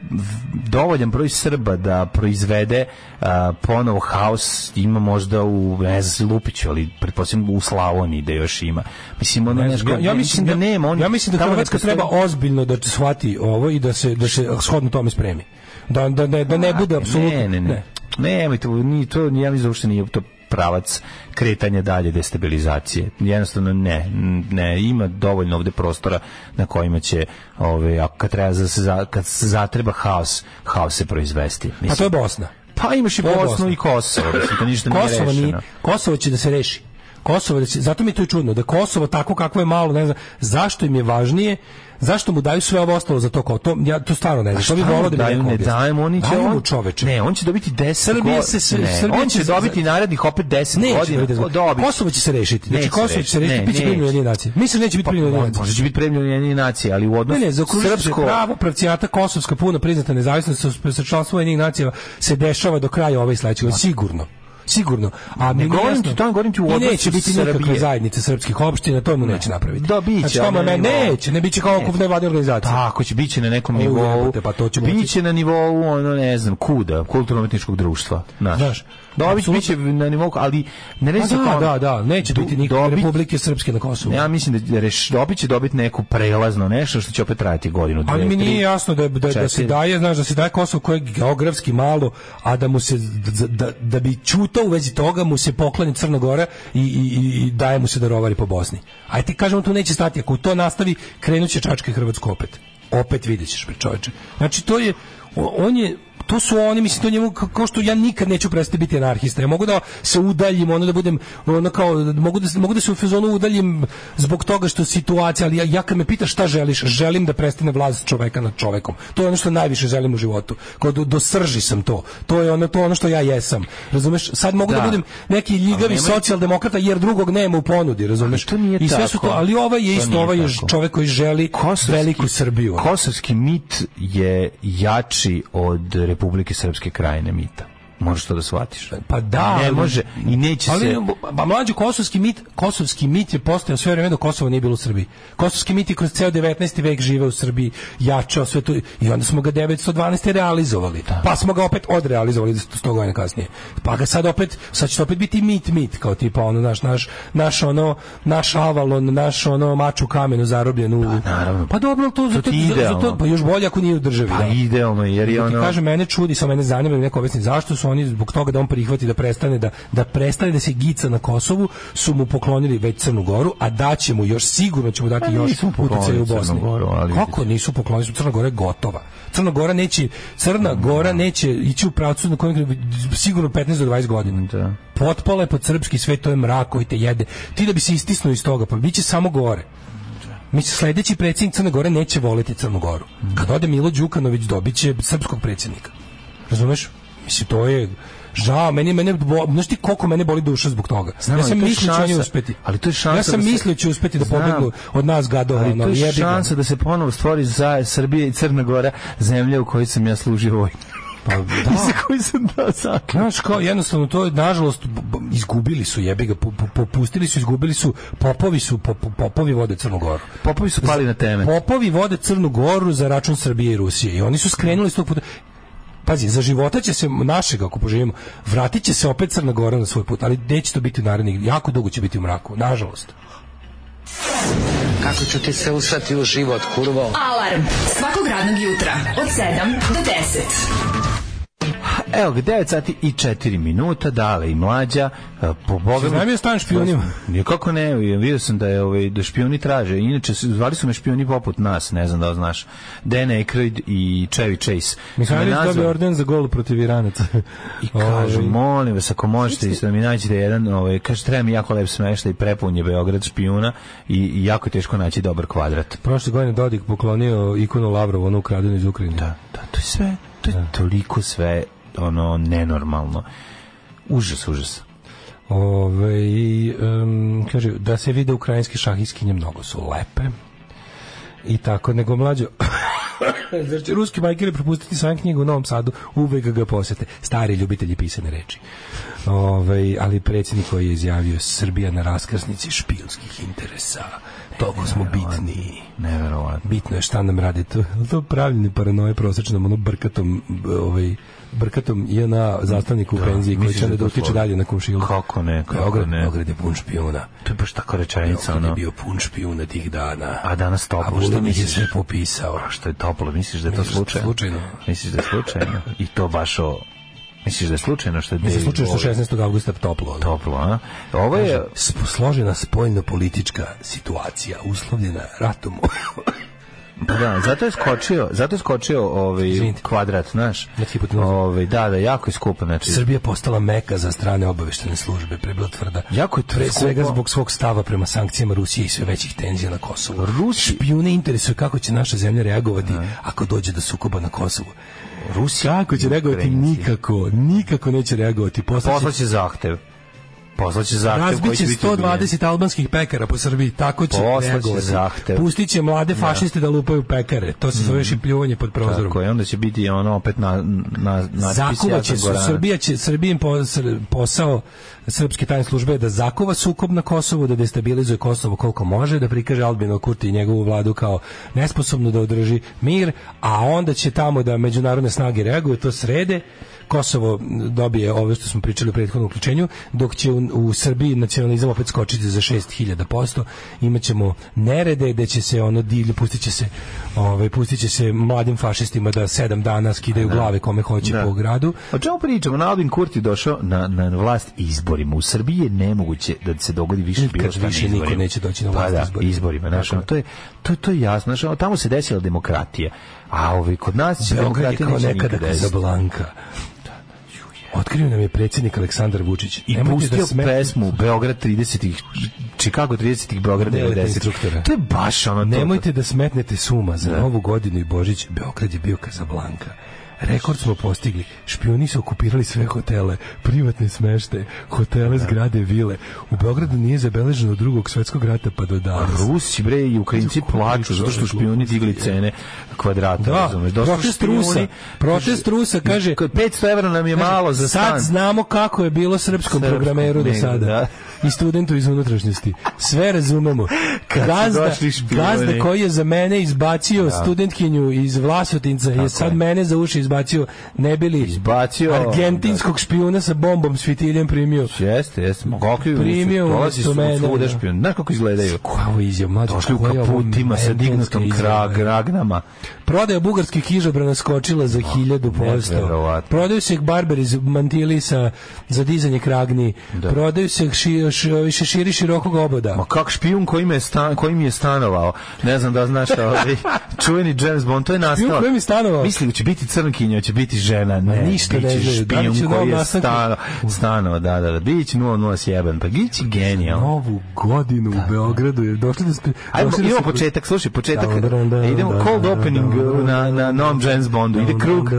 dovoljan broj Srba da proizvede a, ponovo haos ima možda u, ne znam, Lupiću, ali pretpostavljam u Slavoniji da još ima. Mislim, ono, znaš, Ja, kao- ja mislim da nema. Oni, ja mislim da tamo ne Hrvatska postoji- treba ozbiljno da shvati ovo i da se da se shodno tome spremi. Da da ne da ne bude apsolutno Pa, Ne, ne, ne. Nemoj to, ni to, ja mislim da uopšte nije to pravac kretanja dalje destabilizacije. Jednostavno ne, ne, ima dovoljno ovde prostora na kojima će ove, ako kad, treba za- za- kad se zatreba haos, haos se proizvesti. A to je Mislim, Bosna. pa imaš i to je Bosnu Bosna. i Kosovo, mislim, to ništa nije Kosovo rešeno. nije- Kosovo će da se reši. Kosovo da će, zato mi je to i čudno da Kosovo tako kakvo je malo, ne znam, zašto im je važnije, zašto mu daju sve ovo ostalo za to kao to, ja to stvarno ne znam. To bi Šta mu volao da mi daju, neko ne objasni. dajemo, oni će Daju mu on- čoveče. Ne, on će dobiti 10 Srbija go- se sve- ne, Srbija on će će se- dobiti narednih opet 10 Neće godina. dobiti O, dobit će. Kosovo će se rešiti. Znači Neće Kosovo će rešiti. se rešiti, Ne, biće neće. primljeno u nacije. Mislim neće biti primljeno u Pa, Možda će biti primljeno jedini nacije, ali u Ne, odnosu ne, zaokružit će srpsko... pravo pravcijata Kosovska puno priznata nezavisnost sa- sa članstvo jednih nacija se dešava do kraja ove i sledeće godine, sigurno. Sigurno. A mi nije govorim jasno- ti to, govorim ti u I odnosu neće biti nikakve Srbije. zajednice srpskih opština, to mu neće napraviti. Da, biće, Znači, to ali mu ne ne, nivou. neće, ne biće kao okupne vladne organizacije. Tako Pa, će, bit će na nekom U, nivou. jebote, pa to će moći. Biće na nivou, ono, ne znam, kuda, kulturno-umetničkog društva. Naš. Znaš, Dobit apsolutno. biće na nivou, ali ne A reći se Da, kao- da, da, neće Do- biti nikakve Pa dobit- republike srpske na Kosovu. Ja mislim da reš, dobit će dobiti neku prelazno nešto što će opet trajati godinu, dve, Ali mi tri. nije jasno da, da, da se četiri. daje, znaš, da se daje Kosovo koje je geografski malo, a da mu se, da, da, da bi čutao u vezi toga, mu se poklani Crna Gora i, i, i- i daje mu se da rovari po Bosni. Aj ti kažemo, tu neće stati, ako to nastavi, krenut će Čačka i Hrvatsku opet. Opet vidjet ćeš, bre, čoveče. Znači, to je, o- on je, to su oni, mislim, to njemu, ka- kao što ja nikad neću prestati biti anarhista. Ja mogu da se udaljim, ono da budem, ono kao, da mogu da, se- mogu da se u fazonu udaljim zbog toga što situacija, ali ja, ja kad me pitaš šta želiš, želim da prestane vlast čoveka nad čovekom. To je ono što najviše želim u životu. Kao do, do srži sam to. To je ono, to je ono što ja jesam. Razumeš? Sad mogu da, Da. budem neki Ali ljigavi nemoj- socijaldemokrata jer drugog nema u ponudi, razumeš? Ali to nije I sve su tako. to, ali ovaj je To isto, nije ovaj je tako. čovek koji želi Kosovski- veliku Srbiju. Kosovski mit je jači od Republike Srpske krajine mita. Možeš to da shvatiš. Pa da, Ne ali- može i neće ali, se... pa mlađi kosovski mit, kosovski mit je postojao sve vreme dok Kosovo nije bilo u Srbiji. Kosovski mit je kroz ceo 19. vek živeo u Srbiji, jačao sve to i onda smo ga 912. realizovali. Pa smo ga opet odrealizovali 100 godina kasnije. Pa ga sad opet, sad će to opet biti mit, mit, kao tipa ono naš, naš, naš ono, naš avalon, naš ono mač u kamenu zarobljen u... Pa, naravno. dobro, ali to, za ti to, je za- za idealno. to, pa još bolje ako nije u državi. Pa da. idealno, je, jer je Ti ono... kažem, mene čudi, samo mene zanima da mi neko objasni zašto su oni zbog toga da on prihvati da prestane da da prestane da se gica na Kosovu, su mu poklonili već Crnu Goru, a daće mu još sigurno će mu dati još Pa nisu mu poklonili uticaj u Crnu Bosni. Goru, ali- Kako nisu poklonili, su Crna Gora je gotova. Crna Gora neće Crna Gora neće ići u pravcu na kojem sigurno 15 do 20 godina. Da. Potpala je pod srpski svet, to je mrak koji te jede. Ti da bi se istisnuo iz toga, pa biće samo gore. Mislim, sledeći predsjednik Crne Gore neće voliti Crnu Goru. Kad ode Milo Đukanović, dobit će srpskog predsjednika. Razumeš? Mislim, to je... Žao, meni, mene, bo- znaš ti koliko mene boli duša zbog toga. Znam, ja ali sam to je mislio da će oni šansa- uspeti. ali to je šansa Ja sam da se- mislio da će uspeti da Znam. pobegnu od nas gadova. Ali ono, to je jebi ga. šansa da se ponovo stvori za Srbije i Crna Gora, zemlja u kojoj sam ja služio vojnu. Pa, I da. za koju sam dao zakon. Znaš, kao, jednostavno, to je, nažalost, b- b- izgubili su jebi ga po- po- popustili su izgubili su popovi su po- po- popovi vode Crnu Goru Popovi su pali na teme. popovi vode Crnu Goru za račun Srbije i Rusije i oni su skrenuli s tog puta Pazi, za života će se našeg, ako poživimo, vratit će se opet Crna Gora na svoj put, ali gde će to biti u narednih, jako dugo će biti u mraku, nažalost. Kako ću ti se usrati u život, kurvo? Alarm svakog radnog jutra od 7 do 10. Evo ga, 9 sati i 4 minuta, dale i mlađa, e, po Bogu... Znam je stan špijunima. Nikako ne, vidio sam da, je, ovaj, da špijuni traže. Inače, s- zvali su me špijuni poput nas, ne znam da li znaš. Dan Aykroyd i Chevy Chase. Mihajlović Su me dobio nazvali orden za gol protiv Iranaca. I kažu, Ovaj, molim vas, ako možete, isto da mi nađete jedan, ovaj, kaže, treba mi jako lep smešta i prepun je Beograd špijuna i, i jako je teško naći dobar kvadrat. prošle godine Dodik poklonio ikonu Lavrovu, onu ukradenu iz Ukrajine. Da, da, to je sve, to je toliko sve, ono, nenormalno. Užas, užas. Ove, um, kaže, da se vide ukrajinske šahiskinje mnogo su lepe. I tako, nego mlađo... Zar će ruski bajkeri propustiti sam knjigu u Novom Sadu? Uvek ga posete. Stari ljubitelji pisane reči. Ove, ali predsjednik koji je izjavio Srbija na raskrsnici špijunskih interesa. Toliko smo bitni. Neverovatno. Bitno je šta nam radi to. jel To pravljeni paranoje prosečnom ono brkatom b- ovaj brkatom na zastavniku u penziji koji misliš će da da, je da to utiče stvarno? dalje na komšilu. Kako ne, kako Beograd, ne. Beograd je pun špijuna. To je baš tako rečenica, Beograd je ono. bio pun špijuna tih dana. A danas A toplo. Vulin ih je misliš? sve popisao. A što je toplo? Misliš da je to Misliš da je slučajno? slučajno? Misliš da je slučajno? I to baš o... Misliš da je slučajno što je... Mi se David slučaju što Bowie 16. augusta toplo. ono. Toplo, a? Ovo je... Sp- Složena spoljno politička situacija uslovljena ratom. Pa Da, zato je skočio, zato je skočio ovaj Izvinite. kvadrat, znaš. Na hipotenuzu. Ovaj da, da, jako je skupo, znači. Srbija postala meka za strane obaveštene službe, prebila tvrda. Jako je to Pre skupo. svega zbog svog stava prema sankcijama Rusije i sve većih tenzija na Kosovu. Rusi- Špijune interesuje kako će naša zemlja reagovati ako dođe do sukoba na Kosovu. Rusija Kako će reagovati? Nikako. Nikako neće reagovati. Poslaće Poslaće zahtev. Poslaće zahtev koji Razbiće će biti 120 albanskih pekara po Srbiji, tako će Poslaće reagovati. zahtev. Pustit će mlade fašiste da lupaju pekare. To se zove šipljuvanje pod ubijen. prozorom. Tako je, onda će biti ono opet na na na Zakuva će se, Srbija će, Srbijin po- sr- posao srpske tajne službe je da zakuva sukob na Kosovu, da destabilizuje Kosovo koliko može, da prikaže Albino Kurti i njegovu vladu kao nesposobnu da održi mir, a onda će tamo da međunarodne snage reaguju, to srede, Kosovo dobije ove što smo pričali u prethodnom uključenju, dok će u, u Srbiji nacionalizam opet skočiti za 6000%, imaćemo nerede gde će se ono divlje, pustit će se, ovaj, pustit će se mladim fašistima da sedam dana skidaju glave kome hoće Da. po gradu. O čemu pričamo? Na Albin Kurti došao na, na vlast izborima. U Srbiji je nemoguće da se dogodi više bilo Nikad šta na više niko izborima. neće doći na vlast pa da, izborima. izborima. Znaš, Tako ono, to, je, to, to je jasno. Znaš, ono, tamo se desila demokratija. A ovi, kod nas će Beograd je demokratija kao neće nekada nikada desiti. Kazablanka. Otkrio nam je predsjednik Aleksandar Vučić. I Nemojte pustio sme- pesmu Beograd 30-ih, Chicago 30-ih, Beograd Delete 90-ih. instruktore. To je baš ono... to- Nemojte da smetnete suma za novu godinu i Božić. Beograd je bio Kazablanka. Rekord smo postigli. Špioni su okupirali sve hotele, privatne smešte, hotele, zgrade, vile. U Beogradu nije zabeleženo od drugog svetskog rata pa do danas. Rusi bre i Ukrajinci Kako plaču pričaš zato što ove špijuni gluposti, digli je. cene kvadrata, Da, razumeš? Došli protest špijuni, Rusa. Protest Rusa kaže... 500 evra nam je Kaže, Znači, malo za stan. Sad znamo kako je bilo srpskom, Srpskom programeru do negde, sada. da. I studentu iz unutrašnjosti. Sve razumemo. Kad su Gazda, došli špijuni. gazda koji je za mene izbacio studentkinju iz Vlasotinca je sad mene za uši izbacio ne bili Izbacio, argentinskog špijuna sa bombom s fitiljem primio. Jeste, jeste. Kakvi Primio Primio dolazi umesto su mene, svuda da. špijun. Znaš kako izgledaju? Koja ovo izjava, mlađe, Došli u koja je ovo kaputima sa mentalska dignutom izjava, krag, ragnama. Prodaja bugarskih kižobrana skočila za hiljadu posto. neverovatno. Prodaju se barber iz mantilisa za dizanje kragni. Prodaju se ši, ši, ovi šeširi širokog oboda. Ma kak špijun koji, me stan, koji mi je stanovao. Ne znam da znaš ovaj čuveni James Bond, to je nastalo. koji mi je stanovao? Mislim da će biti crnkinja, će biti žena. Ne, ništa biće ne znaju. Da li špijun će u koji novom je nastanku? stanovao. Stanovao, da, da, da. Biće 007, pa gići genijalno. Novu godinu u Beogradu je došli da ste... Ajmo, došli da idemo ste- početak, slušaj, početak. Da, da, da, idemo da, cold da, opening da, da, na, na novom James Bondu. Ide krug.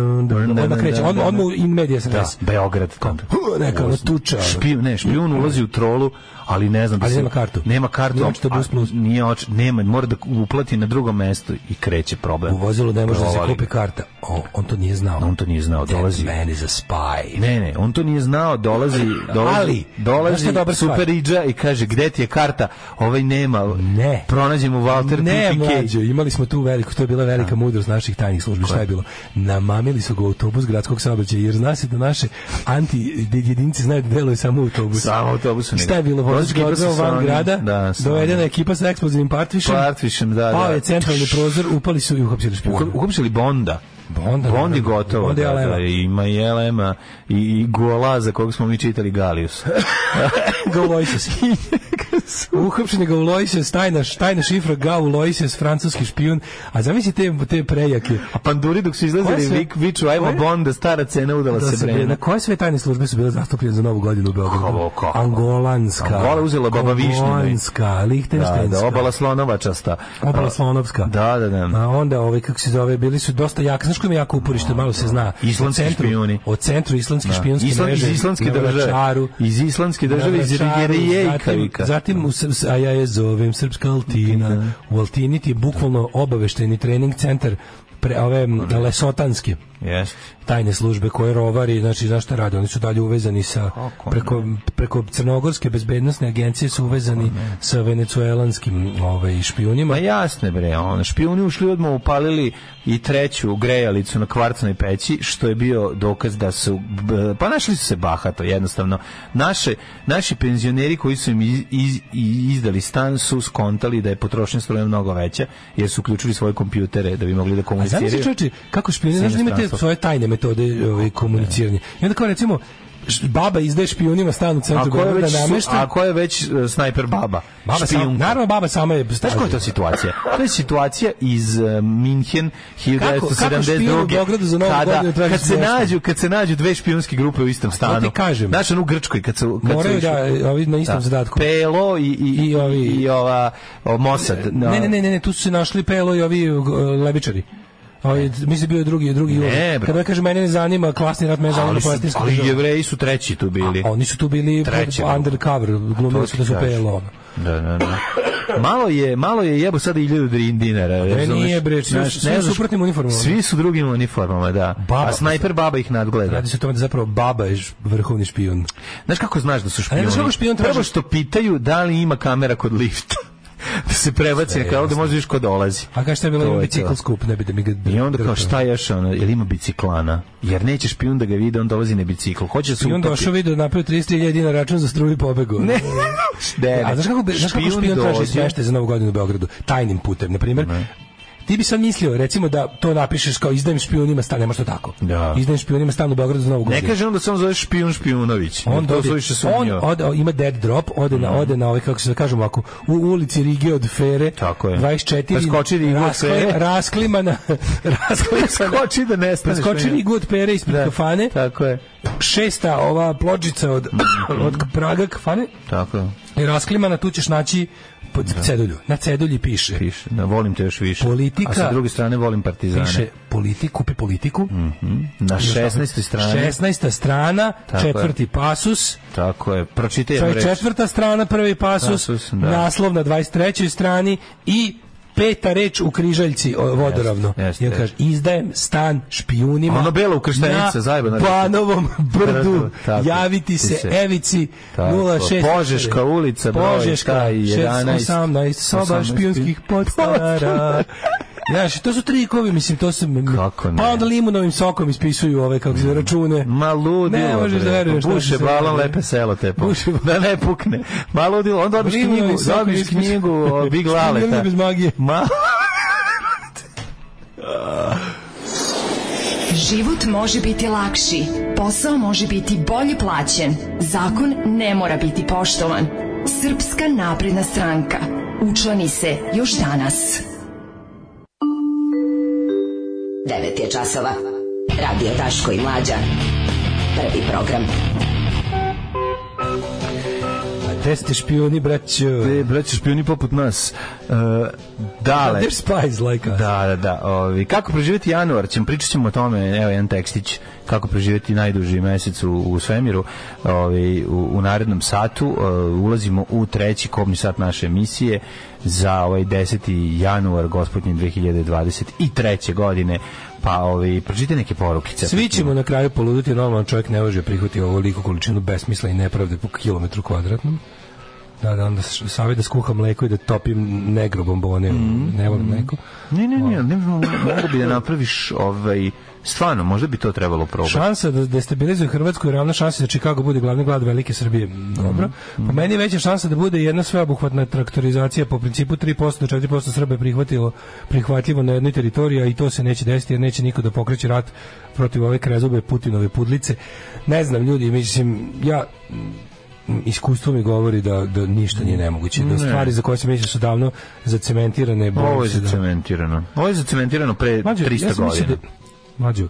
Odmah kreće, odmah, odmah u in media se Da, resi. Beograd. Kao, Hu, neka ono tuča. Špijun, ne, špijun ulazi u trolu, ali ne znam da Ali se- nema kartu. Nema kartu. Nije očito a bus plus. Nije oč, nema, mora da uplati na drugo mesto i kreće problem. U vozilu ne može da se Provali kupi ga. karta. O, on to nije nije znao. On to nije znao, dolazi. That man is a spy. Ne, ne, on to nije znao, dolazi, dolazi, Ali, znaš šta dolazi je dobra stvar? super iđa i kaže, gde ti je karta? Ovaj nema, Ne. pronađemo Walter Ne, Pipi Cage. mlađo, imali smo tu veliku, to je bila velika mudrost naših tajnih službi, šta je bilo? Namamili su ga u autobus gradskog saobraćaja, jer zna se da naše anti da jedinice znaju da deluju samo u autobusu. Samo u autobusu, Šta je bilo? nego. Vozač ga Ekipa sa odveo van onim- grada, da, sa dovedena onim- je ekipa sa eksplozivnim partvišem, Partvišem, da, pao da. je centralni prozor, upali su i uhapsili špijuna. Uhap- Uhapšili Bonda. Bonda, Bond je naravno. gotovo. Bond je da, Alema. da, ima Jelema i, i Gola za kog smo mi čitali Galius. ga u Lojses. Uhapšen je ga u Lojses, tajna, tajna šifra ga u Lojses, francuski špijun. A zamislite te, te prejake. A panduri dok su Koje izlazili sve- vik, viču, ajmo koje- Bonda, stara cena udala Da se se bre- na vremena. koje sve tajne službe su bile zastupljene za novu godinu u Beogradu? Kako, kako? Angolanska. Angola je uzela Baba Višnjina. Angolanska, Da, Lihtenštajnska. da, obala slonovačasta. Obala A, Slonovska. Da, da, da. A onda ovaj kako se zove, bili su dosta jaki. Znaš kome jako uporište, malo se zna. Islandski O centru- špijuni. O centru islandske špijunske Island, iz mreže, islandske na države. Vračaru. Iz islandske države, iz Na Vračaru, Rijerije i zatim- Kavika. Zatim, u Srps- a ja je zovem Srpska Altina. U Altini ti je bukvalno obavešteni trening centar pre ove m, lesotanske Yes. tajne službe koje rovari, znači znaš šta rade, oni su dalje uvezani sa Kako ne? preko, preko crnogorske bezbednostne agencije su uvezani sa venecuelanskim ovaj, špijunima. Ma Pa jasne bre, ono, špijuni ušli odmah upalili i treću grejalicu na kvarcnoj peći, što je bio dokaz da su, b- pa našli su se bahato jednostavno. Naše, naši penzioneri koji su im iz- iz- i- izdali stan su skontali da je potrošnja struje mnogo veća, jer su uključili svoje kompjutere da bi mogli da A znam se komuniciraju. čoveče, kako špijuni, znaš da imate inostranstvom. svoje tajne E, metode ovaj, komuniciranja. I onda kao recimo, š- baba izdaje špijunima stan u centru Ako je Beograda već, da su- namešta. ako je već e, snajper baba, Baba sama, špijunka. naravno, baba sama je... Znaš koja je to situacija? To je situacija iz uh, Minhen Kako- kako špijun u 1972. Beogradu za Novu kada, godinu traži kad se smeštaj? nađu, kad se nađu dve špijunske grupe u istom stanu. ti kažem. Znaš, ono u Grčkoj kad su kad Moraju su išli- da, e, ovi na istom zadatku. Pelo i i i I ovi- i ova o, Mossad. no. Ne, ne, ne, ne, ne, tu su se našli Pelo i ovi uh, levičari. Ovi, mislim bio je drugi, drugi Ne, ne, bre. Kada kaže mene ne zanima klasni rat, mene zanima Ali, su, palestinska ali država. jevreji su treći tu bili. A oni su tu bili Treća grupa. undercover, glumili su da su Kažeš. Pelo. ono. Da, da, da. Malo je, malo je jebo sada 1000 dinara. razumeš? E, nije, bre, svi Znaš, su- svi ne su znaš- suprotnim uniformama. Svi su drugim uniformama, da. Baba. pa A snajper baba ih nadgleda. Radi se o tome da zapravo baba je š- vrhovni špijun. Znaš kako znaš da su A špijuni? ne, znaš kako špijun traži- Prvo što pitaju da li ima kamera kod lifta. da se prebaci kao da možeš ko dolazi. A kaže šta je bilo, To je ima bicikl to. skup, ne bi da mi ga I onda kao drpao. šta još ono, jel ima biciklana? Jer neće špijun da ga vide, on dolazi na bicikl. Hoće da se I onda utopi. došao video napravio 33.000 dinara račun za struju i pobegao. Ono. Ne, ne, A znaš kako, be- znaš kako špijun traži dolazi- smeštaj za Novu godinu u Beogradu? Tajnim putem, na primjer. Ti bi sad mislio, recimo da to napišeš kao izdajem špijunima stan, nema što tako. Da. Izdajem špijunima stan u Beogradu za Novu Ne godinu. kaže on da se on zove špijun Špijunović. on to dobije- zove se on sumnjivo. Mhm. ode, o, ima dead drop, ode na, ode na ovaj, kako se da kažem ovako, u ulici Rige od Fere, Tako je. 24, Pa skoči Rigu od Fere. rasklimana, rasklimana, Skoči da nestane. skoči špijun. Rigu od Fere ispred Da, kafane, Tako Mhm. je. šesta ova pločica od, od praga kafane, Tako je. I rasklimana tu ćeš naći pod cedulju. Na cedulji piše. Piše. Da, volim te još više. Politika- A sa druge strane volim partizane. Mhm, Piše politik, kupi politiku. Mm. Na 16. strani. 16. strana, Tako je. četvrti pasus. Tako je. Pročitaj To jednu je reč. četvrta strana, prvi pasus, Pasus, da. naslov na 23. strani i peta reč u križaljci o, vodoravno. Jeste, jeste, I onda kaže, izdajem stan špijunima Ono belo ukrštenica, zajebana na reč. Banovom brdu. Brdu, tako, javiti se se. Evici Tako, 06. Požeška ulica, broj Požeška, taj, 11, 18, soba 18. špijunskih podstara. Znaš, to su trikovi, mislim, to su... Kako ne? Mm. Pa onda limunovim sokom ispisuju ove, kako se zove, račune. Ma ludilo. Ne možeš da bre. pa veruješ šta Buše se balon radi. lepe selo te. po- Buše balon. Da ne pukne. Ma ludilo. Onda dobiš Limunovi knjigu, sokovi dobiš ispisuju- knjigu o Big Špijuni Laleta. bez magije. Ma, Život može biti lakši, posao može biti bolje plaćen, zakon ne mora biti poštovan. Srpska napredna stranka. Učlani se još danas. 9 je časova. Radio Daško i Mlađa. Prvi program. Gde ste špijuni, braćo? Te, braće špijuni E, poput nas. Uh, dale. They're spies like us. Da, da, da. Ovi, kako preživjeti januar? Ćemo, pričat ćemo o tome, evo jedan tekstić, kako preživjeti najduži mesec u, u svemiru. Ovi, u, u narednom satu e, ulazimo u treći kobni sat naše emisije za ovaj 10. januar gospodnje 2023. godine. pa ovi, pročite neke porukice. Svi ćemo na kraju poluditi, normalan čovjek ne može prihvatiti ovoliku količinu besmisla i nepravde po kilometru kvadratnom. Da, da, onda s- savjet da skuham mleko i da topim negro bombone, ne volim mleko. Ne, ne, ne, ne, mogu bi da napraviš ovaj, stvarno, možda bi to trebalo probati. Šansa da destabilizuje Hrvatsku je ravna šansa da Chicago bude glavni grad velike Srbije. Dobro. Mhm. Po meni je veća šansa da bude jedna sveobuhvatna traktorizacija po principu 3% do 4% Srba je prihvatilo prihvatljivo na jednoj teritoriji, a i to se neće desiti jer neće niko da pokreće rat protiv ove krezube Putinove pudlice. Ne znam ljudi, mislim ja m, iskustvo mi govori da, da ništa nije nemoguće. Da Ne. stvari za koje se misli su davno zacementirane. bojim Ovo je se da- zacementirano. Ovo je zacementirano pre Mlađo, 300 ja sam mislio godina. Da, mlađo,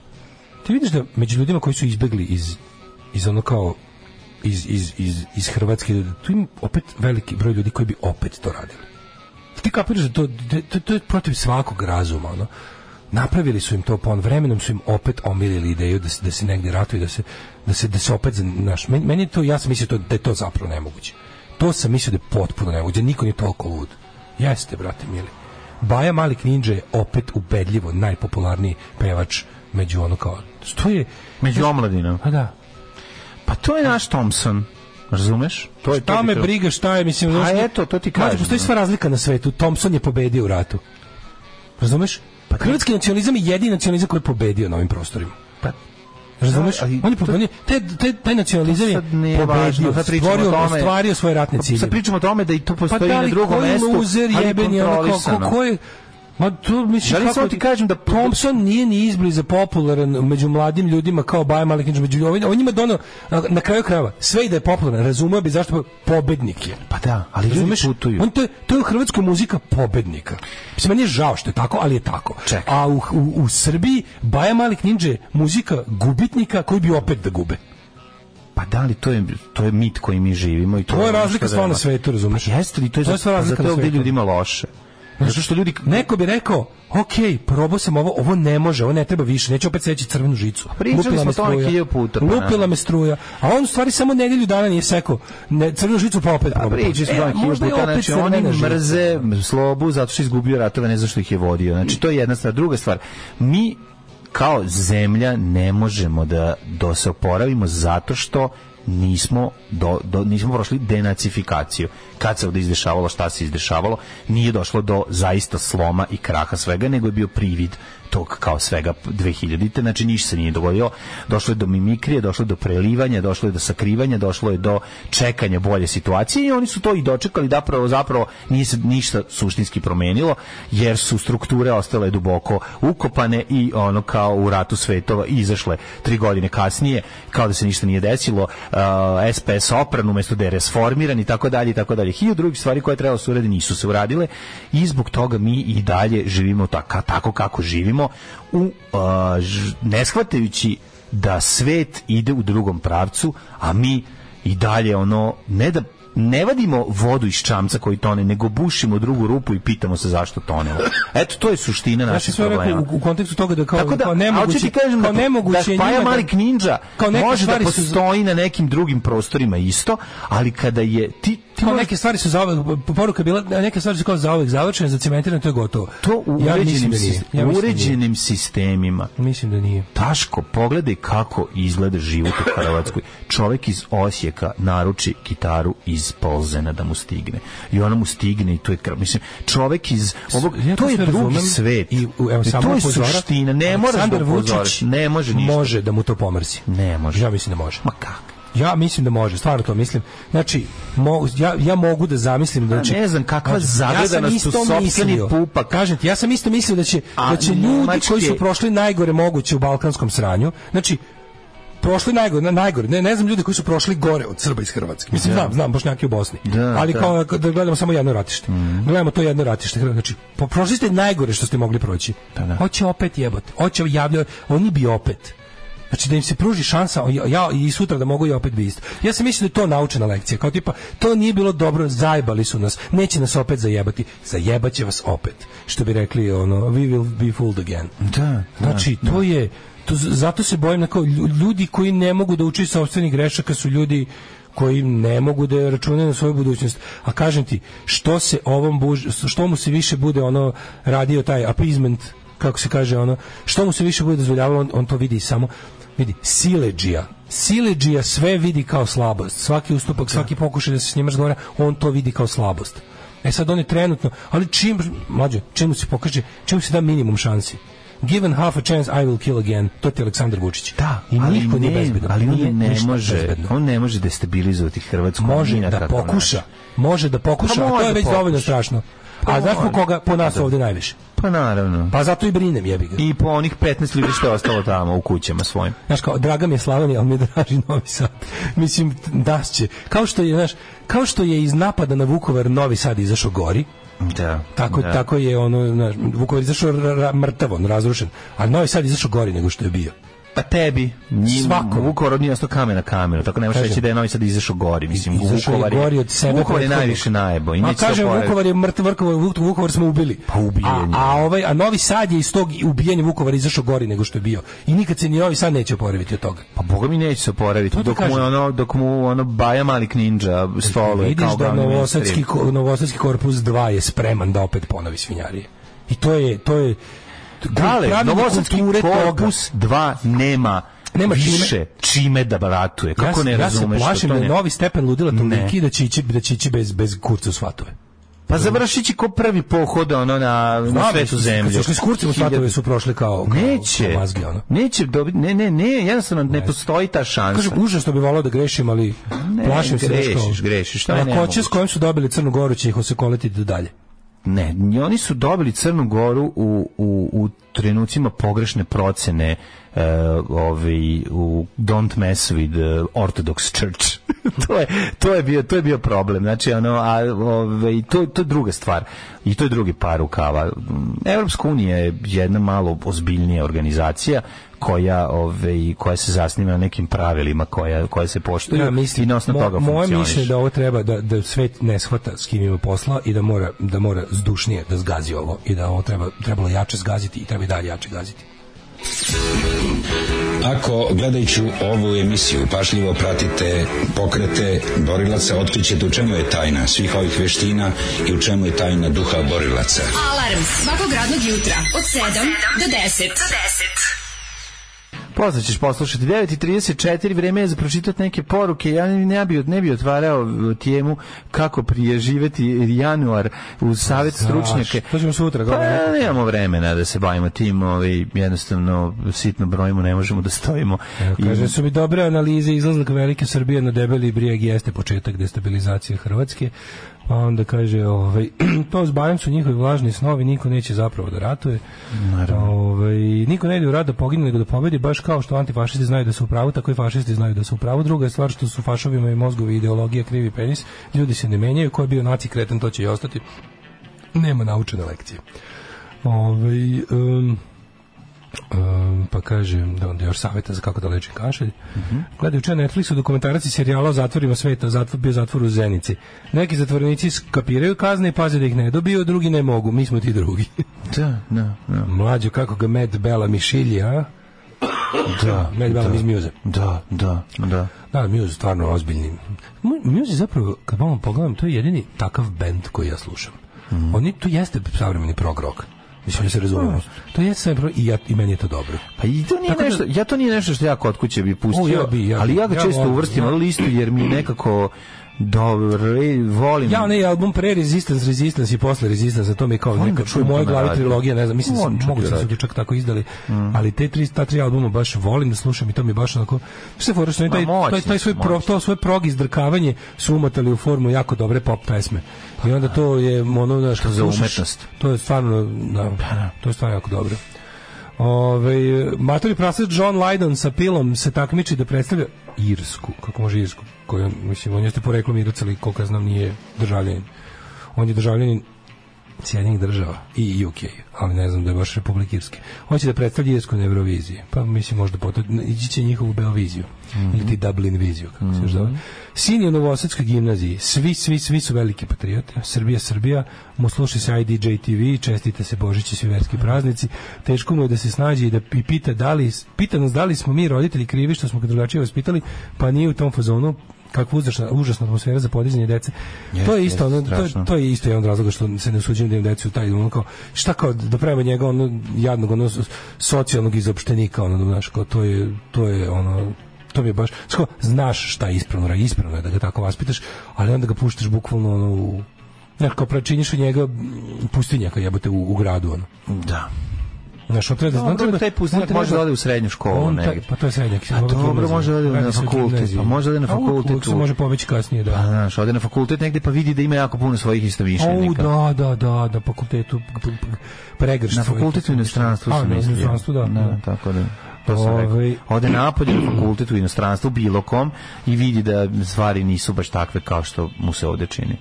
ti vidiš da među ljudima koji su izbegli iz, iz ono kao iz, iz, iz, iz Hrvatske, da tu ima opet veliki broj ljudi koji bi opet to radili. Ti kapiraš da to, da- to, to je protiv svakog razuma, ono. Napravili su im to pon vremenom su im opet omilili ideju da se da se negde ratuje da se da se da se opet naš meni, meni je to ja sam mislio to, da je to zapravo nemoguće. To sam mislio da je potpuno nemoguće, da niko nije toliko lud. Jeste, brate mili. Baja Mali Ninja je opet ubedljivo najpopularniji pevač među ono kao što je Među omladinom. Pa da. Pa to je naš Thompson. Razumeš? To je Šta me to- briga šta je, mislim... Pa znaš, eto, to ti Mlađe, kažem, Postoji no. sva razlika na svetu. Thompson je pobedio u ratu. Razumeš? Pa Hrvatski nacionalizam je jedini nacionalizam koji je pobedio na ovim prostorima. Pa Razumeš? Da, ali on je pobedio. Taj, taj, taj nacionalizam je Sad nije važno, pobedio, sad pričamo stvorio, o tome. ostvario svoje ratne Sad ciljeve. pričamo o tome da i to Pa postoji da na li drugom koji mestu, loser ali jeben je ono kao, ko, kontrolisano. ko je... Ma to mislim Da li samo ti kažem da- Thompson nije ni izbliza popularan među mladim ljudima kao Baja Maliknić među ovim, on njima dono na, na kraju krajeva sve i da je popularan, razumeo bi zašto pobednik je. Pa da, ali ljudi Razumeš? putuju. On to, je- to je u Hrvatskoj muzika pobednika. Mislim, meni je žao što je tako, ali je tako. Čekaj. A u, u, u Srbiji Baja Malik Ninja je muzika gubitnika koji bi opet da gube. Pa da li to je, to je mit koji mi živimo i to, To je ono razlika što stvarno na nema. svetu, razumeš? Pa jeste li to je, To je sva zato, razlika zato je na ovdje svetu. ljudima loše. Zato što ljudi Neko bi rekao, ok, probao sam ovo, ovo ne može, ovo ne treba više, neću opet seći crvenu žicu. pričali smo me o tome struja. hiljadu puta, pa Lupila naravno. me struja. A on u stvari samo nedelju dana nije sekao ne, crvenu žicu, pa opet A probao. priče su E, dva možda je puta, opet znači oni crvena žica. mrze slobu zato što je izgubio ratove, ne znam što ih je vodio. Znači to je jedna stvar. Druga stvar, mi kao zemlja ne možemo da, da se oporavimo zato što nismo, do, do- nismo prošli denacifikaciju. Kad se ovde izdešavalo, šta se izdešavalo, nije došlo do zaista sloma i kraha svega, nego je bio privid tog kao svega 2000-te, znači ništa se nije dogodilo. Došlo je do mimikrije, došlo je do prelivanja, došlo je do sakrivanja, došlo je do čekanja bolje situacije i oni su to i dočekali, da zapravo, zapravo nije se ništa suštinski promenilo, jer su strukture ostale duboko ukopane i ono kao u ratu svetova izašle tri godine kasnije, kao da se ništa nije desilo, uh, SPS opran umesto da je resformiran i tako dalje i tako dalje. Hiljadu drugih stvari koje trebalo su uradi nisu se uradile i zbog toga mi i dalje živimo tako, tako kako živimo u uh, ž- ne shvatajući da svet ide u drugom pravcu, a mi i dalje ono ne da ne vadimo vodu iz čamca koji tone, nego bušimo drugu rupu i pitamo se zašto tonemo. Eto, to je suština Ja sam naših sve problema. rekao u, u kontekstu toga da kao, Tako da, kao a hoću nemoguće, ti kažem kao da, nemoguće da Spaja njima da- Malik Ninja kao neke može da stvari su- postoji na nekim drugim prostorima isto, ali kada je ti, ti Kao možeš- neke stvari su zauvek, poruka je bila, a neke stvari su kao zauvek završene, zacementirane, to je gotovo. to u ja uređenim, mislim da sist- nije. Ja mislim da nije. uređenim sistemima Mislim da nije. Taško, pogledaj kako izgleda život u Hrvatskoj. Čovek iz Osijeka naruči gitaru iz Polzena da mu stigne. I ona mu stigne i to je krv. Mislim, čovek iz ovog, Ja to je sve drugi razumem svet. I, u- evo, I samo to je upozora- suština. Ne moraš da Aleksandar Vučić upozoraš. Ne može ništa. Može da mu to pomrsi. Ne može. Ja mislim da može. Ma kako? Ja mislim da može, stvarno to mislim. Znači, mo- ja, ja mogu da zamislim da A će... ne znam kakva Znači, zagledanost sam u isto sopstveni mislio. pupak. Kažem ti, ja sam isto mislio da će, A da će ljudi Nemačke- koji su prošli najgore moguće u balkanskom sranju, znači, prošli najgore, na, najgore, ne, ne znam ljudi koji su prošli gore od Srba iz Hrvatske. Mislim, znam, znam, Bošnjake u Bosni. Da, ali da. kao da gledamo samo jedno ratište. Gledamo to jedno ratište. Znači, po- prošli ste najgore što ste mogli proći. da. Hoće opet jebote. Hoće javljaju, oni bi opet. Znači da im se pruži šansa, ja, ja i sutra da mogu i opet bi isto. Ja sam mislim da je to naučena lekcija, kao tipa, to nije bilo dobro, zajebali su nas, neće nas opet zajebati, zajebaće vas opet. Što bi rekli, ono, we will be fooled again. Da, Znači, to je, to, z- zato se bojim na kao lju- ljudi koji ne mogu da uče iz sopstvenih grešaka su ljudi koji ne mogu da računaju na svoju budućnost. A kažem ti, što se ovom buž, što mu se više bude ono radio taj appeasement kako se kaže ono, što mu se više bude dozvoljavalo, on, on to vidi samo vidi, sileđija. Sileđija sve vidi kao slabost. Svaki ustupak, svaki pokušaj da se s njima razgovara, on to vidi kao slabost. E sad on je trenutno, ali čim, mlađe, čim mu se pokaže, čim mu se da minimum šansi. Given half a chance, I will kill again. To ti je Aleksandar Vučić. Da, I ali niko nije ne, bezbedan. ali on Nije ne ništa može, bezbedno. on ne može destabilizovati Hrvatsku. Može ni na da kakav pokuša. način. Može da pokuša, Pa a to može je već pokuša. dovoljno strašno. Pa A znaš po može. koga? Po nas ovdje najviše. Pa naravno. Pa zato i brinem jebi ga. I po onih 15 ljudi što je ostalo tamo u kućama svojim. Znaš, kao, draga mi je Slavonija, ali mi je draži Novi Sad. Mislim, das će. Kao što je, znaš, kao što je iz napada na Vukovar Novi Sad izašao gori, Da. tako, da. tako je ono, znaš, Vukovar izašao ra, ra, mrtav, on, razrušen, a Novi Sad izašao gori nego što je bio. Pa tebi, njim, Svako. Svako. Vukovar od nije ostao kamen na kamenu, tako ne možeš Kažem. reći da je Novi Sad izašao gori. Mislim, Izašao je Vukovar je, gori od sebe. Vukovar je prethodnog. najviše najebo. I A neće se kaže, oporaviti. Vukovar je mrtav, Vukovar, Vuk- Vukovar smo ubili. Pa ubijen A, je. a, ovaj, a Novi Sad je iz tog ubijenja Vukovara izašao gori nego što je bio. I nikad se ni Novi Sad neće oporaviti od toga. Pa boga mi neće se oporaviti, To ti dok mu, je kažem. ono, dok mu ono Baja Malik Ninja stoluje Vidiš kao da glavni Novosadski, mainstream. ko- Novosadski korpus 2 je spreman da opet ponovi svinjarije. I to je... To je Dale, pravljenje Novosadski kulture toga. korpus 2 nema Nema više čime. čime, da baratuje. Kako ja, se- ne ja se razumeš? to? plašim To da ne- je novi stepen ludila toliki Ne. da će ići, da će ići bez, bez kurca u svatove. Pa završit će ko prvi pohod ono, na, na svetu Kad su zemlju. išli s kurcem u svatove su prošli kao, kao, Neće. kao mazge, ono. Neće dobiti, ne, ne, ne, jednostavno ne, postoji ta šansa. Kažem, užasno bi volao da grešim, ali Ne, plašim se grešiš, nešto. grešiš, to je Lakoće nemoguće. s kojim su dobili Crnu Goru će ih osekoliti do dalje. Ne, ni oni su dobili Crnu Goru u, u, u trenucima pogrešne procene e, ovaj, u Don't mess with the Orthodox Church. to, je, to, je bio, to je bio problem. Znači, ono, a, ovaj, to, to je druga stvar. I to je drugi par rukava. Mm, Evropska unija je jedna malo ozbiljnija organizacija koja ovaj, koja se zasniva na nekim pravilima koja, koja se poštuju Ja mislim, i na osnovu mo- toga moje funkcioniš. mišljenje je da ovo treba da, da svet ne shvata s kim ima posla i da mora, da mora zdušnije da zgazi ovo i da ovo treba, trebalo jače zgaziti i treba i dalje jače gaziti. Ako gledajući ovu emisiju pašljivo pratite pokrete borilaca, otkrićete u čemu je tajna svih ovih veština i u čemu je tajna duha borilaca. Alarm svakog radnog jutra od 7 do 10. Do 10. Posle ćeš poslušati 9.34, vreme je za pročitati neke poruke. Ja ne bi, ne bi otvarao tijemu kako priježiveti januar u savjet stručnjake. To ćemo sutra Pa govoriti. nemamo vremena da se bavimo tim, ovaj, jednostavno sitno brojimo, ne možemo da stojimo. Kaže su mi dobre analize izlazak velike Srbije na debeli brijeg jeste početak destabilizacije Hrvatske. Pa onda kaže, ovaj, to s Bajom su njihovi vlažni snovi, niko neće zapravo da ratuje. Ovaj, niko ne ide u rat da pogine, nego da pobedi, baš kao što antifašisti znaju da su u pravu, tako i fašisti znaju da su u pravu. Druga je stvar što su fašovima i mozgovi ideologija krivi penis, ljudi se ne menjaju, ko je bio naci kreten, to će i ostati. Nema naučene lekcije. Ovaj, em, Um, pa kaže da onda još savjeta za kako da lečim kašelj. Mhm. Gledajući na Netflixu dokumentarac i serijala o zatvorima sveta, zatvor bio zatvor u Zenici. Neki zatvorenici skapiraju kazne i paze da ih ne dobiju, drugi ne mogu. Mi smo ti drugi. Da, da, da. Mlađo kako ga Med Bela mišilji, a? Da, Med Bela da. iz Muse. Da, da, da. Da, Muse je stvarno ozbiljni. Mu- Muse je zapravo, kad vam pogledam, to je jedini takav band koji ja slušam. Mhm. Oni, to jeste savremeni prog rock. Mislim, da se razumemo. To jeste savremeni prog- i, ja, i meni je to dobro. Pa i to nije Tako da- nešto, ja to nije nešto što ja kod kuće bi pustio, O, ja bi, ja bi. ali ja ga Ja često volim, uvrstim ja. na listu jer mi nekako dobro, e, volim. Ja onaj album pre Resistance, Resistance i posle Resistance, to mi je kao Volim da neka u čujem mojoj to na glavi radiju. trilogija, ne znam, mislim Volim sam, čuti moguće da su radio. ga čak tako izdali, Mm. ali te tri, ta tri albuma baš volim da slušam i to mi je baš onako, što je fora, što oni Ma, taj, moćni taj, taj su, svoj pro, moćni. to svoje prog izdrkavanje su umotali u formu jako dobre pop pesme. I onda to je ono da što za slušaš, umetnost. To je stvarno, da, to je stvarno jako dobro. Ove, matori prasac John Lydon sa pilom se takmiči da predstavlja Irsku. Kako može Irsku? Koju, on- mislim, on jeste poreklom Irac, ali koliko ja znam nije državljanin. On je državljanin Sjedinjenih država i UK, ali ne znam da je baš Republike Irske. On će da predstavlja Irsku na Euroviziji, pa mislim možda potom, ići će njihovu Belviziju, ili ti Dublin viziju, kako se još zove. Sin je u Novosadskoj gimnaziji, svi, svi, svi su veliki patriote, Srbija, Srbija, mu sluši se IDJ TV, čestite se Božić i svi verski praznici, teško mu je da se snađe i da i pita, da li, pita nas da li smo mi roditelji krivi što smo ga drugačije vaspitali, pa nije u tom fazonu, kakva užasna, užasna atmosfera za podizanje dece. to je isto, ono, to, je- to je isto jedan od razloga što se ne usuđujem da imam decu taj ono kao šta kao da pravimo njega ono jadnog ono socijalnog izopštenika ono znaš kao to je to je ono to mi je baš znaš, kao, znaš šta je ispravno radi, ispravno je da ga tako vaspitaš, ali onda ga puštaš bukvalno ono u znaš kao pračiniš od njega mm, pustinjaka jebote u, u gradu ono. Da. Znaš, on treba da Dobro, on treba- taj pustinjak on treba- može da ode u srednju školu On negdje. taj- Pa to je srednjak. A dobro, može da ode na Radi se o fakultet, gimnaziji. pa može da ode na A uvijek- fakultet. uvijek se u- može pobeći kasnije, da. Pa, znaš, ode na fakultet negde pa vidi da ima jako puno svojih O, istomišljenika. da, da, da, na fakultetu p- p- pregršt. Na svoj- fakultetu u inostranstvu A, sam na mislio. inostranstvu, da, da. tako da. To sam rekao. Ovaj- Ode napolje na fakultetu u inostranstvu, bilo kom, i vidi da stvari nisu baš takve kao što mu se ovde čini.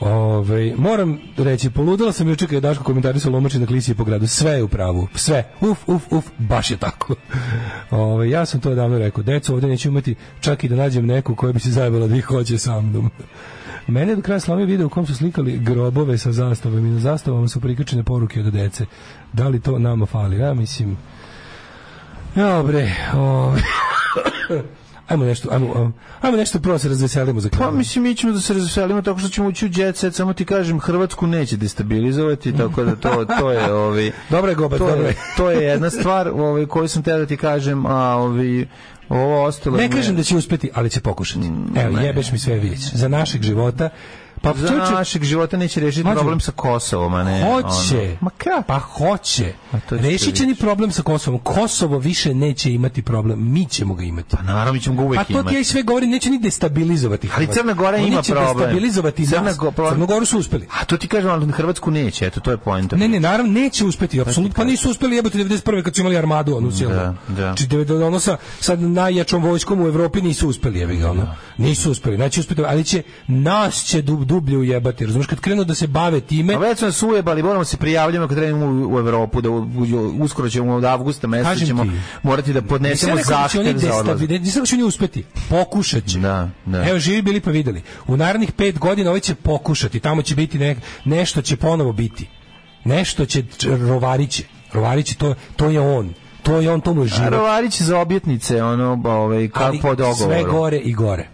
Ovaj, moram reći, poludela sam juče kad je Daško komentarisao lomači na klisije po gradu. Sve je u pravu, sve. Uf, uf, uf, baš je tako. Ovaj, ja sam to davno rekao. Decu ovdje neću imati čak i da nađem neku koja bi se zajebala da ih hoće sa mnom. Mene je do kraja slomio video u kom su slikali grobove sa zastavama i na zastavama su prikačene poruke od dece. Da li to nama fali? Ja mislim... Ja, bre, ovaj... Ajmo nešto, ajmo, um, ajmo nešto prvo se razveselimo za kraj. Pa mislim mi ćemo da se razveselimo tako što ćemo ući u jet set, samo ti kažem Hrvatsku neće destabilizovati, tako da to to je ovaj Dobra je goba, to dobra je, je. to je jedna stvar, ovaj koju sam te da ti kažem, a ovi ovo ostalo Ne me- kažem da će uspeti, ali će pokušati. Evo, Mm, ne. jebeš mi sve vidjeti. Za našeg života. Pa za čovječe, našeg života neće rešiti Mlađo, problem sa Kosovom, a ne. Hoće. ono. Ma kako? Pa hoće. to ćete Rešit će ni problem sa Kosovom. Kosovo više neće imati problem. Mi ćemo ga imati. Pa naravno, mi ćemo ga uvek Pa to ti ja i imati. sve govorim, neće ni destabilizovati. Ali Hrvatsku. Crna Gora Oni ima će problem. destabilizovati Crna nas. Go- problem. Crnu Goru su uspeli. A to ti kažem, ali Hrvatsku neće, eto to je poenta. Ne, ne, naravno neće uspeti, apsolutno. Pa nisu uspeli jebote 91. kad su imali armadu onu silnu. Znači, Da, da. Znači, devet- ono sa, sa najjačom vojskom u Evropi nisu uspeli, jebi ga, ono. Nisu uspeli, neće uspeti, ali će, nas će dub, dublje ujebati, razumiješ, kad krenu da se bave time, A već su nas ujebali, moramo se prijavljamo kad trebamo u, u Evropu, da u- u- uskoro ćemo od avgusta meseca Kažem ćemo ti. morati da podnesemo Nisam rekao da će zahtjev oni za odlazak. destabi- Nisam rekao da će oni uspeti. Pokušat će. da. Evo, živi bili pa videli. U narednih pet godina ovaj će pokušati. Tamo će biti nek, nešto će ponovo biti. Nešto će č- rovariće. Rovariće, to, to je on. To je on, to mu je A život. Rovarić za objetnice, ono, ovaj, kako Ali po dogovoru. Sve gore i gore.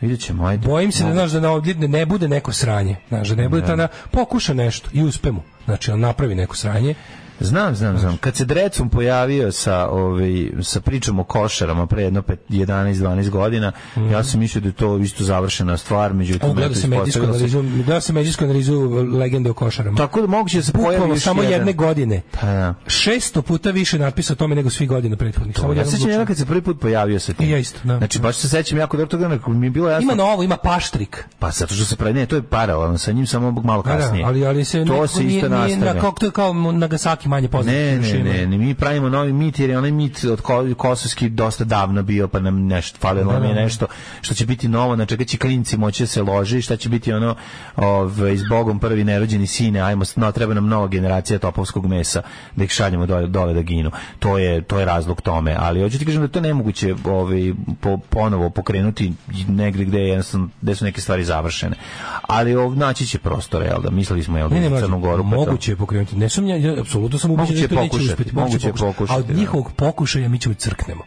Vidjet ćemo, ajde. Bojim se da, znaš, da na ovdje ne bude neko sranje. Znaš, da ne bude ta na... Pokuša nešto i uspe mu. Znači, on napravi neko sranje. Znam, znam, znam. Kad se Drecun pojavio sa, ovaj, sa pričom o košarama pre jedno pet- 11-12 godina, Mhm. ja sam mislio da je to isto završena stvar, međutim... On gleda eto, se medijsku ispostavilo se- analizu, gleda se medijsku analizu legende o košarama. Tako da moguće da se pojavi Bukvalno još samo jedan. jedne godine. Pa da. 600 puta više natpisa o tome nego svih godina prethodnih. Samo Ja jedan se sećam odlučan. jedan kad se prvi put pojavio sa tim. I ja isto, da. Znači, baš se sećam jako dobro toga, nekako mi je bilo jasno. Ima novo, ima paštrik. Pa zato što se pravi, ne, to je paralelno, sa njim samo malo Pa Da, da, kasnije. ali, ali se to nekako se nije- isto nije nastavlja. na- kao- to je kao Nagasaki manje poznat. Ne, ne, ne, ne, mi pravimo novi mit jer je onaj mit od ko, kosovski dosta davno bio pa nam nešto falilo nam je nešto što će biti novo, na čega će klinci moći da se loži, šta će biti ono ovaj s Bogom prvi nerođeni sine, ajmo, no, treba nam nova generacija topovskog mesa da ih šaljemo dole, dole da ginu. To je to je razlog tome, ali hoću ti kažem da to je nemoguće ovaj po, ponovo pokrenuti negdje gde je jednostavno gde su neke stvari završene. Ali ov, naći će prostor, jel da mislili smo jel da Ne, ne, u mlađe, Crnu Goru pa to- moguće je pokrenuti. Ne sumnja, ja apsolutno sam ubeđen Moguće da je to neće pokušati, uspeti. moguće je A pokušati, od da. njihovog pokušaja mi ćemo i crknemo.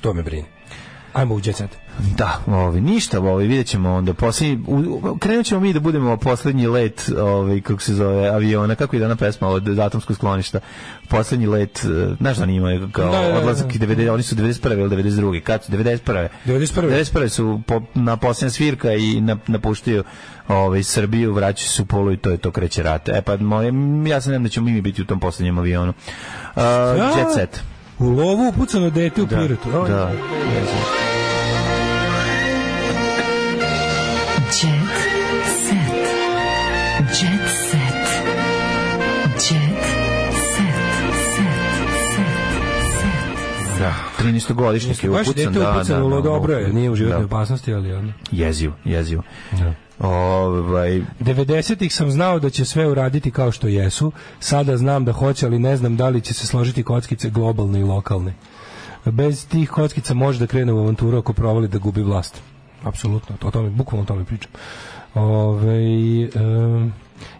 To me brine. Ajmo u jet set. Da, ovi, ništa, ovi, vidjet ćemo onda posljednji, u- u- krenut ćemo mi da budemo posljednji let, ovi, kako se zove, aviona, kako je dana pesma od atomskog skloništa, posljednji let, e, znaš da njima je kao Da, da, da, da. odlazak, i 90, oni su 91. ili 92. kad su, 91. 91.. 91. su po, na posljednja svirka i na, napuštio ovaj, Srbiju, vraćaju se u polu i to je to kreće rat. E pa, moje, ja se nadam da ćemo mi biti u tom posljednjem avionu. Uh, jet set. U lovu upucano dete u piretu. Aj, Da. Jet set. Jet set. Jet Da, 13 godišnji je Baš upucan, dete da, upucano u da, lovu, da, dobro je, nije u životnoj da. opasnosti, ali ono. Jeziv, jeziv. Ovaj, 90-ih sam znao da će sve uraditi kao što jesu. Sada znam da hoće, ali ne znam da li će se složiti kockice globalne i lokalne. Bez tih kockica može da krene u avanturu ako provali da gubi vlast. Apsolutno, o tome, bukvalno o tome pričam. Ove,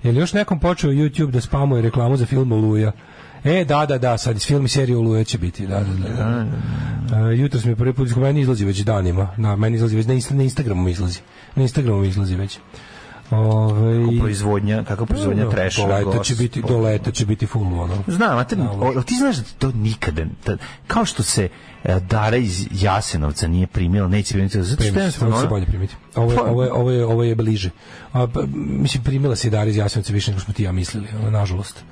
je li još nekom počeo YouTube da spamuje reklamu za film Oluja? E, da, da, da, sad iz film i serije Oluje će biti, da, da, da. da. E, jutro smo je prvi put, meni izlazi već danima, na, meni izlazi već, na, Insta- na Instagramu mi izlazi, na Instagramu mi izlazi već. Ove, Kako proizvodnja, kako proizvodnja No, treša, Do leta će gospod- biti, do leta će biti full, ono. Znam, a te, o, jel ti znaš da to nikada, ta- kao što se e, Dara iz Jasenovca nije primila, neće primiti, zato što Primi se, ovo će se jednostavno... bolje primiti. Ovo je, ono. Pa- ovo je, ovo je, ovo je bliže. A, pa, mislim, primila se i Darija iz Jasenovca više nego smo ti i ja mislili, ono, nažalost.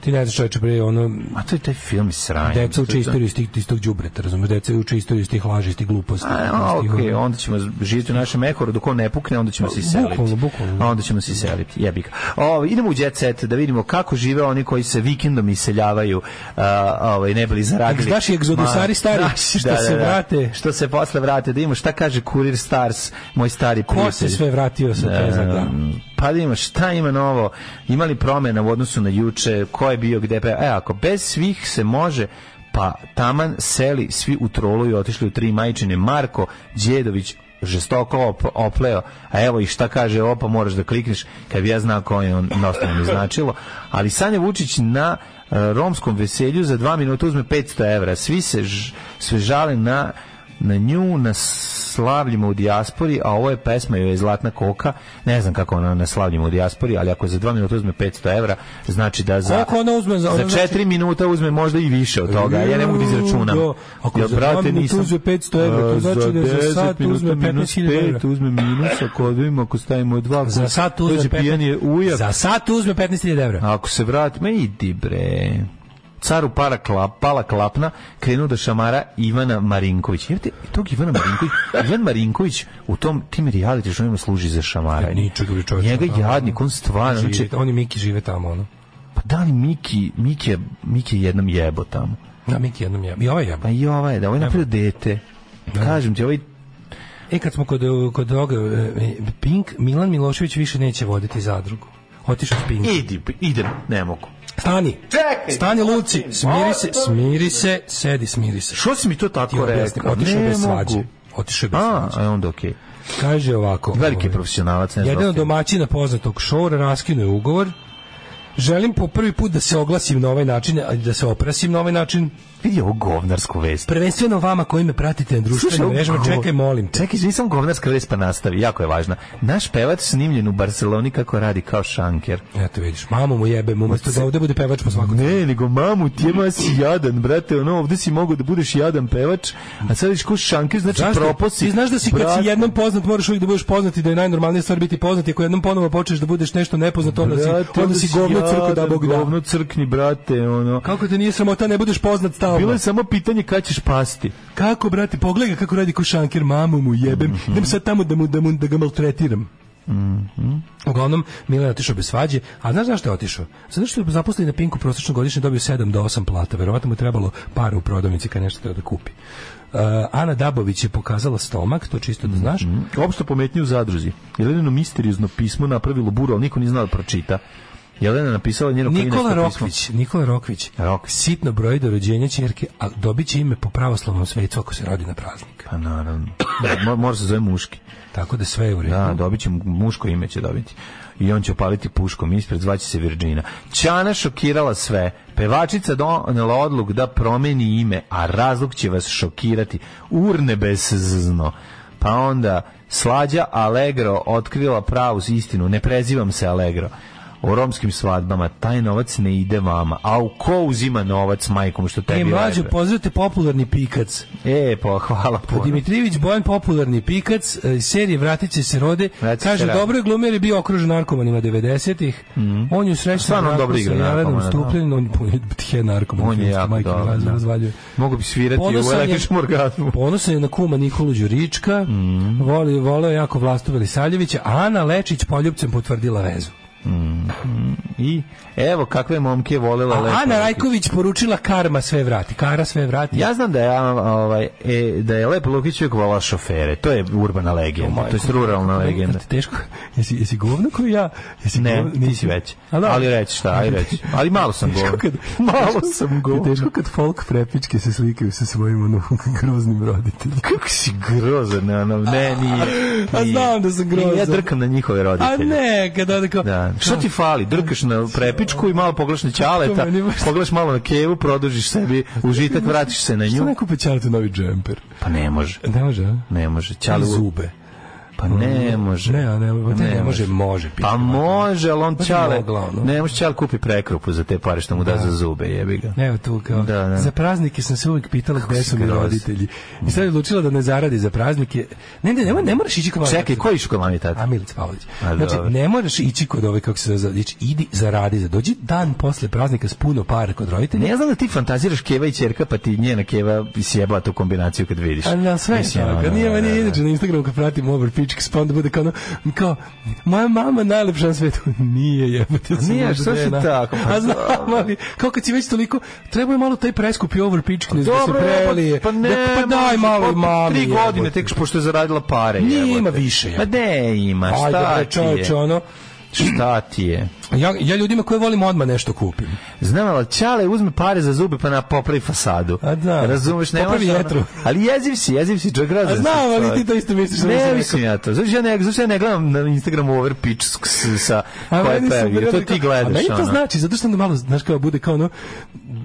Ti ne znaš čoveče, bre, ono... A to je taj film sranje. Deca uče To je- istoriju iz tih, iz tog džubreta, razumiješ? Deca uče istoriju iz tih laži, iz tih gluposti. A, a, iz tih, okej, ono- onda ćemo živjeti u našem ekoru, dok on ne pukne, onda ćemo se iseliti. Bukvalno, bukvalno. A onda ćemo se iseliti, jebika. O, idemo u jet set da vidimo kako žive oni koji se vikendom iseljavaju, a, ovaj, ne bili zaradili. Naši egzodusari Ma, stari, što se vrate. Što se posle vrate, da imamo šta kaže Kurir Stars, moj stari Ko se sve vratio sa E, tezak, da. Pa da ima, šta ima novo? Ima li promjena u odnosu na juče? Ko je bio gde? Pa, E, ako bez svih se može, pa taman seli, svi u trolu i otišli u tri majčine. Marko Đedović žestoko op- opleo, a evo i šta kaže opa, moraš da klikneš, kad bi ja znao koji on dosta mi značilo, ali Sanja Vučić na e, romskom veselju za dva minuta uzme 500 evra, svi se ž- sve žale na na nju, na slavljima u dijaspori, a ovo je pesma joj je Zlatna koka, ne znam kako ona na slavljima u dijaspori, ali ako za dva minuta uzme 500 evra, znači da za, Koliko ona uzme za- za, ona znači- četiri minuta uzme možda i više od toga, ja ne mogu da izračunam. Jo, ako za dva minuta uzme 500 evra, to A, znači da za deset sat minuta uzme minus 15.000 evra. pet, uzme minus, ako odvojimo, ako stavimo dva, Za sat uzme dođe 15 pijani je ujak. Za sat uzme 15.000 evra. A Ako se vrati, me idi bre. Caru para klap, pala klapna, krenuo da šamara Ivana Marinković. Jevite, tog Ivana Marinković, Ivan Marinković u tom tim reality showima služi za šamaranje. Ničega bi čovječe. Njega ono, jadnik, on stvarno, živi, znači, Oni Miki žive tamo, ono. pa da li Miki, Miki je, Miki je jednom jebo tamo. Da, Miki jednom je. I ovaj je. Pa i ovaj, da, ovaj je napravio dete. Kažem ti, ovaj E, kad smo kod, kod ovoga, e, Pink, Milan Milošević više neće voditi zadrugu. Otišao s Pink. idi, pa, idem, ne mogu. Stani. Čekaj. Stani, Luci. Smiri se, smiri se, sedi, smiri se. Što si mi to tako Ti objasni, rekao? otišao Ne bez mogu. svađe. Otišao bez A, svađe. a onda okej. Kaže ovako. Veliki ovaj, je profesionalac, ne znam. Jedan od zašto je- domaćina poznatog šora raskinuo je ugovor. Želim po prvi put da se oglasim na ovaj način, ali da se oprasim na ovaj način. Vidi ovo govnarsku vest. Prvenstveno vama koji me pratite na društvenim ovo mrežama, govor- čekaj, molim te. Čekaj, nisam govnarska vest pa nastavi, jako je važna. Naš pevač snimljen u Barceloni kako radi kao šanker. Eto vidiš, mamu mu jebem, umesto da ovde bude pevač po svakom. Ne, nego mamu, ti jema si jadan, brate, ono, ovde si mogao da budeš jadan pevač, a sad viš ko šanker, znači Znaš da- proposi. Ti znaš da si kad si Brate, jednom poznat, moraš uvijek da budeš poznat i da je najnormalnija stvar biti poznat, i ako jednom ponovo počneš da budeš nešto nepoznato, onda si, brate, onda si govno crku da jadan, Bog da. Govno crkni, brate, ono. Kako te nije sramota, ne budeš poznat stalno. Bilo je samo pitanje kad ćeš pasti. Kako, brate, pogledaj kako radi košanker, mamu mu jebem, Mhm. idem sad tamo da, mu, da, mu, da ga maltretiram. Mhm. Uglavnom, Milan je otišao bez svađe, a znaš zašto je otišao? Zato što je zaposlen na Pinku prosječno godišnje dobio 7 do 8 plata, verovatno mu je trebalo para u prodavnici kad nešto treba da kupi. Uh, Ana Dabović je pokazala stomak, to čisto da znaš. Opšto pometnje u zadruzi. Jelena misteriozno pismo napravilo buru, ali niko nije znao da pročita. Jelena napisala njeno Nikola klinačko pismo. Rokvić, Nikola Rokvić, Rokvić. sitno broj do rođenja ćerke, a dobit će ime po pravoslavnom svecu ako se rodi na praznik. Pa naravno. Da, mo- mora se zove muški. Tako da sve je u redu. E, Da, dobit će mu- muško ime će dobiti. I on će opaliti puškom ispred, zvaće se Virgina. Ćana šokirala sve. Pevačica donela odluk da promeni ime, a razlog će vas šokirati. Urne bezzno. Pa onda Slađa Allegro otkrila pravu istinu. Ne prezivam se Allegro. O romskim svadbama taj novac ne ide vama. A u ko uzima novac majkom što tebi E, mlađo, leže? pozdravite popularni pikac. E, pa hvala Pa puno. Dimitrijević Bojan popularni pikac e, iz serije Vratit će se rode. Vratit će kaže se rode. dobro je glumio jer je bio okružen narkomanima 90-ih. On je srećan Mhm. Stvarno on dobro igra narkomana, da. Stupljen, on on je tje narkoman. On je filmski, jako majke mi dobar, raz- da. razvaljuje. Mogu bi svirati u Ponosan je, električnom orgazmu. Mhm. ponosan je na kuma Nikolu Đurička, voli, voleo je jako Vlastu Velisaljevića, a Ana Lečić poljubcem potvrdila vezu. I evo kakve momke je volela A Lepa Lukić. Ana Rajković poručila karma sve vrati, kara sve vrati. Ja znam da je, a, ovaj, e, da je Lepa Lukić uvijek volala šofere. To je urbana legenda, to je ruralna legenda. Znate, Teško, jesi, jesi govno koji ja? Jesi Ne, govno- ti si nisi. već. A da. Ali reći šta, aj reći. Ali malo sam Teško govor. kad- Malo teško- sam govor. Teško kad folk prepičke se slikaju sa svojim ono, groznim roditeljima. Kako si grozan, ono, ne, nije. A nije. znam da sam Ja grozan. drkam na njihove A roditelje. ne, kad onda kao... Da. Šta ti fali? Drkaš na prepičku i malo pogledaš na ćaleta, pogledaš malo na kevu, produžiš sebi užitak, vratiš se na nju. Što ne kupe ćaleta novi džemper? Pa ne može. Ne može, a? Ne može. Ćale Ćale zube. Pa ne može. Ne, a ne, pa ne, ne može, može. piše. Pa može, ali on Pa čale, mogla, ono. ne može čale kupi prekrupu za te pare što mu da, za zube, jebi ga. Evo tu kao. Da, da. Za praznike sam se uvijek pitala gde si su mi groz. roditelji. I sad je odlučila da ne zaradi za praznike. Ne, ne, ne, ne moraš ići kod Čekaj, koji išao kod mami i tate? A Milica Pavlović. A, Znači, dobro. ne moraš ići kod ove, kako se zove, ići, idi zaradi za dođi dan posle praznika s puno para kod roditelja. Ne, ja znam da ti fantaziraš keva i čerka, pa ti njena keva sjebala tu kombinaciju kad vidiš. A na sve Mislim, je tako. ono, Nije da, meni da. inače na Instagramu kad pratim over pičk, pa onda bude kao, ono, kao moja mama najlepša na svetu. Nije jebate. sam Nije, možda što si žena. tako, pa A znam, ali kao kad si već toliko, treba je malo taj preskupi over pičk, ne da se Dobro, je, prelije. pa, pa ne, da, pa može, daj malo pa i mami. Tri godine jebote. tek pošto je zaradila pare. Nije, jebote. ima više, Ma jebote. ne ima, Ajde, šta bre, ti čoveče, je? ono, Šta ti je? ja, ja ljudima koje volim odmah nešto kupim. Znam, ali Čale uzme pare za zube pa na popravi fasadu. A da. Razumeš, ne Popravi može jetru. ono- Ali jeziv si, jeziv si, čak razum. A znam, ali ti to isto misliš, ono, samo Ne sam mislim ja to. Znači ja ne, znači ja ne gledam na Instagramu over pitch s- sa A koje meni su pevi. bili To rekao- ti gledaš. A meni to ono. znači, zato što onda malo, znaš kao, bude kao ono,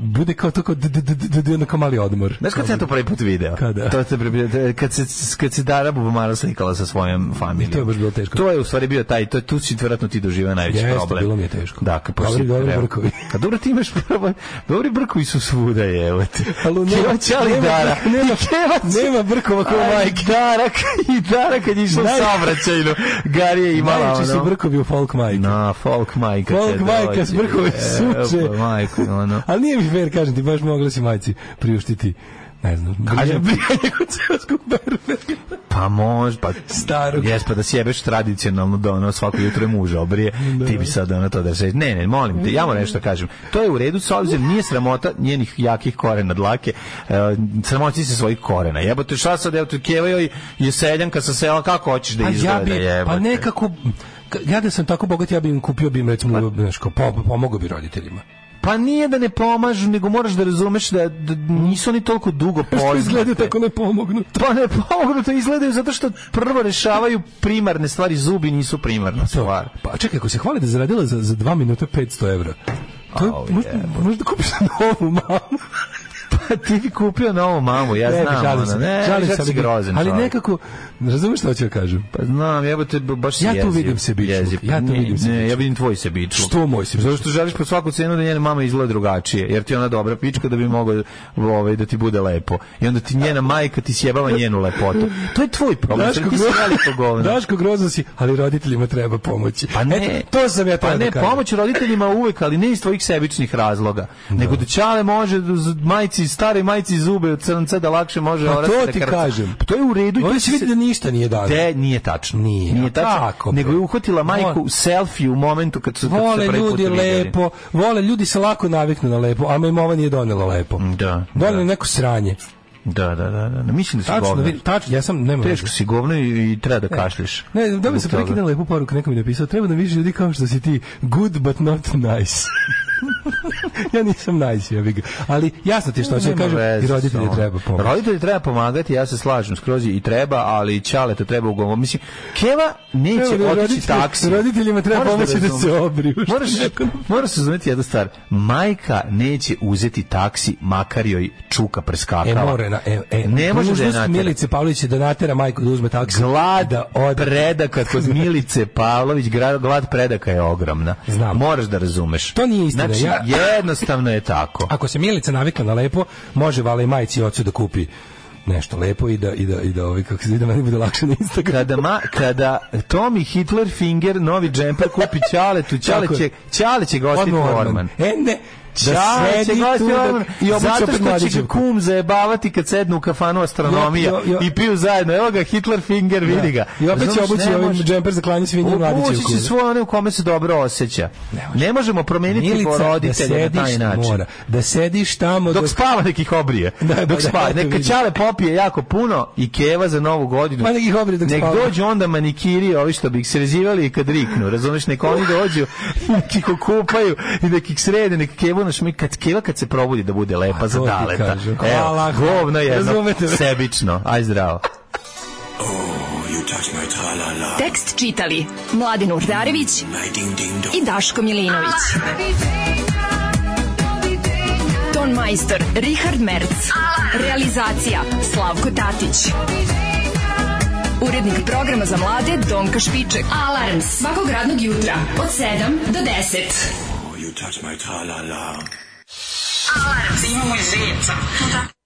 bude kao to kao, d- d- d- d- d- ono kao mali odmor. Znaš kad sam ja to prvi put video? Kada? To se pribi- kad se kad se Dara Bubamara slikala sa svojom familijom. I to je baš bilo teško. To je u stvari bio taj, to je tu si vjerojatno ti doživio najveći Jeste, problem. bilo mi je teško. Da, kad pošto Dobri- si- dobri evo. brkovi. A dobro ti imaš pravo, dobri brkovi su svuda, evo te. ono, Ali nema- Keva Ćali nema- Dara. nema- I Keva Ćali- nema brkova kao Aj, majke. Dara, k- i Dara kad je išla u Naj- saobraćajnu, Gari je imala Najveći su ono- brkovi u folk majke. Na, folk majka Folk će majka doći, s brkovi e, suče. pa majku, ono. Ali nije mi fair, kažem ti, baš mogla si majci priuštiti, ne znam, Kažem, brijanje kod seoskog berberga. Pa može, pa Starog. Jes, pa da sjebeš tradicionalno da ono svako jutro je muža obrije, ti bi sad ono to da se... Ne, ne, molim te, ja moram nešto da kažem. To je u redu, s obzirom, nije sramota njenih jakih korena dlake, e, sramoći se svojih korena. Jebote, šta sad, evo te keva joj je seljanka sa sela, kako hoćeš da A izgleda, ja bi, jebote. pa nekako, ka- ja da sam tako bogat, ja bi im kupio, bi im recimo, znaš, kao, po- pomogao bi roditeljima. Pa nije da ne pomažu, nego moraš da razumeš da, da nisu oni toliko dugo Što poznate. izgledaju tako ne pomognu. Pa ne pomognu, to izgledaju zato što prvo rešavaju primarne stvari, zubi nisu primarna stvar. Pa čekaj, ako se hvali da je zaradila za, za dva minuta 500 evra, to je, Au, možda, možda kupiš novu mamu. Pa ti bi kupio novu mamu, ja Ne, znam. šalim ono, se, ne, šalim se, kako si ali- grozan Ali čovjek. nekako, razumeš šta hoću da kažem? Pa znam, jebote, b- baš si Ja tu jeziv, vidim sebičluk, jeziv. ja tu Ne, vidim Ne, sebičluk. ja vidim tvoj sebičluk. Što moj sebičluk? Zato što želiš po svaku cenu da njena mama izgleda drugačije, jer ti je ona dobra pička da bi mogao ovaj, da ti bude lepo. I onda ti njena majka ti sjebava njenu lepotu. To je tvoj problem, Daško, sad ti si gro- veliko govno. Daško grozno si, ali roditeljima treba pomoći. Pa ne, Eto, to sam ja pa tada ne, kažem. pomoć roditeljima uvek, ali ne iz tvojih sebičnih razloga. Nego da čale može da z- majci, stare majci zube od crnca da lakše može Pa orati to da ti krca. kažem. Pa to je u redu. i to Oni će će vidjeti se- da ništa nije dano. De, nije tačno. Nije. Nije A tačno. kako, bre? nego je uhvatila majku Vole- selfie u momentu kad su, kad su Vole se prvi put ljudi vidjeli. lepo, vole ljudi se lako naviknu na lepo, a im ova nije donela lepo. Mm, Da, Donela da. je neko sranje. Da, da, da, da. Mislim da si Tačno, govnar. vidi, tačno, ja sam, nema Teško si govno i, i treba da kašliš. Ne, da bi se Zbog toga. prekidala lepu poruku, neko mi je napisao, treba nam više ljudi kao što si ti, good but not nice. ja nisam nice, ja ga. Ali jasno ti je što hoću da Nema kažem, veze pa i roditelji sa ovom. treba pomoći. Roditelji treba pomagati, ja se slažem skroz i treba, ali čale to treba ugovoriti. Mislim, Keva neće Evo, otići roditelji- taksi. roditeljima treba Moraš pomoći da razumeš. se obriju, što Moraš, bi rekao. moraš se razumeti jednu stvar. Majka neće uzeti taksi, makar joj čuka E, preskakala. more, na, e, Ne e, može da je dužnost natera. Milice Pavlović je da natera majku da uzme taksi. glada od predaka kod Milice Pavlović gra- glad predaka je ogromna. Znam. Moraš da razumeš. To nije istina, Znači, ja- jednostavno je tako. Ako se Milica navikla na lepo, može vala i majci i ocu da kupi nešto lepo i da i da i da ovi kako se vidi da meni bude lakše na Instagramu. Kada, ma, kada Tommy Hitler Finger novi džemper kupi Ćaletu, Ćale Tako je. će, Ćale će ga ostiti Odmah Orman. Norman. E ne, da Ćale će sedi ga tu ostiti da- Orman. i obuče Zato što će ga podmladićevku. kum zajebavati kad sednu u kafanu astronomija Jo, jo, jo. i piju zajedno. Evo ga Hitler Finger, vidi ga. I opet će Razumeš, obući ne ovaj može. džemper za klanje svinja i mladiće. Obući će svoje one u kome se dobro osjeća. Ne, možemo promeniti Milica da roditelje na taj sediš način. mora. Da sediš tamo Dok spava nekih obrije. Da, dok da, spava. da, Neka vidim. Ćale popije jako puno i keva za novu godinu. Pa nek ih obrije dok Nek spava. dođu onda manikiri, ovi što bi ih srezivali i kad riknu, razumeš, nek oni dođu i nek ih okupaju i nek ih srede, nek kevu naš mi, kad keva kad se probudi da bude lepa A, za to ti daleta. kažem. Evo, Hvala. govno jedno, Razumete me. sebično. Aj zdravo. Tek Tekst čitali Mladin Urdarević i Daško Milinović. Ton majstor Richard Merc. Realizacija Slavko Tatić. Urednik programa za mlade Donka Špiček. Alarms svakog radnog jutra od 7 do 10. You touch my tra-la-la. Imamo i zeca.